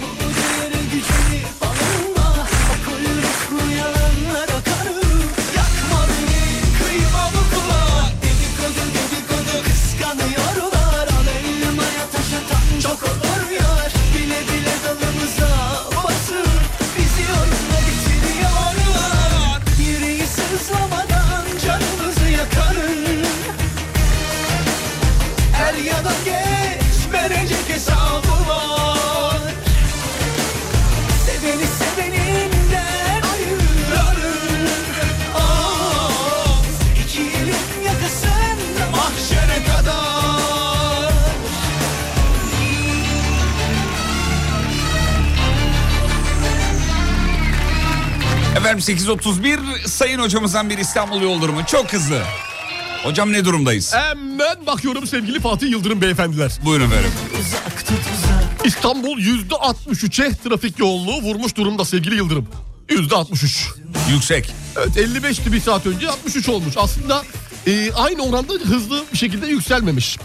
[SPEAKER 6] Bu değeri gücünü alınma O kuyruklu yalanlara kanım Yakma beni kıyma bu kulak Dedikodu dedikodu kıskanıyorlar Al elime yataş atan çok olur yar Bile bile dalımıza basın Bizi oyunla bitiriyorlar Yüreği sızlamadan canımızı yakarım Er ya da geç verecek hesabı var Seveni seveninden ayırarım Ah, İki elin yakasında mahşere kadar
[SPEAKER 2] Efendim 8.31 Sayın hocamızdan bir İstanbul yol durumu. Çok hızlı. Hocam ne durumdayız?
[SPEAKER 3] Hemen bakıyorum sevgili Fatih Yıldırım beyefendiler.
[SPEAKER 2] Buyurun efendim.
[SPEAKER 3] İstanbul %63'e trafik yoğunluğu vurmuş durumda sevgili Yıldırım. %63.
[SPEAKER 2] Yüksek.
[SPEAKER 3] Evet 55'ti bir saat önce 63 olmuş. Aslında e, aynı oranda hızlı bir şekilde yükselmemiş.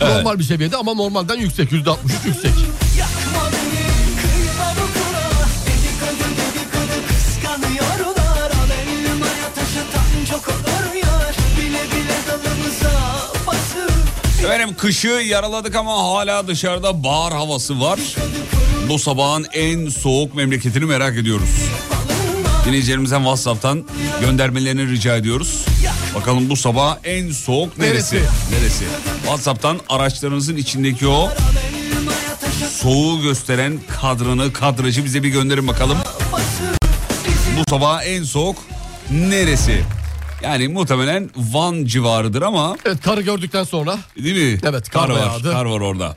[SPEAKER 3] Normal bir seviyede ama normalden yüksek. %63 yüksek.
[SPEAKER 6] Yakma beni kıyma bu kula Dedikodu dedikodu kıskanıyorlar Al elime yataş atan çok olur yar Bile bile dalımıza basıp
[SPEAKER 2] Efendim kışı yaraladık ama hala dışarıda bahar havası var. Bu sabahın en soğuk memleketini merak ediyoruz. Dinleyicilerimizden WhatsApp'tan göndermelerini rica ediyoruz. Bakalım bu sabah en soğuk neresi? Neresi? WhatsApp'tan araçlarınızın içindeki o soğuğu gösteren kadranı, kadrajı bize bir gönderin bakalım. Bu sabah en soğuk neresi? Yani muhtemelen Van civarıdır ama
[SPEAKER 3] Evet karı gördükten sonra
[SPEAKER 2] Değil mi?
[SPEAKER 3] Evet, kar
[SPEAKER 2] var.
[SPEAKER 3] yağdı.
[SPEAKER 2] Kar var orada.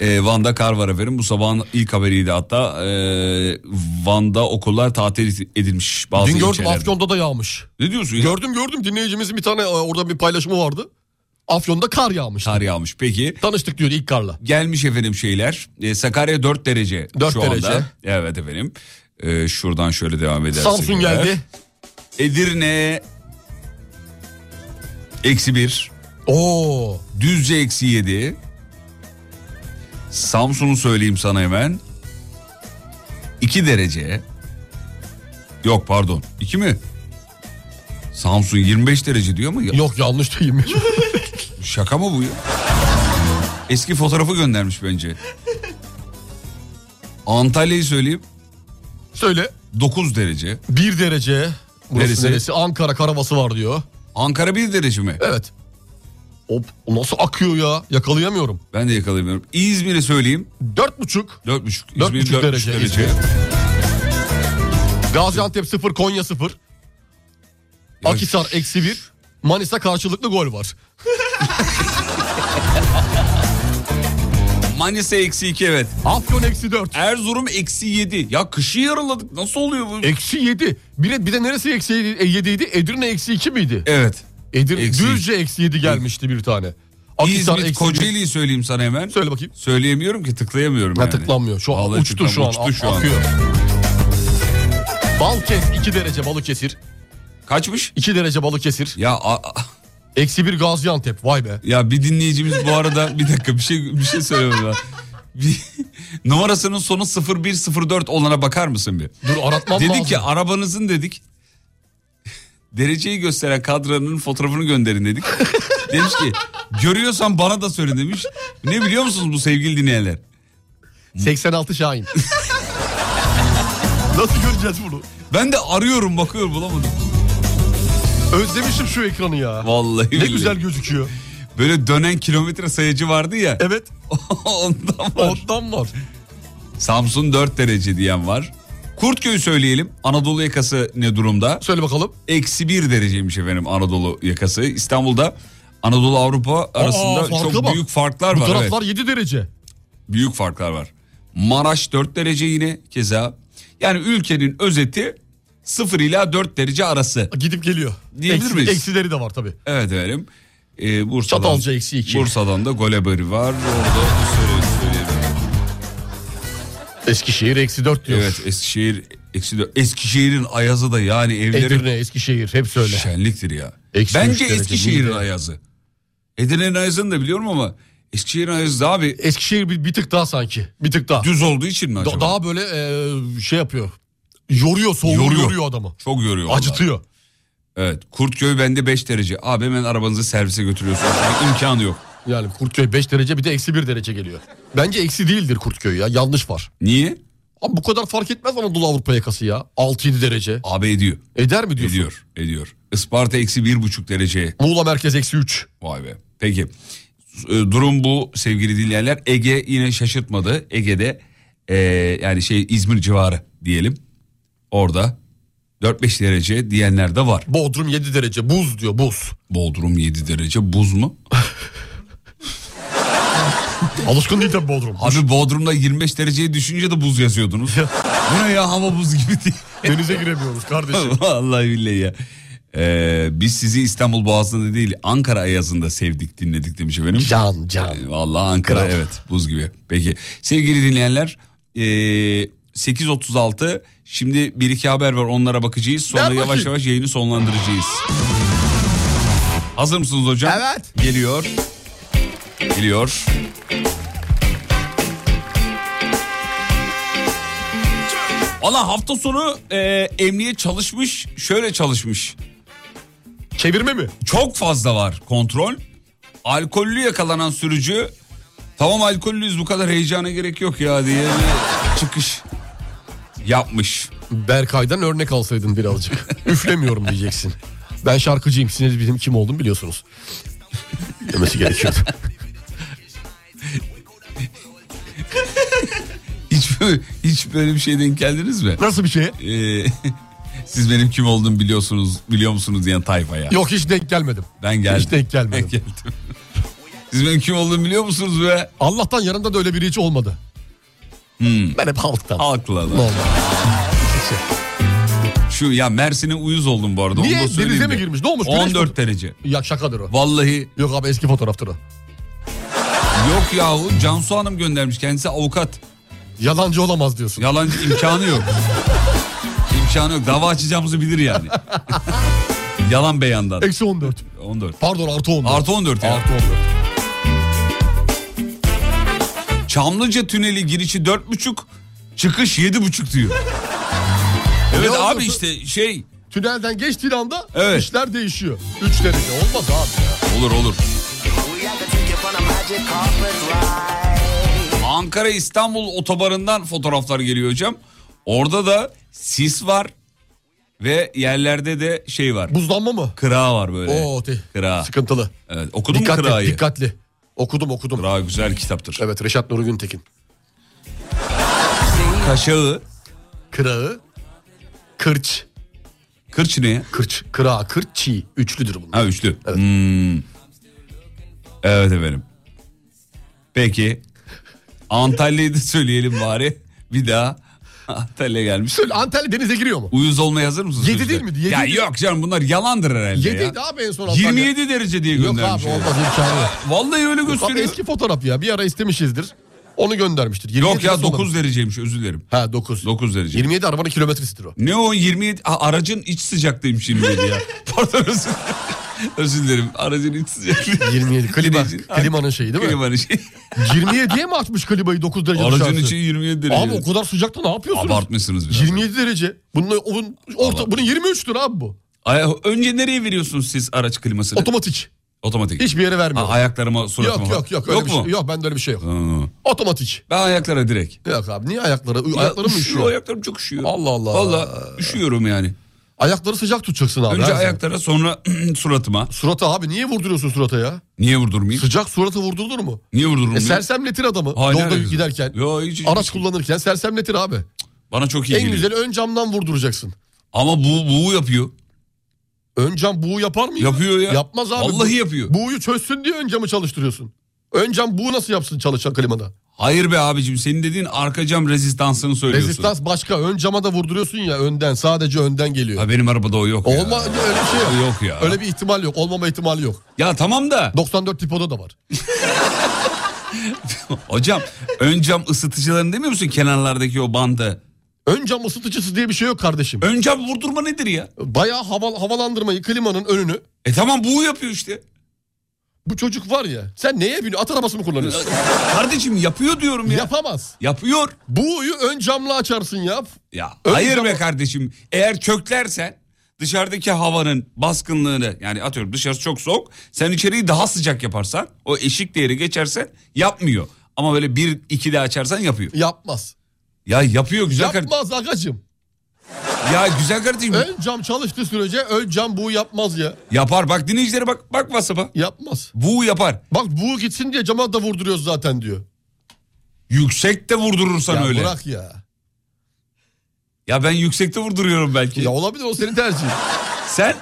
[SPEAKER 2] Ee, Van'da kar var efendim. Bu sabahın ilk haberiydi hatta. Ee, Van'da okullar tatil edilmiş bazı
[SPEAKER 3] dün gördüm
[SPEAKER 2] ilçelerde.
[SPEAKER 3] Afyon'da da yağmış.
[SPEAKER 2] Ne diyorsun ya?
[SPEAKER 3] Gördüm gördüm dinleyicimizin bir tane e, orada bir paylaşımı vardı. Afyon'da kar yağmış.
[SPEAKER 2] Kar yağmış. Peki
[SPEAKER 3] Tanıştık diyor ilk karla.
[SPEAKER 2] gelmiş efendim şeyler. Ee, Sakarya 4 derece
[SPEAKER 3] 4
[SPEAKER 2] şu
[SPEAKER 3] derece.
[SPEAKER 2] anda. Evet efendim. Ee, şuradan şöyle devam edersek.
[SPEAKER 3] Samsun
[SPEAKER 2] eğer.
[SPEAKER 3] geldi.
[SPEAKER 2] Edirne eksi 1.
[SPEAKER 3] Oo.
[SPEAKER 2] Düzce eksi 7. Samsun'u söyleyeyim sana hemen. 2 derece. Yok pardon. 2 mi? Samsun 25 derece diyor mu? Ya,
[SPEAKER 3] Yok yanlış değil mi?
[SPEAKER 2] Şaka mı bu ya? Eski fotoğrafı göndermiş bence. Antalya'yı söyleyeyim.
[SPEAKER 3] Söyle.
[SPEAKER 2] 9 derece.
[SPEAKER 3] Bir derece. Burası
[SPEAKER 2] Neresi?
[SPEAKER 3] neresi? Ankara karavası var diyor.
[SPEAKER 2] Ankara 1 derece mi?
[SPEAKER 3] Evet. Hop o nasıl akıyor ya? Yakalayamıyorum.
[SPEAKER 2] Ben de yakalayamıyorum. İzmir'i söyleyeyim.
[SPEAKER 3] Dört buçuk.
[SPEAKER 2] 4,5.
[SPEAKER 3] Dört
[SPEAKER 2] İzmir
[SPEAKER 3] buçuk
[SPEAKER 2] 4,5 derece.
[SPEAKER 3] derece, İzmir. Gaziantep sıfır, Konya sıfır.
[SPEAKER 2] Ya-
[SPEAKER 3] Akisar eksi bir. Manisa karşılıklı gol var.
[SPEAKER 2] Manisa eksi 2 evet.
[SPEAKER 3] Afyon eksi dört.
[SPEAKER 2] Erzurum eksi 7. Ya kışı yaraladık. Nasıl oluyor bu?
[SPEAKER 3] Eksi yedi. Bir de, bir de neresi eksi yedi, e, yediydi? Edirne eksi iki miydi?
[SPEAKER 2] evet.
[SPEAKER 3] Edirne,
[SPEAKER 2] Eksi-
[SPEAKER 3] Düzce eksi yedi gelmişti bir tane. Akisar
[SPEAKER 2] İzmit,
[SPEAKER 3] eksi bir.
[SPEAKER 2] Kocaeli'yi söyleyeyim sana hemen.
[SPEAKER 3] Söyle bakayım.
[SPEAKER 2] Söyleyemiyorum ki tıklayamıyorum
[SPEAKER 3] Ha,
[SPEAKER 2] yani.
[SPEAKER 3] tıklanmıyor. Şu an
[SPEAKER 2] Vallahi
[SPEAKER 3] uçtu şu an.
[SPEAKER 2] tıklan- uçtu şu an.
[SPEAKER 3] akıyor. Balkes 2 derece Balıkesir.
[SPEAKER 2] Kaçmış?
[SPEAKER 3] 2 derece Balıkesir.
[SPEAKER 2] Ya a-
[SPEAKER 3] Eksi 1 Gaziantep vay be.
[SPEAKER 2] Ya bir dinleyicimiz bu arada bir dakika bir şey bir şey söylüyorum ben. Bir- numarasının sonu 0104 olana bakar mısın bir?
[SPEAKER 3] Dur aratmam
[SPEAKER 2] dedik
[SPEAKER 3] lazım.
[SPEAKER 2] ki arabanızın dedik. Dereceyi gösteren kadranın fotoğrafını gönderin dedik. demiş ki görüyorsan bana da söyle demiş. Ne biliyor musunuz bu sevgili dinleyenler?
[SPEAKER 3] 86 Şahin. Nasıl göreceğiz bunu?
[SPEAKER 2] Ben de arıyorum bakıyorum bulamadım.
[SPEAKER 3] Özlemişim şu ekranı ya.
[SPEAKER 2] Vallahi
[SPEAKER 3] Ne
[SPEAKER 2] billahi.
[SPEAKER 3] güzel gözüküyor.
[SPEAKER 2] Böyle dönen kilometre sayacı vardı ya.
[SPEAKER 3] Evet
[SPEAKER 2] Ondan var.
[SPEAKER 3] ondan var.
[SPEAKER 2] Samsun 4 derece diyen var. Kurtköy'ü söyleyelim. Anadolu yakası ne durumda?
[SPEAKER 3] Söyle bakalım.
[SPEAKER 2] Eksi 1 dereceymiş efendim Anadolu yakası. İstanbul'da Anadolu Avrupa arasında
[SPEAKER 3] farka
[SPEAKER 2] çok
[SPEAKER 3] bak.
[SPEAKER 2] büyük farklar
[SPEAKER 3] Bu
[SPEAKER 2] var. evet.
[SPEAKER 3] taraflar 7 derece.
[SPEAKER 2] Büyük farklar var. Maraş 4 derece yine keza. Yani ülkenin özeti 0 ila 4 derece arası.
[SPEAKER 3] Gidip geliyor.
[SPEAKER 2] Diyebilir
[SPEAKER 3] Eksi-
[SPEAKER 2] miyiz?
[SPEAKER 3] Eksileri de var tabii.
[SPEAKER 2] Evet efendim. Ee, Bursa'dan,
[SPEAKER 3] Çatalca eksi iki.
[SPEAKER 2] Bursa'dan da Golebari var. Orada söyle, söyle.
[SPEAKER 3] Eskişehir eksi 4 diyor.
[SPEAKER 2] Evet Eskişehir eksi dört- Eskişehir'in ayazı da yani evleri
[SPEAKER 3] Edirne, Eskişehir hep söyle.
[SPEAKER 2] Şenliktir ya.
[SPEAKER 3] Eksi üç
[SPEAKER 2] Bence
[SPEAKER 3] derece
[SPEAKER 2] Eskişehir'in
[SPEAKER 3] değil de.
[SPEAKER 2] ayazı. Edirne'nin ayazını da biliyorum ama Eskişehir'in ayazı daha bir
[SPEAKER 3] Eskişehir bir, bir tık daha sanki. Bir tık daha.
[SPEAKER 2] düz olduğu için mi
[SPEAKER 3] Da-
[SPEAKER 2] acaba?
[SPEAKER 3] daha böyle e, şey yapıyor. Yoruyor, soğuğu yoruyor,
[SPEAKER 2] Yoruyor.
[SPEAKER 3] adamı.
[SPEAKER 2] Çok yoruyor. vallahi.
[SPEAKER 3] Acıtıyor.
[SPEAKER 2] Evet. Kurtköy bende 5 derece. Abi hemen arabanızı servise götürüyorsunuz. Yani imkanı yok.
[SPEAKER 3] Yani Kurtköy 5 derece bir de eksi 1 derece geliyor. Bence eksi değildir Kurtköy ya yanlış var.
[SPEAKER 2] Niye?
[SPEAKER 3] Abi bu kadar fark etmez Anadolu Avrupa yakası ya. 6-7 derece.
[SPEAKER 2] Abi ediyor.
[SPEAKER 3] Eder mi diyorsun?
[SPEAKER 2] Ediyor. Ediyor. Isparta eksi bir buçuk derece.
[SPEAKER 3] Muğla merkez eksi 3.
[SPEAKER 2] Vay be. Peki. E, Durum bu sevgili dinleyenler. Ege yine şaşırtmadı. Ege'de e, yani şey İzmir civarı diyelim. Orada 4-5 derece diyenler de var.
[SPEAKER 3] Bodrum 7 derece. Buz diyor buz.
[SPEAKER 2] Bodrum 7 derece buz mu?
[SPEAKER 3] Alışkın değil tabii Bodrum.
[SPEAKER 2] Abi Bodrum'da 25 dereceye düşünce de buz yazıyordunuz. bu ne ya hava buz gibi diye.
[SPEAKER 3] Denize giremiyoruz kardeşim.
[SPEAKER 2] Vallahi billahi ya. Ee, biz sizi İstanbul Boğazı'nda değil Ankara Ayazı'nda sevdik dinledik demiş efendim.
[SPEAKER 3] Can can.
[SPEAKER 2] Ee, Vallahi Ankara
[SPEAKER 3] Kral.
[SPEAKER 2] evet buz gibi. Peki sevgili dinleyenler ee, 8.36 şimdi bir iki haber var onlara bakacağız. Sonra
[SPEAKER 3] Ver
[SPEAKER 2] yavaş
[SPEAKER 3] bakayım.
[SPEAKER 2] yavaş yayını sonlandıracağız. Hazır mısınız hocam?
[SPEAKER 3] Evet.
[SPEAKER 2] Geliyor. Geliyor. Valla hafta sonu ee, emniyet çalışmış şöyle çalışmış.
[SPEAKER 3] Çevirme mi?
[SPEAKER 2] Çok fazla var kontrol. Alkollü yakalanan sürücü tamam alkollüyüz bu kadar heyecana gerek yok ya diye bir çıkış yapmış.
[SPEAKER 3] Berkay'dan örnek alsaydın birazcık. Üflemiyorum diyeceksin. Ben şarkıcıyım. Siz bizim kim olduğumu biliyorsunuz. Demesi gerekiyordu.
[SPEAKER 2] Hiç, böyle- hiç böyle bir şey denk geldiniz mi?
[SPEAKER 3] Nasıl bir şey?
[SPEAKER 2] Ee, siz benim kim olduğumu biliyorsunuz biliyor musunuz diyen tayfaya.
[SPEAKER 3] Yok hiç denk gelmedim.
[SPEAKER 2] Ben geldim.
[SPEAKER 3] Hiç denk gelmedim.
[SPEAKER 2] Ben geldim. siz benim kim olduğumu biliyor musunuz be?
[SPEAKER 3] Allah'tan yanımda da öyle biri hiç olmadı.
[SPEAKER 2] Hmm.
[SPEAKER 3] Ben hep halktan.
[SPEAKER 2] Halkla
[SPEAKER 3] Ne
[SPEAKER 2] lan.
[SPEAKER 3] oldu?
[SPEAKER 2] Şu ya Mersin'e uyuz oldum bu arada.
[SPEAKER 3] Niye?
[SPEAKER 2] Onu da söyleyeyim
[SPEAKER 3] Denize mi
[SPEAKER 2] de.
[SPEAKER 3] girmiş? Ne olmuş? Güneş
[SPEAKER 2] 14
[SPEAKER 3] mi?
[SPEAKER 2] derece.
[SPEAKER 3] Ya şakadır o.
[SPEAKER 2] Vallahi
[SPEAKER 3] Yok abi eski fotoğraftır o.
[SPEAKER 2] Yok yahu Cansu Hanım göndermiş kendisi avukat.
[SPEAKER 3] Yalancı olamaz diyorsun.
[SPEAKER 2] Yalancı imkanı yok. imkanı yok. Dava açacağımızı bilir yani. Yalan beyandan.
[SPEAKER 3] Eksi 14.
[SPEAKER 2] 14.
[SPEAKER 3] Pardon artı 14.
[SPEAKER 2] Artı 14 ya.
[SPEAKER 3] Artı 14.
[SPEAKER 2] Çamlıca Tüneli girişi 4,5 çıkış 7,5 diyor. Evet
[SPEAKER 3] Ne
[SPEAKER 2] abi
[SPEAKER 3] oldu?
[SPEAKER 2] işte şey
[SPEAKER 3] Tünelden geçtiğin anda
[SPEAKER 2] Evet.
[SPEAKER 3] işler değişiyor. 3 derece olmaz abi ya.
[SPEAKER 2] olur olur. Ankara İstanbul otobarından fotoğraflar geliyor hocam. Orada da sis var ve yerlerde de şey var.
[SPEAKER 3] Buzlanma mı?
[SPEAKER 2] Kıra var böyle.
[SPEAKER 3] Oo, te-
[SPEAKER 2] Kıra.
[SPEAKER 3] Sıkıntılı.
[SPEAKER 2] Evet, okudun mu
[SPEAKER 3] Dikkatli,
[SPEAKER 2] Kıra'yı?
[SPEAKER 3] dikkatli. Okudum okudum.
[SPEAKER 2] Kıra güzel kitaptır.
[SPEAKER 3] Evet Reşat Nuri Güntekin.
[SPEAKER 2] Kaşağı.
[SPEAKER 3] Kırağı, kırç.
[SPEAKER 2] Kırç ne? ya?
[SPEAKER 3] Kırç, kırağı, kırç, çiğ. Üçlüdür bunlar.
[SPEAKER 2] Ha üçlü. Evet. Hmm. Evet efendim. Peki. Antalya'yı da söyleyelim bari. Bir daha. Antalya gelmiş.
[SPEAKER 3] Söyle Antalya denize giriyor mu?
[SPEAKER 2] Uyuz olmaya hazır mısınız?
[SPEAKER 3] Yedi
[SPEAKER 2] sizler?
[SPEAKER 3] değil miydi? Yedi
[SPEAKER 2] ya
[SPEAKER 3] değil mi?
[SPEAKER 2] yok canım bunlar yalandır herhalde ya.
[SPEAKER 3] 7 abi en son Antalya.
[SPEAKER 2] 27 derece diye
[SPEAKER 3] Yok
[SPEAKER 2] göndermiş.
[SPEAKER 3] abi olmaz imkanı yok.
[SPEAKER 2] Vallahi öyle
[SPEAKER 3] Abi
[SPEAKER 2] gösteriyor.
[SPEAKER 3] Eski fotoğraf ya bir ara istemişizdir. Onu göndermiştir.
[SPEAKER 2] Yok
[SPEAKER 3] 27
[SPEAKER 2] ya
[SPEAKER 3] arası olan-
[SPEAKER 2] 9 dereceymiş özür dilerim.
[SPEAKER 3] Ha 9.
[SPEAKER 2] 9 derece.
[SPEAKER 3] 27 arabanın kilometresidir o.
[SPEAKER 2] Ne o 27 Ha, aracın iç sıcaklığıymış 27 ya. Pardon özür Özür dilerim. Aracın iç sıcaklığı.
[SPEAKER 3] 27 klima,
[SPEAKER 2] Birinci-
[SPEAKER 3] klimanın şeyi değil mi?
[SPEAKER 2] Klimanın şey.
[SPEAKER 3] 27'ye mi atmış klimayı 9 derece
[SPEAKER 2] Aracın
[SPEAKER 3] dışarısı?
[SPEAKER 2] içi 27 derece.
[SPEAKER 3] Abi o kadar sıcakta ne yapıyorsunuz?
[SPEAKER 2] Abartmışsınız biraz.
[SPEAKER 3] 27 derece. Bunun, onun orta,
[SPEAKER 2] Abartmış.
[SPEAKER 3] bunun 23'tür abi bu.
[SPEAKER 2] Ay, önce nereye veriyorsunuz siz araç klimasını?
[SPEAKER 3] Otomatik.
[SPEAKER 2] Otomatik.
[SPEAKER 3] Hiçbir yere vermiyor.
[SPEAKER 2] Ha, ayaklarıma suratıma.
[SPEAKER 3] yok
[SPEAKER 2] bak.
[SPEAKER 3] yok yok. Öyle
[SPEAKER 2] yok
[SPEAKER 3] bir
[SPEAKER 2] mu?
[SPEAKER 3] Şey, yok bende öyle bir şey yok.
[SPEAKER 2] Hı.
[SPEAKER 3] Otomatik.
[SPEAKER 2] Ben ayaklara direkt.
[SPEAKER 3] Yok abi niye ayakları? Ayakları
[SPEAKER 2] Ya,
[SPEAKER 3] mı üşüyor?
[SPEAKER 2] Ayaklarım çok üşüyor.
[SPEAKER 3] Allah Allah.
[SPEAKER 2] Valla üşüyorum yani.
[SPEAKER 3] Ayakları sıcak tutacaksın abi. her
[SPEAKER 2] Önce
[SPEAKER 3] zaman.
[SPEAKER 2] ayaklara sonra suratıma.
[SPEAKER 3] Surata abi niye vurduruyorsun surata ya?
[SPEAKER 2] Niye vurdurmayayım?
[SPEAKER 3] Sıcak surata vurdurulur mu?
[SPEAKER 2] Niye vurdururum?
[SPEAKER 3] E sersemletir adamı
[SPEAKER 2] Hayır,
[SPEAKER 3] yolda
[SPEAKER 2] alakası-
[SPEAKER 3] giderken.
[SPEAKER 2] Yo, hiç- hiç-
[SPEAKER 3] araç kullanırken sersemletir abi.
[SPEAKER 2] Bana çok iyi
[SPEAKER 3] en
[SPEAKER 2] geliyor.
[SPEAKER 3] güzeli ön camdan vurduracaksın.
[SPEAKER 2] Ama bu bu yapıyor.
[SPEAKER 3] Ön cam buğu yapar mı?
[SPEAKER 2] Yapıyor ya.
[SPEAKER 3] Yapmaz abi.
[SPEAKER 2] Vallahi
[SPEAKER 3] Bu-
[SPEAKER 2] yapıyor.
[SPEAKER 3] Buğuyu çözsün diye ön camı çalıştırıyorsun. Ön cam buğu nasıl yapsın çalışan klimada?
[SPEAKER 2] Hayır be abicim senin dediğin arka cam rezistansını söylüyorsun.
[SPEAKER 3] Rezistans başka. Ön cama da vurduruyorsun ya önden. Sadece önden geliyor.
[SPEAKER 2] Ha benim arabada o yok ya.
[SPEAKER 3] Olma öyle bir şey yok.
[SPEAKER 2] Yok ya.
[SPEAKER 3] Öyle bir ihtimal yok. Olmama ihtimali yok.
[SPEAKER 2] Ya tamam da
[SPEAKER 3] 94 tipoda da var.
[SPEAKER 2] hocam ön cam ısıtıcılarını demiyor musun kenarlardaki o bandı?
[SPEAKER 3] Ön cam ısıtıcısı diye bir şey yok kardeşim.
[SPEAKER 2] Ön cam vurdurma nedir ya?
[SPEAKER 3] Bayağı hava, havalandırmayı klimanın önünü.
[SPEAKER 2] E tamam bu yapıyor işte.
[SPEAKER 3] Bu çocuk var ya. Sen neye biniyor? At arabası mı kullanıyorsun?
[SPEAKER 2] Kardeşim yapıyor diyorum ya.
[SPEAKER 3] Yapamaz.
[SPEAKER 2] yapıyor.
[SPEAKER 3] Buğuyu ön camla açarsın ya.
[SPEAKER 2] Ya
[SPEAKER 3] Ön
[SPEAKER 2] hayır be
[SPEAKER 3] cama-
[SPEAKER 2] kardeşim. Eğer köklersen dışarıdaki havanın baskınlığını yani atıyorum dışarısı çok soğuk. Sen içeriği daha sıcak yaparsan o eşik değeri geçersen yapmıyor. Ama böyle bir iki de açarsan yapıyor.
[SPEAKER 3] Yapmaz.
[SPEAKER 2] Ya yapıyor güzel kardeşim.
[SPEAKER 3] Yapmaz agacım.
[SPEAKER 2] Ya güzel kardeşim
[SPEAKER 3] Ön cam çalıştığı sürece ön cam buğu yapmaz ya.
[SPEAKER 2] yapar. Bak dinleyicilere bak bak WhatsApp'a.
[SPEAKER 3] Yapmaz.
[SPEAKER 2] Bu yapar.
[SPEAKER 3] Bak buğu gitsin diye cama da vurduruyoruz zaten diyor.
[SPEAKER 2] Yüksekte vurdurursan
[SPEAKER 3] ya
[SPEAKER 2] öyle.
[SPEAKER 3] bırak ya.
[SPEAKER 2] Ya ben yüksekte vurduruyorum belki.
[SPEAKER 3] Ya olabilir o senin tercihin.
[SPEAKER 2] Sen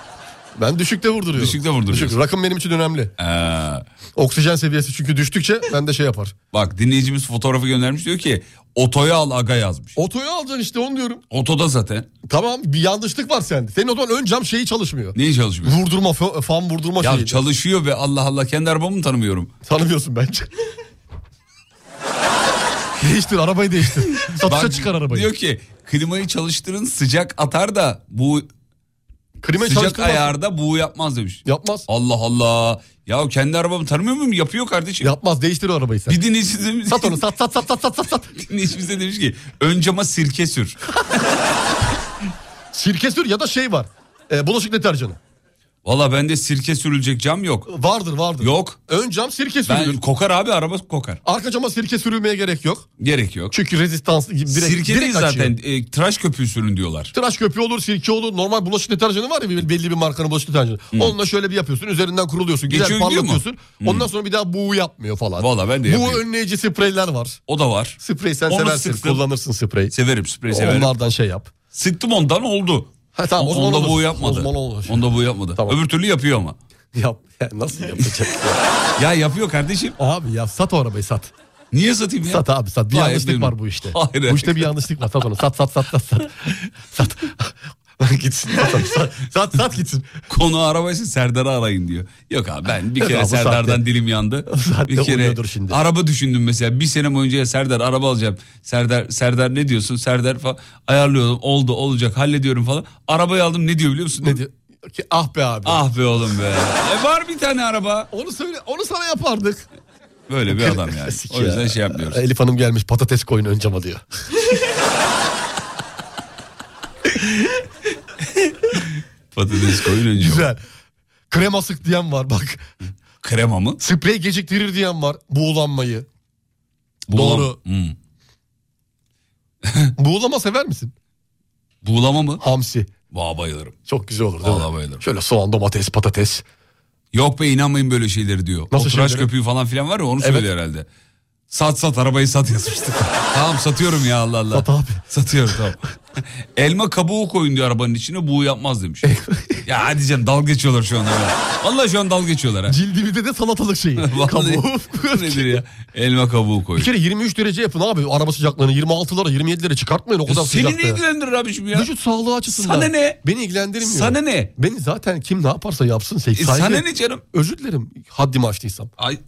[SPEAKER 3] Ben düşükte vurduruyorum.
[SPEAKER 2] Düşükte vurduruyorsun.
[SPEAKER 3] Düşük. Rakım benim için önemli.
[SPEAKER 2] Ee,
[SPEAKER 3] Oksijen seviyesi çünkü düştükçe ben de şey yapar.
[SPEAKER 2] bak dinleyicimiz fotoğrafı göndermiş diyor ki otoya al aga yazmış.
[SPEAKER 3] Otoyu alacaksın işte onu diyorum.
[SPEAKER 2] Otoda zaten.
[SPEAKER 3] Tamam bir yanlışlık var sende. Senin o zaman ön cam şeyi çalışmıyor.
[SPEAKER 2] Neyi çalışmıyor?
[SPEAKER 3] Vurdurma, fa- fan vurdurma
[SPEAKER 2] Ya
[SPEAKER 3] şeyi.
[SPEAKER 2] çalışıyor be Allah Allah kendi arabamı tanımıyorum.
[SPEAKER 3] Tanımıyorsun bence. değiştir arabayı değiştir. Satışa
[SPEAKER 2] Bak,
[SPEAKER 3] çıkar arabayı.
[SPEAKER 2] Diyor ki klimayı çalıştırın sıcak atar da bu
[SPEAKER 3] Klimayı
[SPEAKER 2] sıcak
[SPEAKER 3] çalıştırmaz.
[SPEAKER 2] ayarda bu yapmaz demiş.
[SPEAKER 3] Yapmaz.
[SPEAKER 2] Allah Allah. Ya kendi arabamı tanımıyor muyum? Yapıyor kardeşim.
[SPEAKER 3] Yapmaz değiştir o arabayı sen.
[SPEAKER 2] Bir dinleyici demiş,
[SPEAKER 3] Sat onu sat sat sat sat sat sat, sat.
[SPEAKER 2] dinleyicimiz de demiş ki ön cama sirke sür.
[SPEAKER 3] Sirke sür ya da şey var. E, bulaşık deterjanı.
[SPEAKER 2] Valla bende sirke sürülecek cam yok.
[SPEAKER 3] Vardır vardır.
[SPEAKER 2] Yok.
[SPEAKER 3] Ön cam sirke sürülür.
[SPEAKER 2] Ben kokar abi araba kokar.
[SPEAKER 3] Arka cama sirke sürülmeye gerek yok.
[SPEAKER 2] Gerek yok.
[SPEAKER 3] Çünkü rezistans direkt,
[SPEAKER 2] sirke
[SPEAKER 3] direkt
[SPEAKER 2] değil
[SPEAKER 3] açıyor.
[SPEAKER 2] zaten e, tıraş köpüğü sürün diyorlar.
[SPEAKER 3] Tıraş köpüğü olur, sirke olur. Normal bulaşık deterjanı var ya bir- belli bir markanın bulaşık deterjanı. Onunla şöyle bir yapıyorsun. Üzerinden kuruluyorsun. Güzel
[SPEAKER 2] Geçiyor gidiyor mu?
[SPEAKER 3] parlatıyorsun. Ondan sonra bir daha buğu yapmıyor falan.
[SPEAKER 2] Valla ben de
[SPEAKER 3] Buğu
[SPEAKER 2] yapıyorum.
[SPEAKER 3] önleyici spreyler var.
[SPEAKER 2] O da var.
[SPEAKER 3] Sprey sen
[SPEAKER 2] Onu
[SPEAKER 3] seversin.
[SPEAKER 2] sıktım.
[SPEAKER 3] Kullanırsın sprey.
[SPEAKER 2] Severim sprey severim.
[SPEAKER 3] Onlardan şey yap.
[SPEAKER 2] Sıktım ondan oldu.
[SPEAKER 3] Ha, tamam,
[SPEAKER 2] O-
[SPEAKER 3] o zaman
[SPEAKER 2] onda
[SPEAKER 3] olur.
[SPEAKER 2] bu
[SPEAKER 3] O
[SPEAKER 2] yapmadı.
[SPEAKER 3] zaman olur.
[SPEAKER 2] Onda bu yapmadı.
[SPEAKER 3] Tamam.
[SPEAKER 2] Öbür türlü yapıyor ama.
[SPEAKER 3] Yap. Ya nasıl yapacak? ya?
[SPEAKER 2] Ya yapıyor kardeşim.
[SPEAKER 3] abi ya sat o arabayı sat.
[SPEAKER 2] Niye satayım ya?
[SPEAKER 3] Sat abi sat. Bir
[SPEAKER 2] Hayır,
[SPEAKER 3] yanlışlık
[SPEAKER 2] benim-
[SPEAKER 3] var bu işte.
[SPEAKER 2] Hayır.
[SPEAKER 3] Bu işte bir yanlışlık var. Sat onu. Sat sat sat sat sat. Sat. gitsin. Sat, onu, sat, sat, sat gitsin.
[SPEAKER 2] Konu arabaysa Serdar'ı arayın diyor. Yok abi ben bir
[SPEAKER 3] Yok
[SPEAKER 2] kere
[SPEAKER 3] abi, bu
[SPEAKER 2] Serdar'dan
[SPEAKER 3] saatte-
[SPEAKER 2] dilim yandı.
[SPEAKER 3] bu saatte
[SPEAKER 2] Bir kere
[SPEAKER 3] uyuyordur şimdi.
[SPEAKER 2] araba düşündüm mesela. Bir sene boyunca ya Serdar araba alacağım. Serdar Serdar ne diyorsun? Serdar falan ayarlıyorum. Oldu olacak hallediyorum falan. Arabayı aldım ne diyor biliyor musun?
[SPEAKER 3] Ne diyor? Ki, Ah be abi.
[SPEAKER 2] Ah be oğlum be. E var bir tane araba.
[SPEAKER 3] Onu söyle, onu sana yapardık.
[SPEAKER 2] Böyle bir adam yani.
[SPEAKER 3] Klasik
[SPEAKER 2] O yüzden
[SPEAKER 3] ya.
[SPEAKER 2] şey yapmıyoruz.
[SPEAKER 3] Elif Hanım gelmiş patates koyun ön cama diyor.
[SPEAKER 2] Patates koyun önce.
[SPEAKER 3] Güzel. Krema sık diyen var bak.
[SPEAKER 2] Krema mı?
[SPEAKER 3] Sprey geciktirir diyen var buğulanmayı. Doğru.
[SPEAKER 2] Hmm.
[SPEAKER 3] Buğulama sever misin?
[SPEAKER 2] Buğulama mı?
[SPEAKER 3] Hamsi.
[SPEAKER 2] Vaa bayılırım.
[SPEAKER 3] Çok güzel olur değil
[SPEAKER 2] Vallahi
[SPEAKER 3] mi?
[SPEAKER 2] bayılırım.
[SPEAKER 3] Şöyle soğan, domates, patates.
[SPEAKER 2] Yok be inanmayın böyle şeyleri diyor.
[SPEAKER 3] Nasıl
[SPEAKER 2] o tıraş
[SPEAKER 3] şeyleri?
[SPEAKER 2] köpüğü falan filan var ya onu söylüyor herhalde. Sat sat arabayı sat yazmıştı. tamam satıyorum ya Allah Allah.
[SPEAKER 3] Sat abi.
[SPEAKER 2] Satıyorum tamam. Elma kabuğu koyun diyor arabanın içine buğu yapmaz demiş. ya hadi canım dalga geçiyorlar şu anda. Vallahi şu an dalga geçiyorlar ha.
[SPEAKER 3] Cildimizde de salatalık şeyi.
[SPEAKER 2] Vallahi
[SPEAKER 3] Kabuğu.
[SPEAKER 2] nedir ya? Elma kabuğu koyun.
[SPEAKER 3] Bir kere 23 derece yapın abi araba sıcaklığını. 26'lara 27'lere çıkartmayın o kadar
[SPEAKER 2] Seni
[SPEAKER 3] sıcakta.
[SPEAKER 2] ne ilgilendirir abiciğim ya?
[SPEAKER 3] Vücut sağlığı açısından.
[SPEAKER 2] Sana ne?
[SPEAKER 3] Beni ilgilendirmiyor.
[SPEAKER 2] Sana ne?
[SPEAKER 3] Beni zaten kim ne yaparsa yapsın. Şey,
[SPEAKER 2] E,
[SPEAKER 3] saygı-
[SPEAKER 2] sana ne canım?
[SPEAKER 3] Özür dilerim haddimi aştıysam.
[SPEAKER 2] Ay,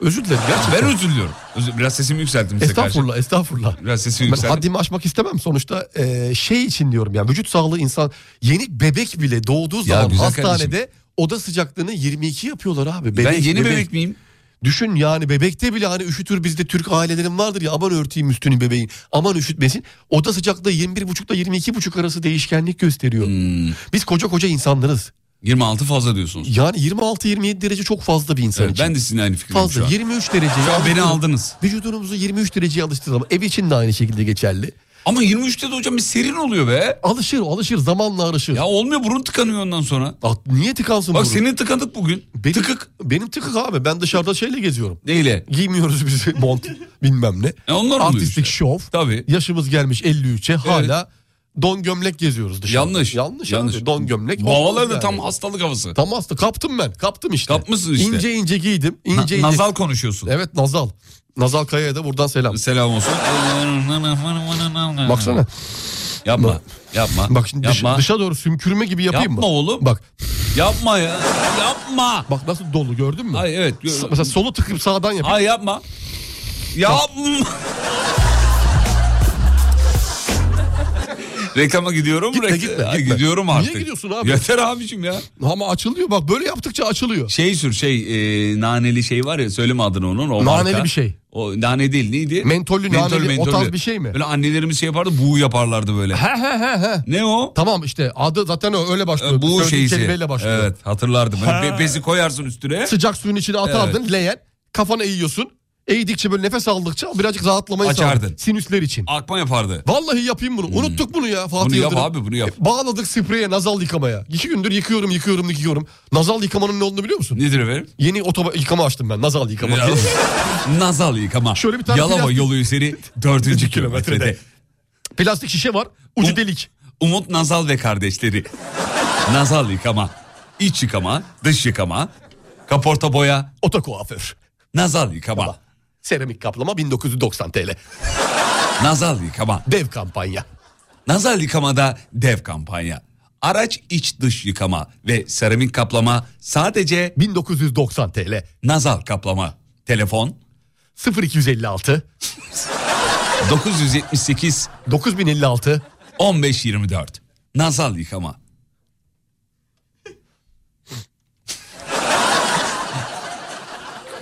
[SPEAKER 3] Özür dilerim gerçekten.
[SPEAKER 2] Ben özür diliyorum. Özür- Biraz sesimi yükselttim size karşı.
[SPEAKER 3] Estağfurullah, estağfurullah.
[SPEAKER 2] Biraz sesimi
[SPEAKER 3] Ben
[SPEAKER 2] yükselttim.
[SPEAKER 3] haddimi aşmak istemem sonuçta e, şey için diyorum yani vücut sağlığı insan yeni bebek bile doğduğu zaman
[SPEAKER 2] güzel
[SPEAKER 3] hastanede
[SPEAKER 2] kardeşim.
[SPEAKER 3] oda sıcaklığını 22 yapıyorlar abi.
[SPEAKER 2] ben yeni bebek, miyim?
[SPEAKER 3] Düşün yani bebekte bile hani üşütür bizde Türk ailelerin vardır ya aman örteyim üstünü bebeğin aman üşütmesin. Oda sıcaklığı 21,5 ile 22,5 arası değişkenlik gösteriyor.
[SPEAKER 2] Hmm.
[SPEAKER 3] Biz koca koca insanlarız.
[SPEAKER 2] 26 fazla diyorsunuz.
[SPEAKER 3] Yani 26-27 derece çok fazla bir insan
[SPEAKER 2] Evet,
[SPEAKER 3] için.
[SPEAKER 2] ben de sizinle aynı fikirdeyim
[SPEAKER 3] Fazla
[SPEAKER 2] şu an.
[SPEAKER 3] 23 derece.
[SPEAKER 2] Şu an beni aldınız.
[SPEAKER 3] Vücudumuzu 23 dereceye alıştıralım. Ev için de aynı şekilde geçerli.
[SPEAKER 2] Ama 23'te de hocam bir serin oluyor be.
[SPEAKER 3] Alışır alışır zamanla alışır.
[SPEAKER 2] Ya olmuyor burun tıkanıyor ondan sonra.
[SPEAKER 3] Bak niye tıkansın
[SPEAKER 2] Bak
[SPEAKER 3] burun?
[SPEAKER 2] senin tıkanık bugün.
[SPEAKER 3] Benim-
[SPEAKER 2] Tıkık.
[SPEAKER 3] Benim tıkık abi ben dışarıda şeyle geziyorum.
[SPEAKER 2] Neyle?
[SPEAKER 3] Giymiyoruz biz mont bilmem ne.
[SPEAKER 2] E onlar oluyor
[SPEAKER 3] Artistik
[SPEAKER 2] işte.
[SPEAKER 3] şov.
[SPEAKER 2] Tabii.
[SPEAKER 3] Yaşımız gelmiş 53'e hala don gömlek geziyoruz dışarıda.
[SPEAKER 2] Yanlış.
[SPEAKER 3] Yanlış,
[SPEAKER 2] Yanlış.
[SPEAKER 3] abi. don gömlek.
[SPEAKER 2] Bu havalar
[SPEAKER 3] olmaz
[SPEAKER 2] da
[SPEAKER 3] yani.
[SPEAKER 2] tam hastalık havası.
[SPEAKER 3] Tam hasta kaptım ben kaptım işte.
[SPEAKER 2] Kapmışsın işte.
[SPEAKER 3] İnce ince giydim. ince
[SPEAKER 2] Na-
[SPEAKER 3] ince.
[SPEAKER 2] nazal konuşuyorsun.
[SPEAKER 3] Evet nazal. Nazal Kaya'ya da buradan selam.
[SPEAKER 2] Selam olsun.
[SPEAKER 3] Baksana.
[SPEAKER 2] Yapma. Yapma.
[SPEAKER 3] Bak şimdi dış-
[SPEAKER 2] yapma.
[SPEAKER 3] dışa doğru sümkürme gibi yapayım mı?
[SPEAKER 2] Yapma oğlum.
[SPEAKER 3] Bak
[SPEAKER 2] Yapma ya. Yapma.
[SPEAKER 3] bak nasıl dolu gördün mü?
[SPEAKER 2] Ay evet.
[SPEAKER 3] S- Mesela solu tıkıp sağdan yap.
[SPEAKER 2] Ay yapma. Yapma. Reklama gidiyorum.
[SPEAKER 3] Gitme,
[SPEAKER 2] Rekl-
[SPEAKER 3] gitme,
[SPEAKER 2] Ay,
[SPEAKER 3] gitme.
[SPEAKER 2] Gidiyorum
[SPEAKER 3] Niye
[SPEAKER 2] artık.
[SPEAKER 3] gidiyorsun abi?
[SPEAKER 2] Yeter abicim ya.
[SPEAKER 3] Ama açılıyor bak böyle yaptıkça açılıyor.
[SPEAKER 2] Şey sür şey e, naneli şey var ya söyleme adını onun. O
[SPEAKER 3] Naneli
[SPEAKER 2] marka.
[SPEAKER 3] bir şey.
[SPEAKER 2] O nane değil neydi?
[SPEAKER 3] Mentollü, naneli, o tarz bir şey mi?
[SPEAKER 2] Böyle annelerimiz şey yapardı buğu yaparlardı böyle.
[SPEAKER 3] He he he he.
[SPEAKER 2] Ne o?
[SPEAKER 3] Tamam işte adı zaten o öyle başlıyor.
[SPEAKER 2] E, buğu
[SPEAKER 3] Söylediği
[SPEAKER 2] şeysi.
[SPEAKER 3] kelimeyle başlıyor.
[SPEAKER 2] Evet hatırlardım. Böyle be- bezi koyarsın üstüne.
[SPEAKER 3] Sıcak suyun içine atardın leğen. Kafana eğiyorsun. Eğdikçe böyle nefes aldıkça birazcık rahatlamayı
[SPEAKER 2] Açardın.
[SPEAKER 3] sağladın. Sinüsler için.
[SPEAKER 2] Akma yapardı.
[SPEAKER 3] Vallahi yapayım bunu. Unuttuk bunu ya Fatih
[SPEAKER 2] Bunu yap
[SPEAKER 3] Yıldırım.
[SPEAKER 2] abi, bunu yap.
[SPEAKER 3] E, Bağladık spreye nazal yıkamaya. İki gündür yıkıyorum yıkıyorum yıkıyorum. Nazal yıkamanın ne olduğunu biliyor musun?
[SPEAKER 2] Nedir efendim?
[SPEAKER 3] Yeni otoba yıkama açtım ben nazal yıkama.
[SPEAKER 2] Ya- Nazal yıkama.
[SPEAKER 3] Şöyle bir tane
[SPEAKER 2] Yalova
[SPEAKER 3] plastik-
[SPEAKER 2] yolu üzeri 4. kilometrede.
[SPEAKER 3] Plastik şişe var ucu
[SPEAKER 2] Bu-
[SPEAKER 3] delik.
[SPEAKER 2] Umut Nazal ve kardeşleri. Nazal yıkama, iç yıkama, dış yıkama, kaporta boya,
[SPEAKER 3] Oto kuaför.
[SPEAKER 2] nazal yıkama,
[SPEAKER 3] Seramik kaplama 1990 TL.
[SPEAKER 2] nazal yıkama.
[SPEAKER 3] Dev kampanya.
[SPEAKER 2] Nazal yıkamada dev kampanya. Araç iç dış yıkama ve seramik kaplama sadece
[SPEAKER 3] 1990 TL.
[SPEAKER 2] nazal kaplama. Telefon
[SPEAKER 3] 0256
[SPEAKER 2] 978
[SPEAKER 3] 9056
[SPEAKER 2] 1524. Nazal yıkama.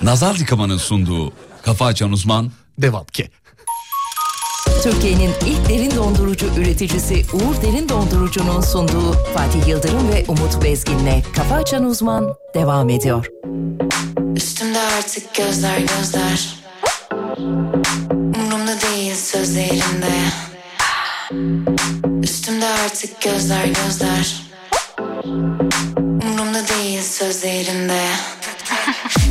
[SPEAKER 2] Nazal yıkamanın sunduğu kafa açan uzman
[SPEAKER 3] devam ki.
[SPEAKER 7] Türkiye'nin ilk derin dondurucu üreticisi Uğur Derin Dondurucu'nun sunduğu Fatih Yıldırım ve Umut Bezgin'le Kafa Açan Uzman devam ediyor.
[SPEAKER 10] Üstümde artık gözler gözler Umrumda değil sözlerinde Üstümde artık gözler gözler Umrumda değil sözlerinde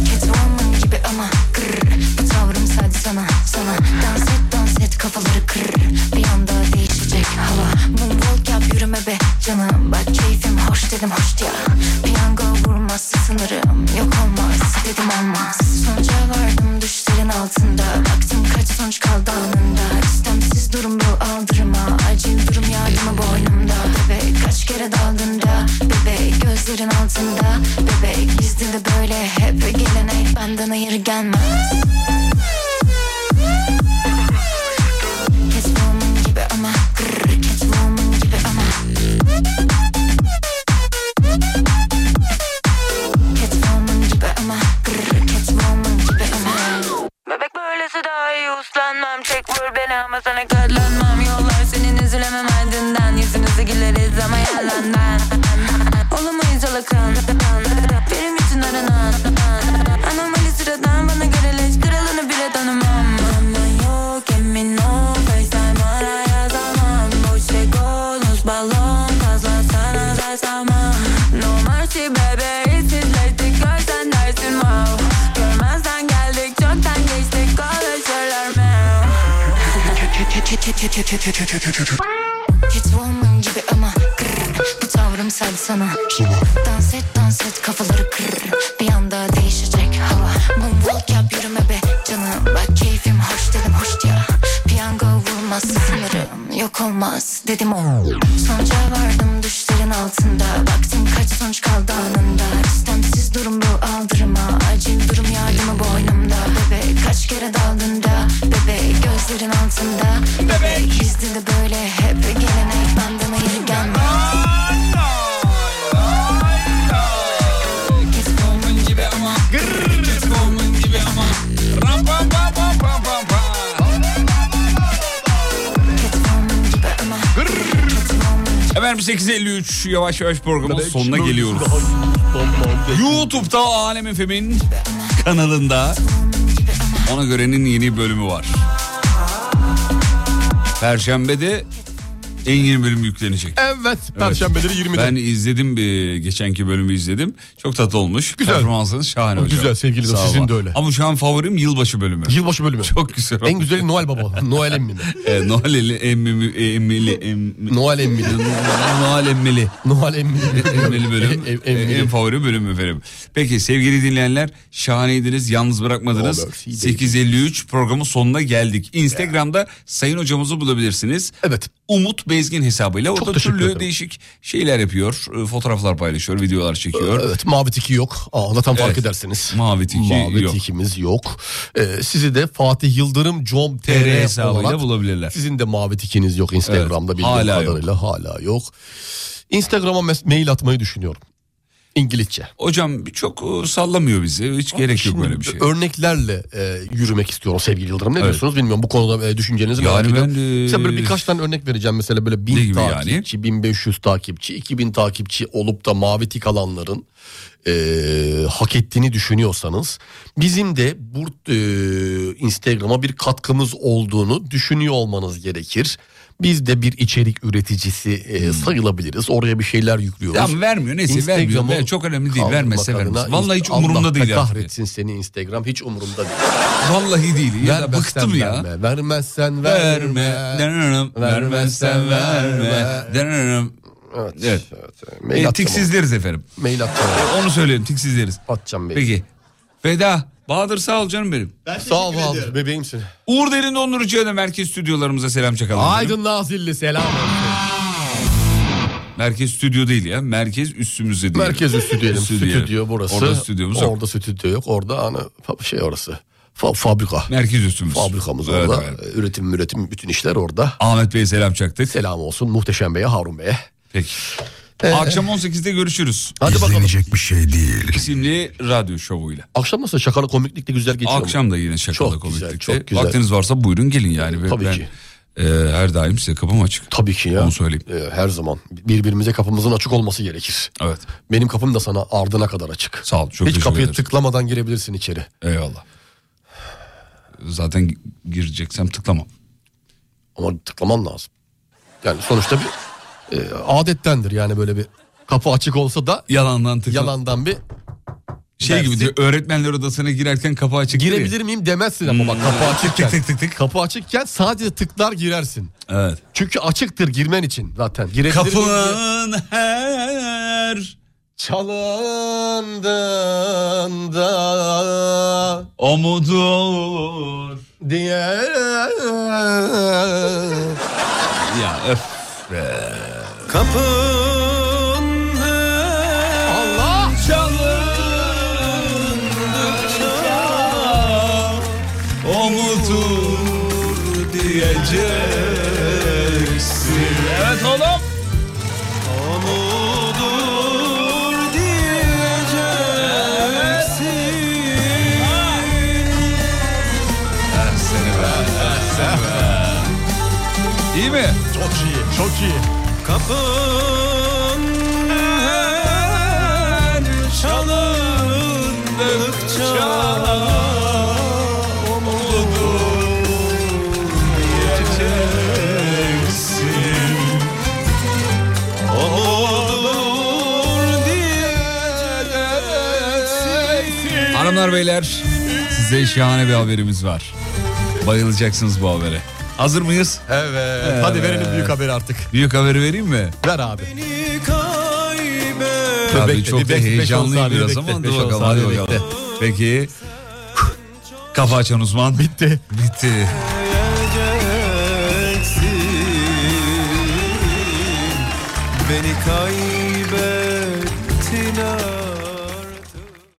[SPEAKER 10] Catwoman gibi ama kırr Bu tavrım sadece sana sana Dans et dans et kafaları kırr Bir anda değişecek hava Moonwalk yap yürüme be canım Bak keyfim hoş dedim hoş ya Piyango vurmaz sınırım Yok olmaz dedim olmaz Sonuca vardım düşlerin altında Baktım kaç sonuç kaldı alnında İstemsiz durum bu aldırma Acil durum yardımı boynumda Bebek kaç kere daldın da Bebek gözlerin altında Bebek bizde de böyle hep gelenek Benden hayır gelmez Catwoman gibi ama grrr, Catwoman gibi ama Catwoman gibi ama grrr, Catwoman gibi ama
[SPEAKER 4] Bebek böylesi daha iyi uslanmam Çek vur beni ama sana katlanmam Yollar senin üzülemem ardından Yüzümüzü güleriz ama yalan ben Olamayız alakın Benim için aranan Anomali sıradan bana göre leş Kralını bile tanımam Aman yok emin ol FaceTime ara yazamam Boş egolos balon Kazlan sana zar salmam No mercy baby İşsizleştik görsen dersin wow Görmezden geldik çoktan geçtik Konuşurlar meow
[SPEAKER 10] Catwoman gibi ama grrr, Bu tavrım sadece sana Dans et dans et kafaları kırır Bir anda değişecek hava Moonwalk yap yürüme be canım Bak keyfim hoş dedim hoş ya Piyango vurmaz sınırım Yok olmaz dedim o Sonuca vardım düşlerin altında Baktım kaç sonuç kaldı anında İstemsiz durum bu aldırma Acil durum yardımı boynumda Gözlerin altında Bebek Gizli de böyle hep bir gelenek Bandana yürügen
[SPEAKER 4] Keskonun gibi ama Keskonun gibi ama Ram pam pam pam pam pam
[SPEAKER 2] Efendim 8.53 yavaş yavaş programın sonuna geliyoruz. YouTube'da Alem Efem'in kanalında Ona Göre'nin yeni bölümü var. Perşembe'de en yeni bölüm yüklenecek.
[SPEAKER 3] Evet. Perşembeleri 20'de.
[SPEAKER 2] Ben izledim bir geçenki bölümü izledim. Çok tatlı olmuş.
[SPEAKER 3] Güzel.
[SPEAKER 2] Performansınız şahane
[SPEAKER 3] O
[SPEAKER 2] hocam.
[SPEAKER 3] güzel sevgili
[SPEAKER 2] Sağ
[SPEAKER 3] sizin
[SPEAKER 2] ol.
[SPEAKER 3] de öyle.
[SPEAKER 2] Ama şu an favorim yılbaşı bölümü.
[SPEAKER 3] Yılbaşı bölümü.
[SPEAKER 2] Çok güzel.
[SPEAKER 3] En güzeli Noel Baba. Noel emmi.
[SPEAKER 2] E, Noel eli emmili emmili emmili.
[SPEAKER 3] Noel emmili.
[SPEAKER 2] Noel emmili.
[SPEAKER 3] Noel emmili.
[SPEAKER 2] emmili bölüm. E, en favori bölüm efendim. Peki sevgili dinleyenler şahaneydiniz yalnız bırakmadınız. 853 programın sonuna geldik. Instagram'da Sayın Hocamızı bulabilirsiniz.
[SPEAKER 3] Evet.
[SPEAKER 2] Umut Bezgin hesabıyla. o da türlü değişik şeyler yapıyor. E, Fotoğraflar paylaşıyor, videolar çekiyor.
[SPEAKER 3] Evet mavi tiki yok. Aa, tam fark
[SPEAKER 2] Evet.
[SPEAKER 3] edersiniz.
[SPEAKER 2] Mavi tiki
[SPEAKER 3] Mavi
[SPEAKER 2] yok.
[SPEAKER 3] tikimiz yok. Ee, sizi de Fatih Yıldırım com tr
[SPEAKER 2] TR hesabıyla
[SPEAKER 3] olarak
[SPEAKER 2] bulabilirler.
[SPEAKER 3] Sizin de mavi tikiniz yok Instagram'da
[SPEAKER 2] Evet,
[SPEAKER 3] bildiğim
[SPEAKER 2] hala yok.
[SPEAKER 3] kadarıyla hala yok. Instagram'a mes- mail atmayı düşünüyorum. İngilizce.
[SPEAKER 2] Hocam çok e, sallamıyor bizi. Hiç gerek yok böyle bir şey.
[SPEAKER 3] Örneklerle e, yürümek istiyorum sevgili Yıldırım. Ne
[SPEAKER 2] Evet.
[SPEAKER 3] diyorsunuz bilmiyorum bu konuda e, düşüncenizi
[SPEAKER 2] Yani
[SPEAKER 3] merak ediyorum.
[SPEAKER 2] ben de-
[SPEAKER 3] Mesela böyle birkaç tane örnek vereceğim. Mesela böyle
[SPEAKER 2] Ne
[SPEAKER 3] 1000
[SPEAKER 2] gibi yani?
[SPEAKER 3] takipçi, 1500 takipçi, 2000 takipçi olup da mavi tik alanların e, hak ettiğini düşünüyorsanız bizim de bu e, Instagram'a bir katkımız olduğunu düşünüyor olmanız gerekir. Biz de bir içerik üreticisi e, sayılabiliriz. Oraya bir şeyler yüklüyoruz.
[SPEAKER 2] Hmm. Ya vermiyor, neyse, vermiyor.
[SPEAKER 3] Instagram'ı
[SPEAKER 2] Ver- çok önemli değil. Vermezse
[SPEAKER 3] kaldırmak
[SPEAKER 2] vermez.
[SPEAKER 3] adına
[SPEAKER 2] Vallahi hiç
[SPEAKER 3] inst-
[SPEAKER 2] umurumda
[SPEAKER 3] Allah da
[SPEAKER 2] değil artık.
[SPEAKER 3] kahretsin seni Instagram hiç umurumda değil.
[SPEAKER 2] Vallahi değil. Ya da
[SPEAKER 3] Vermezsen
[SPEAKER 2] bıktım ya.
[SPEAKER 3] verme, Vermezsen verme.
[SPEAKER 2] Verme. Dönürüm. Vermezsen verme. Dönürüm.
[SPEAKER 3] Evet.
[SPEAKER 2] Evet.
[SPEAKER 3] Mail
[SPEAKER 2] E,
[SPEAKER 3] atacağım
[SPEAKER 2] tiksizleriz efendim.
[SPEAKER 3] Mail atacağım.
[SPEAKER 2] E, Onu söyleyeyim tiksizleriz.
[SPEAKER 3] Atacağım mail.
[SPEAKER 2] Peki. Veda. Bahadır sağ ol canım benim.
[SPEAKER 3] Sağ ol abi bebeğimsin.
[SPEAKER 2] Uğur Derin Dondurucu'ya da merkez stüdyolarımıza selam çakalım.
[SPEAKER 3] Aydın Nazilli selam.
[SPEAKER 2] Merkez stüdyo değil ya. Merkez üstümüzde değil.
[SPEAKER 3] Merkez üstü diyelim.
[SPEAKER 2] Üstü diyelim.
[SPEAKER 3] Stüdyo burası.
[SPEAKER 2] Orada stüdyomuz yok.
[SPEAKER 3] Orada stüdyo yok. Orada ana fa- şey orası. Fa- fabrika.
[SPEAKER 2] Merkez üstümüz.
[SPEAKER 3] Fabrikamız
[SPEAKER 2] Evet,
[SPEAKER 3] orada. E,
[SPEAKER 2] evet.
[SPEAKER 3] Üretim üretim bütün işler orada.
[SPEAKER 2] Ahmet Bey'e selam çaktık.
[SPEAKER 3] Selam olsun Muhteşem Bey'e Harun Bey'e.
[SPEAKER 2] Peki. Akşam 18'de görüşürüz.
[SPEAKER 3] Ee, Hadi bakalım.
[SPEAKER 11] bir şey değil.
[SPEAKER 2] İsimli radyo şovuyla.
[SPEAKER 3] Akşam nasıl şakalı komiklikle güzel geçiyor mu?
[SPEAKER 2] Akşam da yine şakalı
[SPEAKER 3] Çok güzel,
[SPEAKER 2] komiklikte.
[SPEAKER 3] çok güzel.
[SPEAKER 2] Vaktiniz varsa buyurun gelin yani. Ve
[SPEAKER 3] Tabii
[SPEAKER 2] ben,
[SPEAKER 3] ki.
[SPEAKER 2] e, her daim size kapım açık.
[SPEAKER 3] Tabii ki ya.
[SPEAKER 2] Onu söyleyeyim.
[SPEAKER 3] Ee, her zaman birbirimize kapımızın açık olması gerekir.
[SPEAKER 2] Evet.
[SPEAKER 3] Benim kapım da sana ardına kadar açık.
[SPEAKER 2] Sağ ol. Çok
[SPEAKER 3] Hiç
[SPEAKER 2] teşekkür
[SPEAKER 3] kapıyı
[SPEAKER 2] ederim.
[SPEAKER 3] tıklamadan girebilirsin içeri.
[SPEAKER 2] Eyvallah. Zaten gi- gireceksem tıklamam.
[SPEAKER 3] Ama tıklaman lazım. Yani sonuçta bir e, adettendir yani böyle bir kapı açık olsa da
[SPEAKER 2] Yalandan tıklamam.
[SPEAKER 3] yalandan bir
[SPEAKER 2] Şey
[SPEAKER 3] dersi-
[SPEAKER 2] gibi diyor öğretmenler odasına girerken kapı açık. diyor ya.
[SPEAKER 3] girebilir miyim demezsin ama bak kapı açıkken.
[SPEAKER 2] tık tık tık.
[SPEAKER 3] Kapı açıkken sadece tıklar girersin.
[SPEAKER 2] Evet.
[SPEAKER 3] Çünkü açıktır girmen için zaten. Girebilir miyim diye-
[SPEAKER 2] Kapının her
[SPEAKER 3] Çalındığında
[SPEAKER 2] umudur.
[SPEAKER 3] diye
[SPEAKER 2] Ya öf.
[SPEAKER 6] Kapın
[SPEAKER 3] Allah
[SPEAKER 2] Umudur diyeceksin. Evet oğlum.
[SPEAKER 6] Umudur diyeceksin
[SPEAKER 2] İyi mi?
[SPEAKER 3] çok iyi çok iyi.
[SPEAKER 6] Kapın her çalındıkça Umudur diyeceksin Umudur diyeceksin
[SPEAKER 2] Hanımlar beyler size şahane bir haberimiz var. Bayılacaksınız bu habere. Hazır mıyız?
[SPEAKER 3] Evet. Hadi verelim büyük haberi artık.
[SPEAKER 2] Büyük haberi vereyim mi?
[SPEAKER 3] Ver abi.
[SPEAKER 6] Beni kaybet
[SPEAKER 2] Tabii
[SPEAKER 3] bekle,
[SPEAKER 2] çok
[SPEAKER 3] bir
[SPEAKER 2] da
[SPEAKER 3] bekle, beş, on
[SPEAKER 2] heyecanlıyım
[SPEAKER 3] saniye
[SPEAKER 2] biraz
[SPEAKER 3] bekle,
[SPEAKER 2] ama
[SPEAKER 3] beş,
[SPEAKER 2] dur
[SPEAKER 3] on
[SPEAKER 2] bakalım hadi
[SPEAKER 3] saniye
[SPEAKER 2] bakalım. Peki. Kafa açan uzman. Bitti. Bitti.
[SPEAKER 6] Diyeceksin Beni kaybettin